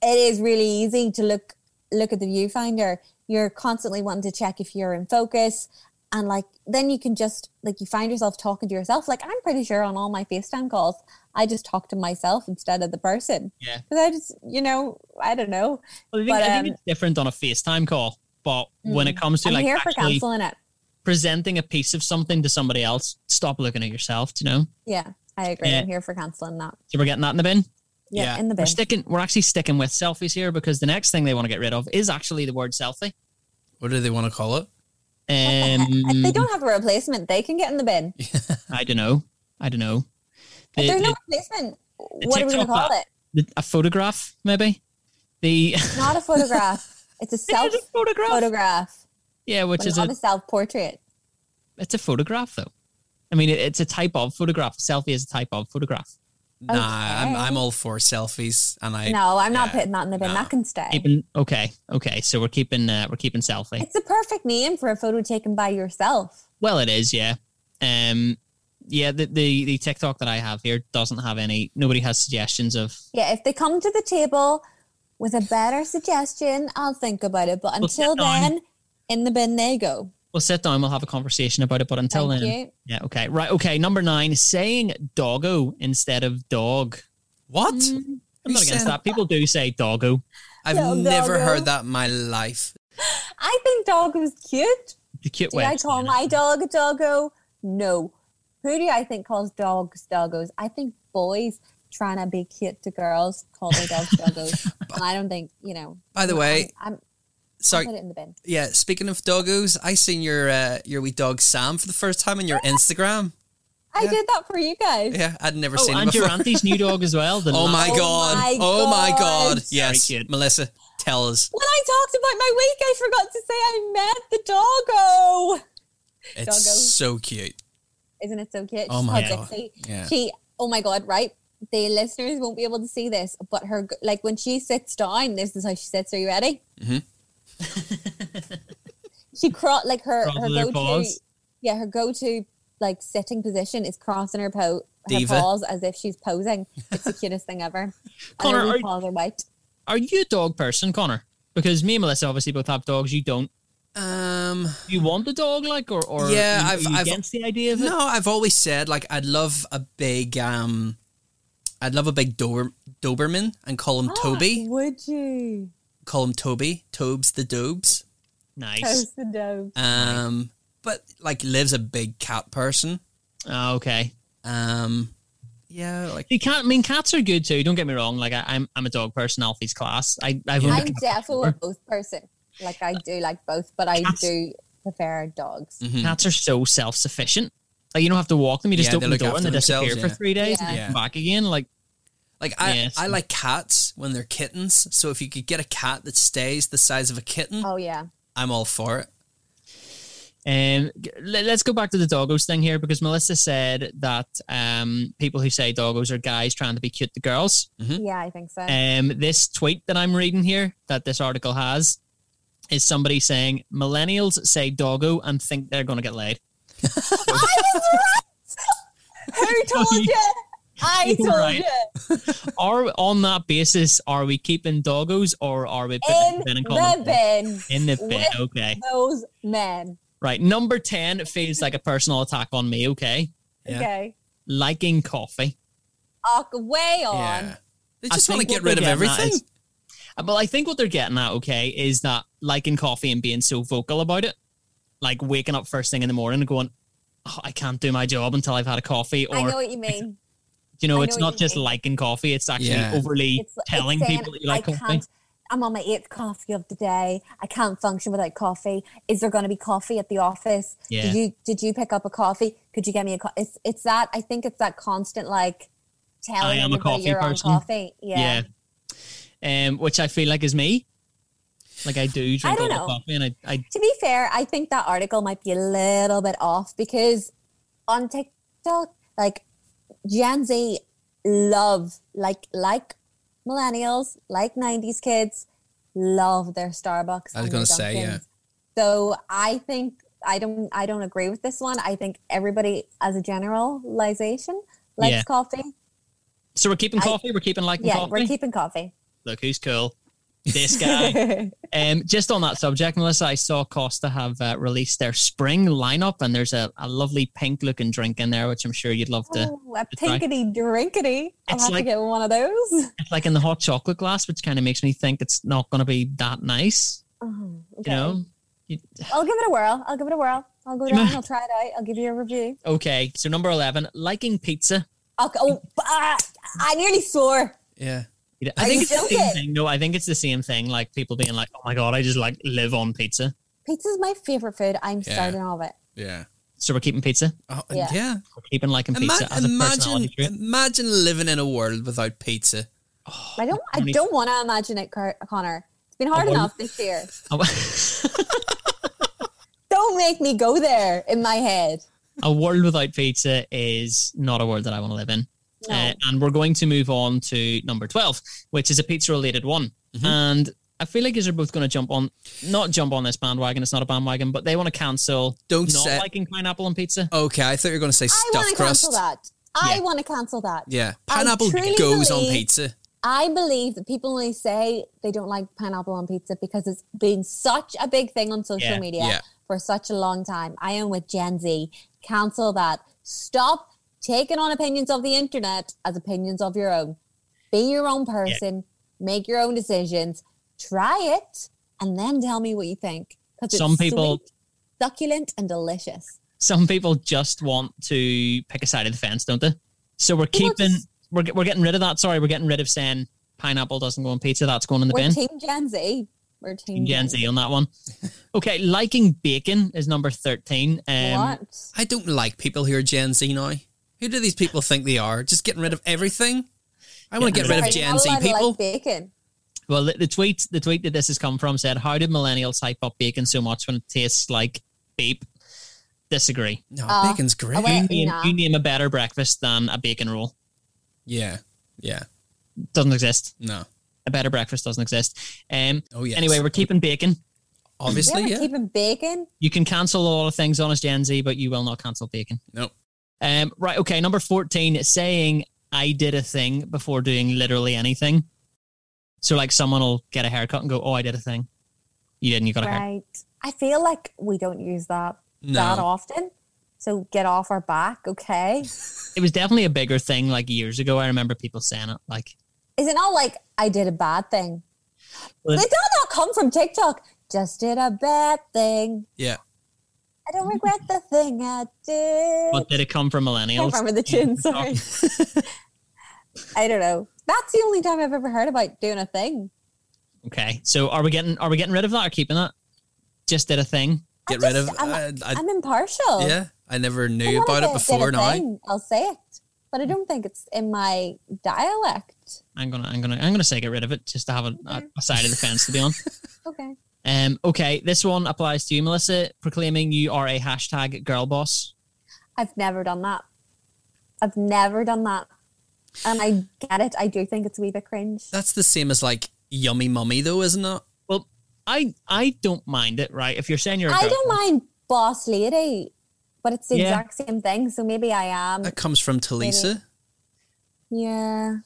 [SPEAKER 2] It is really easy to look look at the viewfinder. You're constantly wanting to check if you're in focus, and like then you can just like you find yourself talking to yourself. Like I'm pretty sure on all my FaceTime calls, I just talk to myself instead of the person.
[SPEAKER 1] Yeah.
[SPEAKER 2] because I just you know I don't know.
[SPEAKER 1] Well, I think,
[SPEAKER 2] But,
[SPEAKER 1] I think
[SPEAKER 2] um, Mm.
[SPEAKER 1] it's different on a FaceTime call, but when it comes to
[SPEAKER 2] I'm
[SPEAKER 1] like
[SPEAKER 2] here for
[SPEAKER 1] actually
[SPEAKER 2] canceling it.
[SPEAKER 1] presenting a piece of something to somebody else, stop looking at yourself. Do you know?
[SPEAKER 2] Yeah, I agree.
[SPEAKER 1] Yeah.
[SPEAKER 2] I'm here for canceling that.
[SPEAKER 1] So we're getting that in the bin.
[SPEAKER 2] Yeah,
[SPEAKER 3] Yeah.
[SPEAKER 2] in the
[SPEAKER 1] We're
[SPEAKER 2] bin.
[SPEAKER 1] sticking. We're actually sticking with selfies here because the next thing they want to get rid of is actually the word selfie.
[SPEAKER 3] What do they want to call it?
[SPEAKER 1] Um,
[SPEAKER 2] they don't have a replacement. They can get in the bin.
[SPEAKER 1] I don't know. I don't know.
[SPEAKER 2] If
[SPEAKER 1] The-
[SPEAKER 2] there's no
[SPEAKER 1] the-
[SPEAKER 2] replacement, what are we going
[SPEAKER 1] TikTok
[SPEAKER 2] to call
[SPEAKER 1] app.
[SPEAKER 2] it?
[SPEAKER 1] the- a photograph, maybe. The
[SPEAKER 2] Not a photograph. It's a self
[SPEAKER 1] It is a photograph.
[SPEAKER 2] photograph.
[SPEAKER 1] yeah, which
[SPEAKER 2] Which
[SPEAKER 1] is
[SPEAKER 2] is
[SPEAKER 1] a
[SPEAKER 2] not a self portrait.
[SPEAKER 1] it's a photograph though. I mean, it, it's a type of photograph. Selfie is a type of photograph.
[SPEAKER 3] Nah, I'm,
[SPEAKER 2] Okay.
[SPEAKER 3] I'm all for selfies, and I
[SPEAKER 2] No, I'm not
[SPEAKER 3] yeah,
[SPEAKER 2] putting that in the bin.
[SPEAKER 3] no.
[SPEAKER 2] That can stay.
[SPEAKER 1] Keeping okay, okay. So we're keeping uh, we're keeping selfie.
[SPEAKER 2] It's a perfect name for a photo taken by yourself.
[SPEAKER 1] Well, it is, yeah. Um, yeah. The, the the TikTok that I have here doesn't have any. Nobody has suggestions of.
[SPEAKER 2] Yeah, if they come to the table with a better suggestion, I'll think about it. But
[SPEAKER 1] We'll sit
[SPEAKER 2] until
[SPEAKER 1] down.
[SPEAKER 2] then, in the bin they go.
[SPEAKER 1] We'll sit down. We'll have a conversation about it. But until
[SPEAKER 2] Thank
[SPEAKER 1] then,
[SPEAKER 2] you.
[SPEAKER 1] yeah. Okay. Right. Okay. Number nine, saying doggo instead of dog.
[SPEAKER 3] what?
[SPEAKER 2] Mm. Mm-hmm.
[SPEAKER 1] I'm not
[SPEAKER 3] Who
[SPEAKER 1] against
[SPEAKER 3] said-
[SPEAKER 1] that. People do say doggo.
[SPEAKER 3] I've
[SPEAKER 2] Yo,
[SPEAKER 3] never
[SPEAKER 2] doggo.
[SPEAKER 3] heard that in my life.
[SPEAKER 2] I think dog was cute.
[SPEAKER 1] The cute
[SPEAKER 2] Do
[SPEAKER 1] way.
[SPEAKER 2] I
[SPEAKER 1] of
[SPEAKER 2] call
[SPEAKER 1] saying it.
[SPEAKER 2] my dog a doggo? No. Who do I think calls dogs doggos? I think boys trying to be cute to girls call their dogs doggos. and I don't think, you know.
[SPEAKER 3] By the way,
[SPEAKER 2] I'm, I'm, I'll
[SPEAKER 3] sorry.
[SPEAKER 2] put it in the bin.
[SPEAKER 3] Yeah, speaking of doggos, I seen your uh, your wee dog Sam for the first time on your Instagram.
[SPEAKER 2] I
[SPEAKER 3] Yeah.
[SPEAKER 2] did that for you guys.
[SPEAKER 3] Yeah, I'd never
[SPEAKER 1] Oh,
[SPEAKER 3] seen him
[SPEAKER 1] and your
[SPEAKER 3] before.
[SPEAKER 1] auntie's new dog as well. The
[SPEAKER 3] Oh
[SPEAKER 1] lab-
[SPEAKER 3] my
[SPEAKER 2] Oh
[SPEAKER 3] god!
[SPEAKER 2] my
[SPEAKER 3] oh my
[SPEAKER 2] God.
[SPEAKER 3] god! Yes,
[SPEAKER 1] Very cute.
[SPEAKER 3] Melissa, tell us.
[SPEAKER 2] When I talked about my week, I forgot to say I met the doggo.
[SPEAKER 3] It's
[SPEAKER 2] Doggo.
[SPEAKER 3] so cute.
[SPEAKER 2] Isn't it so cute?
[SPEAKER 3] Oh
[SPEAKER 2] She's
[SPEAKER 3] my
[SPEAKER 2] called
[SPEAKER 3] God.
[SPEAKER 2] Dixie.
[SPEAKER 3] Yeah.
[SPEAKER 2] She, oh my God, right? The listeners won't be able to see this, but her, like when she sits down, this is how she sits. Are you ready?
[SPEAKER 3] Mhm. Mm-hmm.
[SPEAKER 2] she cro- like her,
[SPEAKER 1] Crosses
[SPEAKER 2] her
[SPEAKER 1] her
[SPEAKER 2] go to,
[SPEAKER 1] paws.
[SPEAKER 2] yeah, her go to like sitting position is crossing her, po- her
[SPEAKER 3] Diva.
[SPEAKER 2] paws as if she's posing. It's the cutest thing ever. And
[SPEAKER 1] Connor,
[SPEAKER 2] her
[SPEAKER 1] are-
[SPEAKER 2] wee paws are white.
[SPEAKER 1] Are you a dog person, Connor? Because me and Melissa obviously both have dogs. You don't.
[SPEAKER 3] Um,
[SPEAKER 1] You want the dog, like, or, or
[SPEAKER 3] Yeah,
[SPEAKER 1] you-
[SPEAKER 3] I've-
[SPEAKER 1] you
[SPEAKER 3] I've-
[SPEAKER 1] against the idea of it.
[SPEAKER 3] no, I've always said like I'd love a big um, I'd love a big Dober- Doberman and call him Toby.
[SPEAKER 2] Would you?
[SPEAKER 3] Call him Toby. Tobes the Dobes.
[SPEAKER 1] Nice.
[SPEAKER 2] Toast the dough.
[SPEAKER 3] Um, but like lives a big cat person.
[SPEAKER 1] Oh, okay.
[SPEAKER 3] Um, yeah, like
[SPEAKER 1] You can't. I mean, cats are good too. Don't get me wrong. Like, I, I'm I'm a dog person. Alfie's class. I I've owned a
[SPEAKER 2] I'm
[SPEAKER 1] cat
[SPEAKER 2] definitely a
[SPEAKER 1] before.
[SPEAKER 2] both person. Like I do like both, but I
[SPEAKER 1] Cats-
[SPEAKER 2] do prefer dogs.
[SPEAKER 3] mhm.
[SPEAKER 1] Cats are so self sufficient. Like you don't have to walk them. You just
[SPEAKER 3] Yeah, they
[SPEAKER 1] open the
[SPEAKER 3] look
[SPEAKER 1] door and
[SPEAKER 3] after
[SPEAKER 1] they disappear
[SPEAKER 3] themselves,
[SPEAKER 1] for
[SPEAKER 3] yeah.
[SPEAKER 1] three days and
[SPEAKER 2] Yeah.
[SPEAKER 1] they come back again. Like
[SPEAKER 3] Like I,
[SPEAKER 1] Yes.
[SPEAKER 3] I like cats when they're kittens. So if you could get a cat that stays the size of a kitten,
[SPEAKER 2] Oh yeah.
[SPEAKER 3] I'm all for it.
[SPEAKER 1] Um, g- le- let's go back to the doggos thing here because Melissa said that um, people who say doggos are guys trying to be cute to girls.
[SPEAKER 2] Yeah, I think so.
[SPEAKER 1] Um, this tweet that I'm reading here that this article has is somebody saying millennials say doggo and think they're going to get laid.
[SPEAKER 2] Who told you? I
[SPEAKER 1] Oh, You're
[SPEAKER 2] told
[SPEAKER 1] right.
[SPEAKER 2] you.
[SPEAKER 1] Are on that basis, are we keeping doggos or are we putting
[SPEAKER 2] In
[SPEAKER 1] them in
[SPEAKER 2] the
[SPEAKER 1] common?
[SPEAKER 2] bin,
[SPEAKER 1] In the bin.
[SPEAKER 2] With-
[SPEAKER 1] Okay.
[SPEAKER 2] those men.
[SPEAKER 1] Right. Number 10 feels like a personal attack on me. Okay.
[SPEAKER 3] Yeah.
[SPEAKER 2] Okay.
[SPEAKER 1] Liking coffee.
[SPEAKER 2] Ock, way on.
[SPEAKER 3] Yeah. They
[SPEAKER 1] I
[SPEAKER 3] just want to
[SPEAKER 1] think
[SPEAKER 3] get
[SPEAKER 1] what
[SPEAKER 3] rid of
[SPEAKER 1] they're getting at
[SPEAKER 3] everything.
[SPEAKER 1] is- Uh, But I think what they're getting at, okay, is that liking coffee and being so vocal about it, like waking up first thing in the morning and going, oh, I can't do my job until I've had a coffee,
[SPEAKER 2] I know
[SPEAKER 1] or
[SPEAKER 2] what you mean.
[SPEAKER 1] you know,
[SPEAKER 2] I
[SPEAKER 1] it's
[SPEAKER 2] know what
[SPEAKER 1] not
[SPEAKER 2] you
[SPEAKER 1] just
[SPEAKER 2] mean.
[SPEAKER 1] liking coffee; it's actually
[SPEAKER 3] Yeah.
[SPEAKER 1] overly
[SPEAKER 2] It's, it's
[SPEAKER 1] telling
[SPEAKER 2] saying,
[SPEAKER 1] people that you like
[SPEAKER 2] I
[SPEAKER 1] coffee.
[SPEAKER 2] Can't, I'm on my eighth coffee of the day. I can't function without coffee. Is there going to be coffee at the office?
[SPEAKER 1] Yeah.
[SPEAKER 2] Did you did you pick up a coffee? Could you get me a coffee? It's it's that I think it's that constant like
[SPEAKER 1] I
[SPEAKER 2] telling
[SPEAKER 1] am a
[SPEAKER 2] everybody
[SPEAKER 1] coffee
[SPEAKER 2] you're
[SPEAKER 1] person.
[SPEAKER 2] on coffee. Yeah.
[SPEAKER 1] yeah. Um, which I feel like is me. Like I do drink a
[SPEAKER 2] don't
[SPEAKER 1] lot of
[SPEAKER 2] know.
[SPEAKER 1] coffee, and I, I
[SPEAKER 2] To be fair, I think that article might be a little bit off because on TikTok, like Gen Z love like like millennials, like nineties kids, love their Starbucks.
[SPEAKER 3] I
[SPEAKER 2] and
[SPEAKER 3] was gonna
[SPEAKER 2] their
[SPEAKER 3] say, yeah.
[SPEAKER 2] Dunkins. So I think I don't I don't agree with this one. I think everybody as a generalization likes
[SPEAKER 1] Yeah.
[SPEAKER 2] coffee.
[SPEAKER 1] so we're keeping
[SPEAKER 2] I-
[SPEAKER 1] coffee, we're keeping liking
[SPEAKER 2] yeah,
[SPEAKER 1] coffee.
[SPEAKER 2] we're keeping coffee.
[SPEAKER 1] Look who's cool, this guy. Um, just on that subject, Melissa, I saw Costa have uh, released their spring lineup, and there's a, a lovely pink looking drink in there, which I'm sure you'd love to.
[SPEAKER 2] oh, a
[SPEAKER 1] right.
[SPEAKER 2] pinkety drinkety. I'll
[SPEAKER 1] It's
[SPEAKER 2] have
[SPEAKER 1] like-
[SPEAKER 2] to get one of those.
[SPEAKER 3] Oh.
[SPEAKER 1] It's like in the hot chocolate glass, which kind of makes me think it's not going to be that nice,
[SPEAKER 2] Oh,
[SPEAKER 1] you know? You-
[SPEAKER 2] I'll give it a whirl. I'll give it a whirl. I'll go
[SPEAKER 1] You
[SPEAKER 2] down.
[SPEAKER 1] might-
[SPEAKER 2] I'll try it out. I'll give you a review.
[SPEAKER 1] Okay, so number 11, liking pizza.
[SPEAKER 2] I'll, oh, ah, I nearly swore.
[SPEAKER 3] Yeah.
[SPEAKER 1] I think it's the
[SPEAKER 2] joking?
[SPEAKER 1] same thing. No, I think it's the same thing. Like people being like, oh my God, I just like live on pizza.
[SPEAKER 2] Pizza's my favorite food. I'm
[SPEAKER 3] Yeah.
[SPEAKER 2] starting all of it.
[SPEAKER 3] Yeah.
[SPEAKER 1] So we're keeping pizza.
[SPEAKER 3] Oh, yeah.
[SPEAKER 2] Yeah.
[SPEAKER 1] We're keeping liking
[SPEAKER 3] Ima-
[SPEAKER 1] pizza as a
[SPEAKER 3] imagine,
[SPEAKER 1] personality trait.
[SPEAKER 3] imagine living in a world without pizza.
[SPEAKER 2] I don't. I
[SPEAKER 1] Tony-
[SPEAKER 2] don't want to imagine it, Car- Connor. It's been hard
[SPEAKER 1] Oh, well-
[SPEAKER 2] enough this year.
[SPEAKER 1] A-
[SPEAKER 2] Don't make me go there in my head.
[SPEAKER 1] a world without pizza is not a world that I want to live in.
[SPEAKER 2] No.
[SPEAKER 1] Uh, and we're going to move on to number 12, which is a pizza related one.
[SPEAKER 2] Mm-hmm.
[SPEAKER 1] And I feel like these are both going to jump on, not jump on this bandwagon. It's not a bandwagon, but they want to cancel
[SPEAKER 3] Don't
[SPEAKER 1] not
[SPEAKER 3] say.
[SPEAKER 1] liking pineapple on pizza.
[SPEAKER 3] okay, I thought you were going to say
[SPEAKER 2] I
[SPEAKER 3] stuffed
[SPEAKER 2] want to
[SPEAKER 3] crust.
[SPEAKER 2] cancel that. I
[SPEAKER 1] Yeah.
[SPEAKER 2] want to cancel that.
[SPEAKER 3] Yeah,
[SPEAKER 2] I
[SPEAKER 3] pineapple
[SPEAKER 2] truly
[SPEAKER 3] goes on
[SPEAKER 2] believe-
[SPEAKER 3] pizza.
[SPEAKER 2] I believe that people only say they don't like pineapple on pizza because it's been such a big thing on social
[SPEAKER 1] Yeah.
[SPEAKER 2] media
[SPEAKER 3] Yeah.
[SPEAKER 2] for such a long time. I am with Gen Z. Cancel that. Stop taking on opinions of the internet as opinions of your own. Be your own person, make your own decisions, try it, and then tell me what you think. 'Cause it's
[SPEAKER 1] Some people-
[SPEAKER 2] sweet, succulent, and delicious.
[SPEAKER 1] Some people just want to pick a side of the fence, don't they? So we're
[SPEAKER 2] People
[SPEAKER 1] keeping,
[SPEAKER 2] just-
[SPEAKER 1] we're, get- we're getting rid of that. Sorry, we're getting rid of saying pineapple doesn't go on pizza. That's going in the
[SPEAKER 2] We're
[SPEAKER 1] bin.
[SPEAKER 2] Team Gen Z. We're Team
[SPEAKER 1] Gen Z on that one. Okay, liking bacon is number 13. Um,
[SPEAKER 2] What?
[SPEAKER 3] I don't like people who are Gen Z now. Who do these people think they are? Just getting rid of everything? I want to
[SPEAKER 1] Getting
[SPEAKER 3] get rid
[SPEAKER 1] rid
[SPEAKER 3] of
[SPEAKER 1] of
[SPEAKER 2] Sorry, you're not
[SPEAKER 3] Gen
[SPEAKER 2] allowed to
[SPEAKER 3] Z people.
[SPEAKER 2] Like bacon.
[SPEAKER 1] Well, the, the tweet the tweet that this has come from said, "How did millennials hype up bacon so much when it tastes like beep?" Disagree.
[SPEAKER 3] no,
[SPEAKER 2] Uh,
[SPEAKER 3] bacon's great.
[SPEAKER 2] I went-
[SPEAKER 1] You,
[SPEAKER 2] Nah.
[SPEAKER 1] you name a better breakfast than a bacon roll.
[SPEAKER 3] Yeah, yeah,
[SPEAKER 1] Doesn't exist.
[SPEAKER 3] no.
[SPEAKER 1] A better breakfast doesn't exist. Um.
[SPEAKER 3] Oh, yes.
[SPEAKER 1] Anyway, we're keeping bacon.
[SPEAKER 3] obviously,
[SPEAKER 2] Yeah,
[SPEAKER 3] yeah.
[SPEAKER 2] we're keeping bacon.
[SPEAKER 1] You can cancel a lot of things on us Gen Z, but you will not cancel bacon.
[SPEAKER 3] Nope.
[SPEAKER 1] Um. Right. Okay. Number fourteen, saying I did a thing before doing literally anything. So like someone will get a haircut and go, "Oh, I did a thing." You didn't. You got a haircut.
[SPEAKER 2] Right. I feel like we don't use that that
[SPEAKER 3] No.
[SPEAKER 2] often. So get off our back, okay?
[SPEAKER 1] It was definitely a bigger thing like years ago. I remember people saying it like.
[SPEAKER 2] Is it not like I did a bad thing?
[SPEAKER 1] Well,
[SPEAKER 2] Did that not come from TikTok? Just did a bad thing.
[SPEAKER 3] Yeah.
[SPEAKER 2] I don't regret the thing I did.
[SPEAKER 1] But did it come from
[SPEAKER 2] I
[SPEAKER 1] millennials?
[SPEAKER 2] can't remember the tune, sorry. I don't know. That's the only time I've ever heard about doing a thing.
[SPEAKER 1] Okay. So are we getting are we getting rid of that or keeping that? Just did a thing.
[SPEAKER 3] Get
[SPEAKER 2] I
[SPEAKER 3] rid of. uh,
[SPEAKER 2] just- I'm-
[SPEAKER 3] I- I-
[SPEAKER 2] I'm impartial.
[SPEAKER 3] yeah, I never
[SPEAKER 2] I
[SPEAKER 3] knew
[SPEAKER 2] wanna say
[SPEAKER 3] about it
[SPEAKER 2] I did a
[SPEAKER 3] before now.
[SPEAKER 2] thing, I'll say it, but I don't think it's in my dialect.
[SPEAKER 1] I'm gonna, I'm gonna, I'm gonna say get rid of it just to have a, a, a side of the fence to be on.
[SPEAKER 2] Okay.
[SPEAKER 1] Um, okay, this one applies to you, Melissa, proclaiming you are a hashtag girl boss.
[SPEAKER 2] I've never done that. I've never done that. And I get it. I do think it's a wee bit cringe.
[SPEAKER 3] That's the same as like yummy mummy though, isn't it?
[SPEAKER 1] Well, I, I don't mind it, right? If you're saying you're, a
[SPEAKER 2] I
[SPEAKER 1] girl
[SPEAKER 2] don't
[SPEAKER 1] boss-
[SPEAKER 2] mind boss lady, but it's the
[SPEAKER 1] Yeah.
[SPEAKER 2] exact same thing. So maybe I am.
[SPEAKER 3] That comes from Talisa.
[SPEAKER 2] Yeah.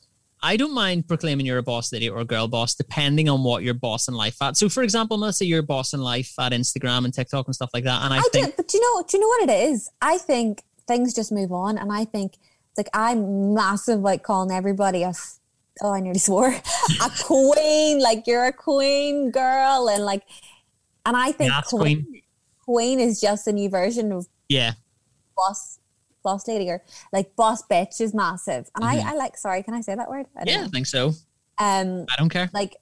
[SPEAKER 1] I don't mind proclaiming you're a boss lady or a girl boss, depending on what your boss in life at. So, for example, Melissa, you're boss in life at Instagram and TikTok and stuff like that. And I,
[SPEAKER 2] I
[SPEAKER 1] think
[SPEAKER 2] do, but do you know? Do you know what it is? I think things just move on, and I think like I'm massive like calling everybody a f- oh I nearly swore a queen, like you're a queen girl, and like and I think
[SPEAKER 1] Yeah, that's
[SPEAKER 2] queen is just a new version of
[SPEAKER 1] yeah,
[SPEAKER 2] boss boss lady or like boss bitch is massive, and
[SPEAKER 1] Mhm.
[SPEAKER 2] I I like sorry, can I say that word? I don't
[SPEAKER 1] yeah, I think so.
[SPEAKER 2] know. Um,
[SPEAKER 1] I don't care.
[SPEAKER 2] like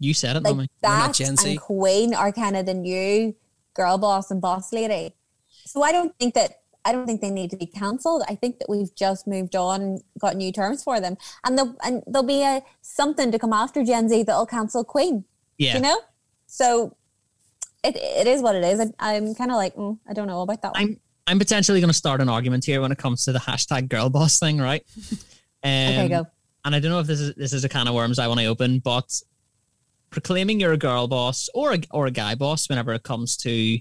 [SPEAKER 1] You said it,
[SPEAKER 2] like
[SPEAKER 1] Lummy.
[SPEAKER 3] not
[SPEAKER 2] that
[SPEAKER 3] Gen Z.
[SPEAKER 2] and Queen are kind of the new girl boss and boss lady. So I don't think that I don't think they need to be cancelled. I think that we've just moved on and got new terms for them, and they'll and there'll be a something to come after Gen Z that'll cancel Queen.
[SPEAKER 1] Yeah,
[SPEAKER 2] You know, so it it is what it is. I, I'm kind of like mm, I don't know about that one.
[SPEAKER 1] I'm I'm potentially going to start an argument here when it comes to the hashtag girl boss thing, right? Um,
[SPEAKER 2] okay, go.
[SPEAKER 1] And I don't know if this is this is a can of worms I want to open, but proclaiming you're a girl boss or a, or a guy boss whenever it comes to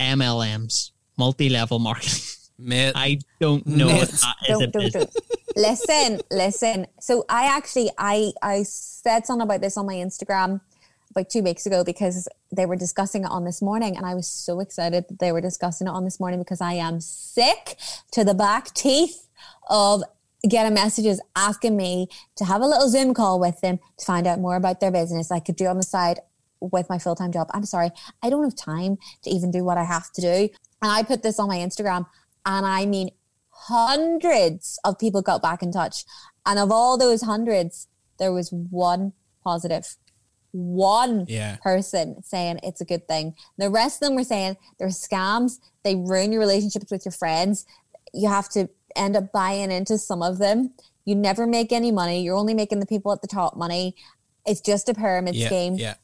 [SPEAKER 1] MLMs, multi-level marketing.
[SPEAKER 3] Mate,
[SPEAKER 1] I don't know if
[SPEAKER 3] Yes.
[SPEAKER 1] that is a
[SPEAKER 2] don't, don't,
[SPEAKER 1] business.
[SPEAKER 2] don't. listen, listen. So I actually, I, I said something about this on my Instagram about two weeks ago because they were discussing it on this morning, and I was so excited that they were discussing it on this morning because I am sick to the back teeth of getting messages asking me to have a little Zoom call with them to find out more about their business. I could do on the side with my full time job. I'm sorry, I don't have time to even do what I have to do. And I put this on my Instagram, and I mean, hundreds of people got back in touch. And of all those hundreds, there was one positive, one
[SPEAKER 3] yeah.
[SPEAKER 2] person saying it's a good thing. The rest of them were saying they're scams, they ruin your relationships with your friends. You have to end up buying into some of them. You never make any money. You're only making the people at the top money. It's just a pyramid
[SPEAKER 3] Yeah.
[SPEAKER 2] scheme
[SPEAKER 3] Yeah.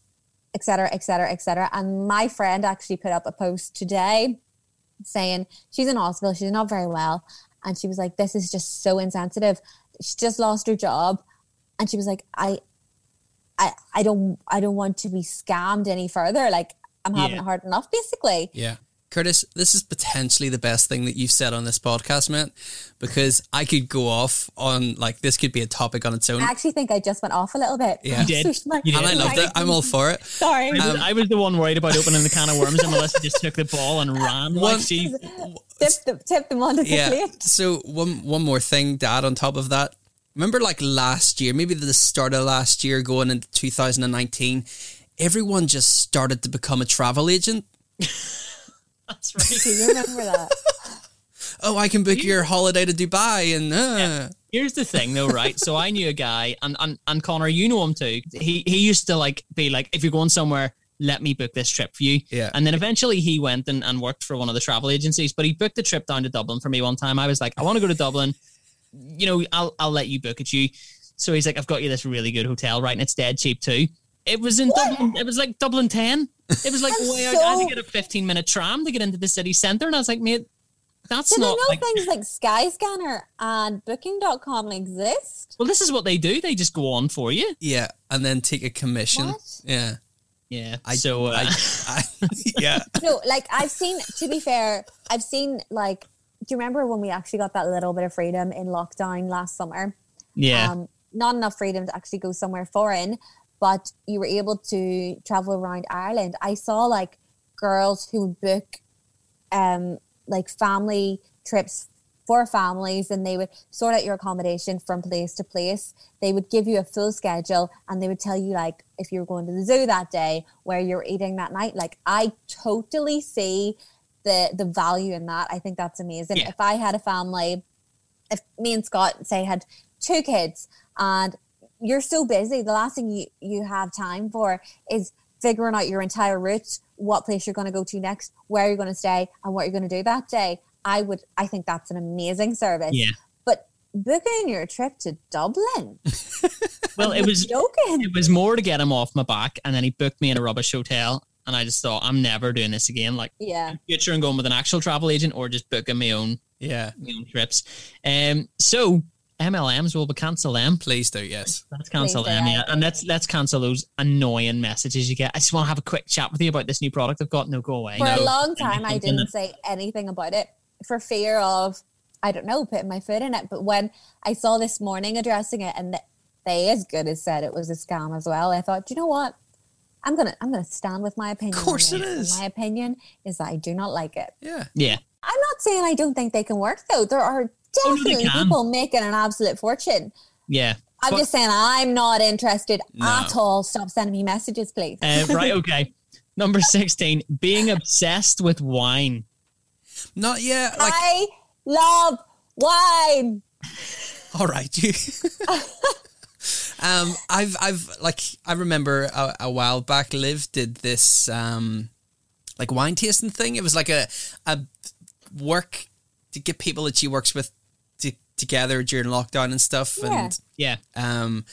[SPEAKER 1] Yeah.
[SPEAKER 2] it hard enough, basically.
[SPEAKER 3] Yeah. Curtis, this is potentially the best thing that you've said on this podcast, mate, because I could go off on like this could be a topic on its own.
[SPEAKER 2] I actually think I just went off a little bit.
[SPEAKER 3] Yeah. You
[SPEAKER 1] did.
[SPEAKER 2] So she might-
[SPEAKER 1] You did.
[SPEAKER 3] and I loved it. I'm all for it.
[SPEAKER 2] Sorry.
[SPEAKER 1] I was, I was the one worried about opening the can of worms, and Melissa just took the ball and ran
[SPEAKER 3] One-
[SPEAKER 1] like she.
[SPEAKER 2] Tip, the, tip them onto the
[SPEAKER 3] Yeah.
[SPEAKER 2] plate.
[SPEAKER 3] So one one more thing to add on top of that. Remember like last year, maybe the start of last year going into 2019, everyone just started to become a travel agent.
[SPEAKER 1] That's right.
[SPEAKER 2] Do you remember that?
[SPEAKER 3] Oh, I can book your holiday to Dubai and uh,
[SPEAKER 1] Here's the thing, though, right? So I knew a guy, and and, and Connor, you know him too. He he used to like be like, if you're going somewhere, let me book this trip for you.
[SPEAKER 3] Yeah.
[SPEAKER 1] And then eventually he went and, and worked for one of the travel agencies, but he booked a trip down to Dublin for me one time. I was like, I want to go to Dublin. You know, I'll I'll let you book it you. So he's like, I've got you this really good hotel, right? And it's dead cheap too. It was in Dublin. It was like Dublin ten. It was like
[SPEAKER 2] I'm
[SPEAKER 1] way out. I had
[SPEAKER 2] so-
[SPEAKER 1] to get a fifteen minute tram to get into the city centre, and I was like, mate, that's
[SPEAKER 2] Did I
[SPEAKER 1] not.
[SPEAKER 2] know
[SPEAKER 1] like,
[SPEAKER 2] things like Skyscanner and Booking.com exist?
[SPEAKER 1] well, this is what they do. They just go on for you.
[SPEAKER 3] yeah, and then take a commission.
[SPEAKER 2] What?
[SPEAKER 3] Yeah.
[SPEAKER 1] Yeah.
[SPEAKER 3] I-
[SPEAKER 1] so uh,
[SPEAKER 3] I, I, yeah.
[SPEAKER 2] no, like I've seen. To be fair, I've seen like. Do you remember when we actually got that little bit of freedom in lockdown last summer?
[SPEAKER 1] yeah,
[SPEAKER 2] Um, not enough freedom to actually go somewhere foreign, but you were able to travel around Ireland. I saw like girls who would book, um, like family trips for families, and they would sort out your accommodation from place to place. They would give you a full schedule, and they would tell you like if you were going to the zoo that day, where you're eating that night. Like I totally see the the value in that. I think that's amazing.
[SPEAKER 1] Yeah.
[SPEAKER 2] If I had a family, if me and Scott say had two kids and you're so busy, the last thing you, you have time for is figuring out your entire route, what place you're going to go to next, where you're going to stay, and what you're going to do that day. I would. I think that's an amazing service.
[SPEAKER 1] Yeah.
[SPEAKER 2] But booking your trip to Dublin, Ah,
[SPEAKER 1] Well, it was
[SPEAKER 2] joking.
[SPEAKER 1] it was more to get him off my back, and then he booked me in a rubbish hotel, and I just thought I'm never doing this again. Like
[SPEAKER 2] Yeah.
[SPEAKER 1] future and going with an actual travel agent, or just booking my own
[SPEAKER 3] Yeah.
[SPEAKER 1] my own trips. Um, so MLMs will be cancel them.
[SPEAKER 3] Please do. Yes.
[SPEAKER 1] Let's cancel
[SPEAKER 2] Please
[SPEAKER 1] them,
[SPEAKER 2] do.
[SPEAKER 1] yeah, and let's let's cancel those annoying messages you get. I just want to have a quick chat with you about this new product I've got. No, go away.
[SPEAKER 2] For a
[SPEAKER 3] know.
[SPEAKER 2] long time, I
[SPEAKER 1] Anything
[SPEAKER 2] didn't
[SPEAKER 1] that-
[SPEAKER 2] say anything about it for fear of, I don't know, putting my foot in it. But when I saw this morning addressing it, and th- they as good as said it was a scam as well, I thought, "Do you know what? I'm gonna I'm gonna stand with my opinion. on
[SPEAKER 3] course
[SPEAKER 2] this.
[SPEAKER 3] it
[SPEAKER 2] And
[SPEAKER 3] is.
[SPEAKER 2] My opinion is that I do not like it.
[SPEAKER 3] Yeah.
[SPEAKER 1] Yeah,
[SPEAKER 2] I'm not saying I don't think they can work though. There are
[SPEAKER 3] Oh,
[SPEAKER 1] no, they
[SPEAKER 2] definitely
[SPEAKER 1] can.
[SPEAKER 2] people making an absolute fortune.
[SPEAKER 1] yeah.
[SPEAKER 2] I'm
[SPEAKER 1] But-
[SPEAKER 2] just saying I'm not interested
[SPEAKER 3] No.
[SPEAKER 2] at all. Stop sending me messages, please.
[SPEAKER 1] Uh, right, okay. Number sixteen, being obsessed with wine.
[SPEAKER 3] Not yeah. Like
[SPEAKER 2] I love wine.
[SPEAKER 3] all right, you. um, I've I've like I remember a, a while back, Liv did this um, like wine tasting thing. It was like a a work to get people that she works with to, together during lockdown and stuff,
[SPEAKER 2] Yeah.
[SPEAKER 3] and
[SPEAKER 1] Yeah,
[SPEAKER 3] um,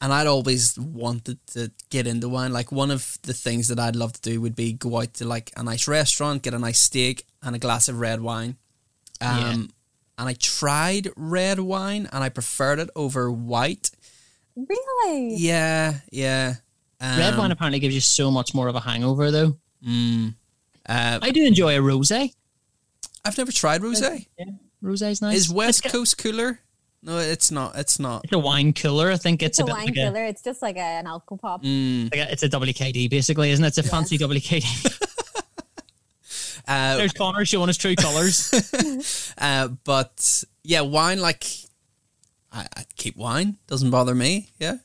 [SPEAKER 3] and I'd always wanted to get into wine. Like one of the things that I'd love to do would be go out to like a nice restaurant, get a nice steak and a glass of red wine. Um,
[SPEAKER 1] Yeah.
[SPEAKER 3] and I tried red wine and I preferred it over white.
[SPEAKER 2] Really?
[SPEAKER 3] Yeah, yeah. Um,
[SPEAKER 1] red wine apparently gives you so much more of a hangover, though.
[SPEAKER 3] Mm, uh,
[SPEAKER 1] I do enjoy a rosé.
[SPEAKER 3] I've never tried rosé.
[SPEAKER 1] Rosé's nice.
[SPEAKER 3] Is West Coast cooler? No, it's not. It's not.
[SPEAKER 1] It's a wine cooler. I think it's,
[SPEAKER 2] It's a
[SPEAKER 1] a, bit
[SPEAKER 2] wine
[SPEAKER 1] like a-
[SPEAKER 2] killer. It's just like a, an alcohol pop.
[SPEAKER 3] Mm,
[SPEAKER 1] like a- it's a WKD basically, isn't it? It's a fancy WKD.
[SPEAKER 3] uh,
[SPEAKER 1] There's Connor showing his true colours.
[SPEAKER 3] Uh, but yeah, wine like I, I keep wine doesn't bother me. Yeah,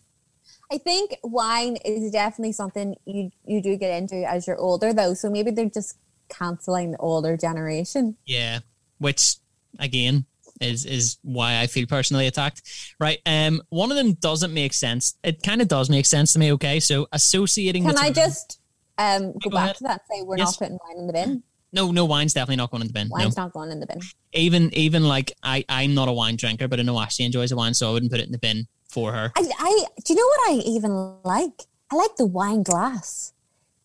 [SPEAKER 2] I think wine is definitely something you you do get into as you're older, though. So maybe they're just canceling the older generation.
[SPEAKER 1] yeah, which again is is why I feel personally attacked. Right. Um. One of them doesn't make sense. It kind of does make sense to me. Okay. So associating.
[SPEAKER 2] Can
[SPEAKER 1] the
[SPEAKER 2] I
[SPEAKER 1] term-
[SPEAKER 2] just um,
[SPEAKER 1] Go
[SPEAKER 2] go back
[SPEAKER 1] ahead.
[SPEAKER 2] to that? Say we're
[SPEAKER 1] Yes.
[SPEAKER 2] not putting wine in the bin.
[SPEAKER 1] No, no, wine's definitely not going in the bin. no.
[SPEAKER 2] Wine's not going in the bin.
[SPEAKER 1] even even like I I'm not a wine drinker, but I know Ashley enjoys a wine, so I wouldn't put it in the bin for her.
[SPEAKER 2] I, I do you know what I even like? I like the wine glass.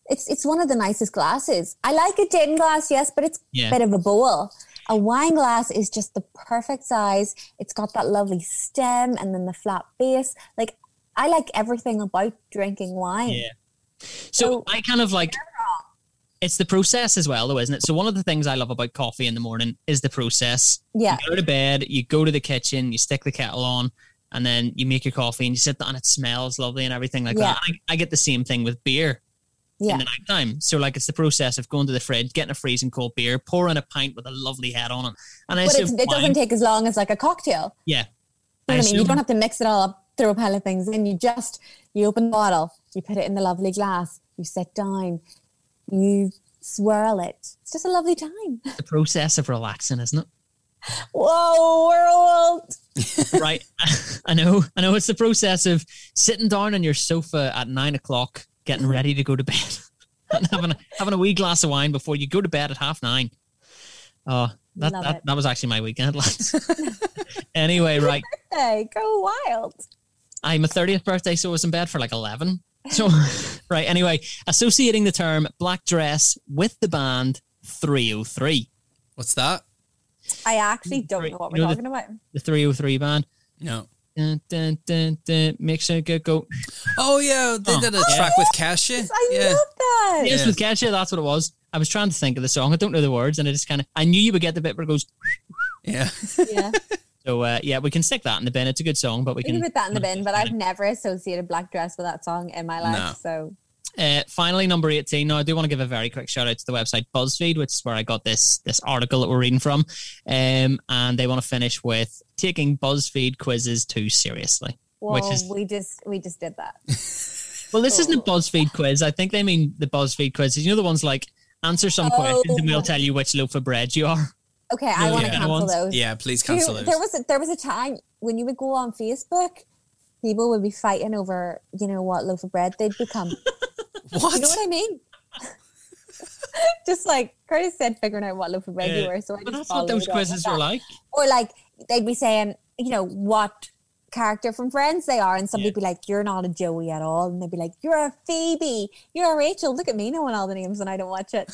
[SPEAKER 2] It's it's one of the nicest glasses. I like a gin glass, yes, but it's
[SPEAKER 1] Yeah.
[SPEAKER 2] a bit of a bowl. A wine glass is just the perfect size. It's got that lovely stem and then the flat base. Like I like everything about drinking wine.
[SPEAKER 1] Yeah. So
[SPEAKER 2] Oh. So-
[SPEAKER 1] I kind of like it's the process as well, though, isn't it? So one of the things I love about coffee in the morning is the process.
[SPEAKER 2] Yeah.
[SPEAKER 1] You go to bed, you go to the kitchen, you stick the kettle on, and then you make your coffee and you sit down. It smells lovely and everything like
[SPEAKER 2] Yeah.
[SPEAKER 1] that. I, I get the same thing with beer in
[SPEAKER 2] Yeah.
[SPEAKER 1] the nighttime. So like it's the process of going to the fridge, getting a freezing cold beer, pouring a pint with a lovely head on it, and I
[SPEAKER 2] But it's,
[SPEAKER 1] assume
[SPEAKER 2] it
[SPEAKER 1] wine-
[SPEAKER 2] doesn't take as long as like a cocktail.
[SPEAKER 1] yeah.
[SPEAKER 2] You know what I mean? You
[SPEAKER 1] assume-
[SPEAKER 2] don't have to mix it all up, throw a pile of things in. You just you open the bottle, you put it in the lovely glass, you sit down, you swirl it. It's just a lovely time.
[SPEAKER 1] the process of relaxing, isn't it?
[SPEAKER 2] Whoa, world!
[SPEAKER 1] right? I know, I know. It's the process of sitting down on your sofa at nine o'clock, getting ready to go to bed, and having a, having a wee glass of wine before you go to bed at half nine. Oh, that
[SPEAKER 2] Love
[SPEAKER 1] that,
[SPEAKER 2] it.
[SPEAKER 1] that was actually my weekend. lads. anyway, right?
[SPEAKER 2] Hey, go wild.
[SPEAKER 1] I my thirtieth birthday, so I was in bed for like eleven. So, right. Anyway, associating the term black dress with the band three hundred three,
[SPEAKER 3] what's that?
[SPEAKER 2] I actually don't
[SPEAKER 1] Right,
[SPEAKER 2] know what
[SPEAKER 1] you
[SPEAKER 2] we're
[SPEAKER 1] know the-
[SPEAKER 2] talking about.
[SPEAKER 1] the three hundred three band.
[SPEAKER 3] No.
[SPEAKER 1] Dun, dun, dun, dun, make sure go go.
[SPEAKER 3] Oh yeah, they
[SPEAKER 1] Oh.
[SPEAKER 3] did a track with Kesha.
[SPEAKER 2] I
[SPEAKER 3] Yeah,
[SPEAKER 2] love that.
[SPEAKER 1] Yes,
[SPEAKER 3] Yeah.
[SPEAKER 1] with Kesha, that's what it was. I was trying to think of the song. I don't know the words, and I just kind of I knew you would get the bit where it goes.
[SPEAKER 3] yeah.
[SPEAKER 2] Yeah,
[SPEAKER 1] So uh, yeah, we can stick that in the bin. It's a good song, but we
[SPEAKER 2] you can
[SPEAKER 1] can.
[SPEAKER 2] put that in the bin. But I've never associated black dress with that song in my life.
[SPEAKER 3] No.
[SPEAKER 2] So
[SPEAKER 1] Uh, finally, number eighteen. Now, I do want to give a very quick shout out to the website BuzzFeed, which is where I got this this article that we're reading from, um, and they want to finish with taking BuzzFeed quizzes too seriously. Which
[SPEAKER 2] well,
[SPEAKER 1] is-
[SPEAKER 2] we just we just did that.
[SPEAKER 1] Well, this
[SPEAKER 2] Oh.
[SPEAKER 1] isn't a BuzzFeed quiz. I think they mean the BuzzFeed quizzes. You know the ones like answer some
[SPEAKER 2] Oh.
[SPEAKER 1] questions and we'll tell you which loaf of bread you are.
[SPEAKER 2] Okay, I
[SPEAKER 1] Yeah.
[SPEAKER 2] want to
[SPEAKER 1] Yeah.
[SPEAKER 2] cancel
[SPEAKER 1] Ones-
[SPEAKER 2] those.
[SPEAKER 3] Yeah, please
[SPEAKER 2] Do you-
[SPEAKER 3] cancel those.
[SPEAKER 2] There was a, there was a time when you would go on Facebook, people would be fighting over you know what loaf of bread they'd become. you know
[SPEAKER 3] What?
[SPEAKER 2] what I mean? just like Curtis said, figuring out what loaf of bread you
[SPEAKER 1] Yeah.
[SPEAKER 2] were. So I
[SPEAKER 1] But
[SPEAKER 2] just
[SPEAKER 1] that's what
[SPEAKER 2] followed
[SPEAKER 1] those
[SPEAKER 2] on with
[SPEAKER 1] quizzes
[SPEAKER 2] that.
[SPEAKER 1] were like.
[SPEAKER 2] Or like they'd be saying, you know, what character from Friends they are, and somebody'd be like, "You're not a Joey at all," and they'd be like, "You're a Phoebe. You're a Rachel. Look at me knowing all the names, and I don't watch it."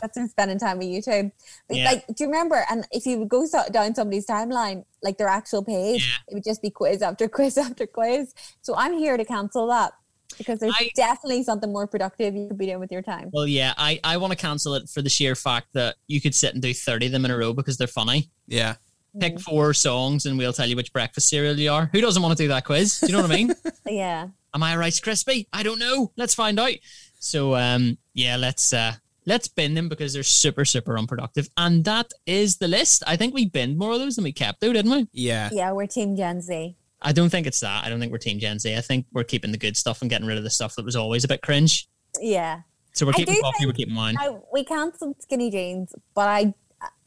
[SPEAKER 2] that's been spending time with you too. But
[SPEAKER 1] Yeah.
[SPEAKER 2] Like, do you remember? And if you would go so- down somebody's timeline, like their actual page,
[SPEAKER 1] Yeah.
[SPEAKER 2] it would just be quiz after quiz after quiz. So I'm here to cancel that because there's
[SPEAKER 1] I-
[SPEAKER 2] definitely something more productive you could be doing with your time.
[SPEAKER 1] Well, yeah, I, I want to cancel it for the sheer fact that you could sit and do 30 of them in a row because they're funny.
[SPEAKER 3] Yeah.
[SPEAKER 2] Mm.
[SPEAKER 1] Pick four songs and we'll tell you which breakfast cereal you are. Who doesn't want to do that quiz? Do you know what I mean?
[SPEAKER 2] Yeah.
[SPEAKER 1] Am I a Rice Krispie? I don't know. Let's find out. So, um, yeah, let's uh, let's bin them because they're super, super unproductive. And that is the list. I think we binned more of those than we kept, though, didn't we?
[SPEAKER 3] Yeah.
[SPEAKER 2] Yeah, we're Team Gen Z.
[SPEAKER 1] I don't think it's that. I don't think we're Team Gen Z. I think we're keeping the good stuff and getting rid of the stuff that was always a bit cringe.
[SPEAKER 2] Yeah.
[SPEAKER 1] So we're
[SPEAKER 2] I
[SPEAKER 1] keeping
[SPEAKER 2] do
[SPEAKER 1] coffee,
[SPEAKER 2] think-
[SPEAKER 1] we're keeping wine.
[SPEAKER 2] I, we cancelled skinny jeans, but I.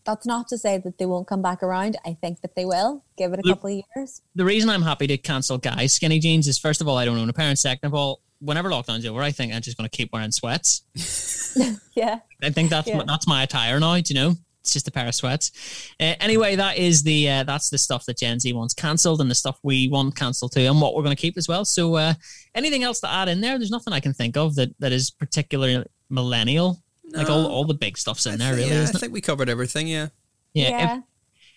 [SPEAKER 2] That's not to say that they won't come back around. I think that they will. Give it a
[SPEAKER 1] Look-
[SPEAKER 2] couple of years.
[SPEAKER 1] the reason I'm happy to cancel guys skinny jeans is first of all I don't own a pair, and second of all, whenever lockdown's over, I think I'm just going to keep wearing sweats.
[SPEAKER 2] Yeah.
[SPEAKER 1] I think that's
[SPEAKER 2] Yeah.
[SPEAKER 1] that's my attire now. Do you know? It's just a pair of sweats. Uh, anyway, that is the uh, that's the stuff that Gen Z wants cancelled, and the stuff we want cancelled too, and what we're going to keep as well. So, uh, anything else to add in there? There's nothing I can think of that that is particularly millennial. Like all,
[SPEAKER 3] No.
[SPEAKER 1] all the big stuff's in
[SPEAKER 3] I
[SPEAKER 1] there,
[SPEAKER 3] thi-
[SPEAKER 1] really,
[SPEAKER 3] yeah,
[SPEAKER 1] isn't
[SPEAKER 3] I
[SPEAKER 1] it?
[SPEAKER 3] think we covered everything. Yeah.
[SPEAKER 1] Yeah. if-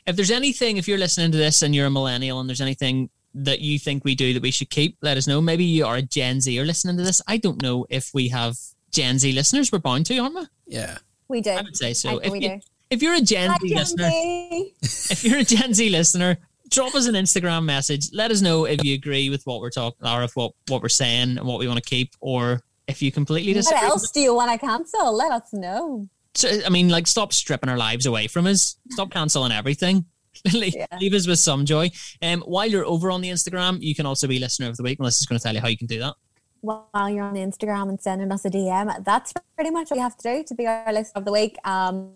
[SPEAKER 1] if there's anything, if you're listening to this and you're a millennial and there's anything that you think we do that we should keep, let us know. Maybe you are a Gen Z or listening to this. I don't know if we have Gen Z listeners. We're bound to, aren't we?
[SPEAKER 3] Yeah.
[SPEAKER 2] we do.
[SPEAKER 1] I would say
[SPEAKER 2] I
[SPEAKER 1] so.
[SPEAKER 2] think
[SPEAKER 1] If,
[SPEAKER 2] we
[SPEAKER 1] you,
[SPEAKER 2] do.
[SPEAKER 1] if you're a Gen
[SPEAKER 2] Hi,
[SPEAKER 1] Z
[SPEAKER 2] Gen
[SPEAKER 1] listener,
[SPEAKER 2] Z.
[SPEAKER 1] if you're a Gen Z listener, drop us an Instagram message. Let us know if you agree with what we're talking or if what, what we're saying and what we want to keep or if you completely disagree.
[SPEAKER 2] What
[SPEAKER 1] with
[SPEAKER 2] else do you want to cancel? Let us know.
[SPEAKER 1] so, I mean, like, stop stripping our lives away from us. Stop canceling everything. leave,
[SPEAKER 2] Yeah.
[SPEAKER 1] leave us with some joy. Um, while you're over on the Instagram, you can also be listener of the week. Melissa's going to tell you how you can do that.
[SPEAKER 2] While you're on Instagram and sending us a DM, that's pretty much all you have to do to be our list of the week. Um,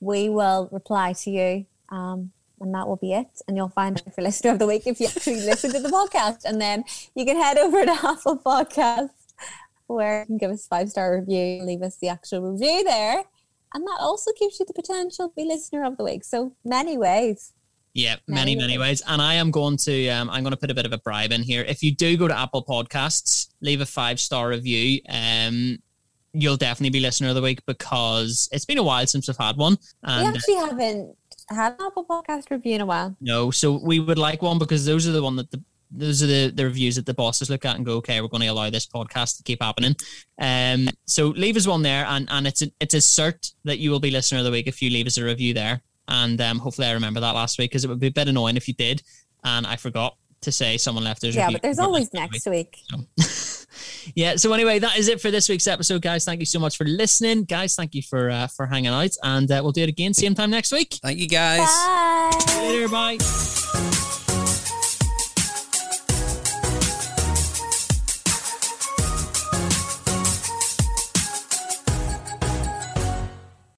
[SPEAKER 2] we will reply to you, um, and that will be it. And you'll find out for listener of the week if you actually listen to the podcast. And then you can head over to Apple Podcast, where you can give us five star review, leave us the actual review there, and that also gives you the potential to be listener of the week. So many ways.
[SPEAKER 1] Yeah, many,
[SPEAKER 2] Many
[SPEAKER 1] many ways. And I am going to, um, I'm going to put a bit of a bribe in here. If you do go to Apple Podcasts, leave a five star review. Um, you'll definitely be listener of the week because it's been a while since I've had one.
[SPEAKER 2] we
[SPEAKER 1] And uh,
[SPEAKER 2] actually haven't had an Apple Podcast review in a while.
[SPEAKER 1] No, so we would like one because those are the one that the those are the, the reviews that the bosses look at and go, okay, we're going to allow this podcast to keep happening. Um, so leave us one there, and and it's a, it's a cert that you will be listener of the week if you leave us a review there, and um, hopefully I remember that last week because it would be a bit annoying if you did, and I forgot to say someone left us. a
[SPEAKER 2] Yeah,
[SPEAKER 1] review
[SPEAKER 2] but there's
[SPEAKER 1] for
[SPEAKER 2] always
[SPEAKER 1] listener of the week.
[SPEAKER 2] next week.
[SPEAKER 1] Yeah. So anyway, that is it for this week's episode, guys. Thank you so much for listening, guys. Thank you for uh, for hanging out, and uh, we'll do it again same time next week.
[SPEAKER 3] Thank you guys.
[SPEAKER 2] Bye.
[SPEAKER 1] Later, bye.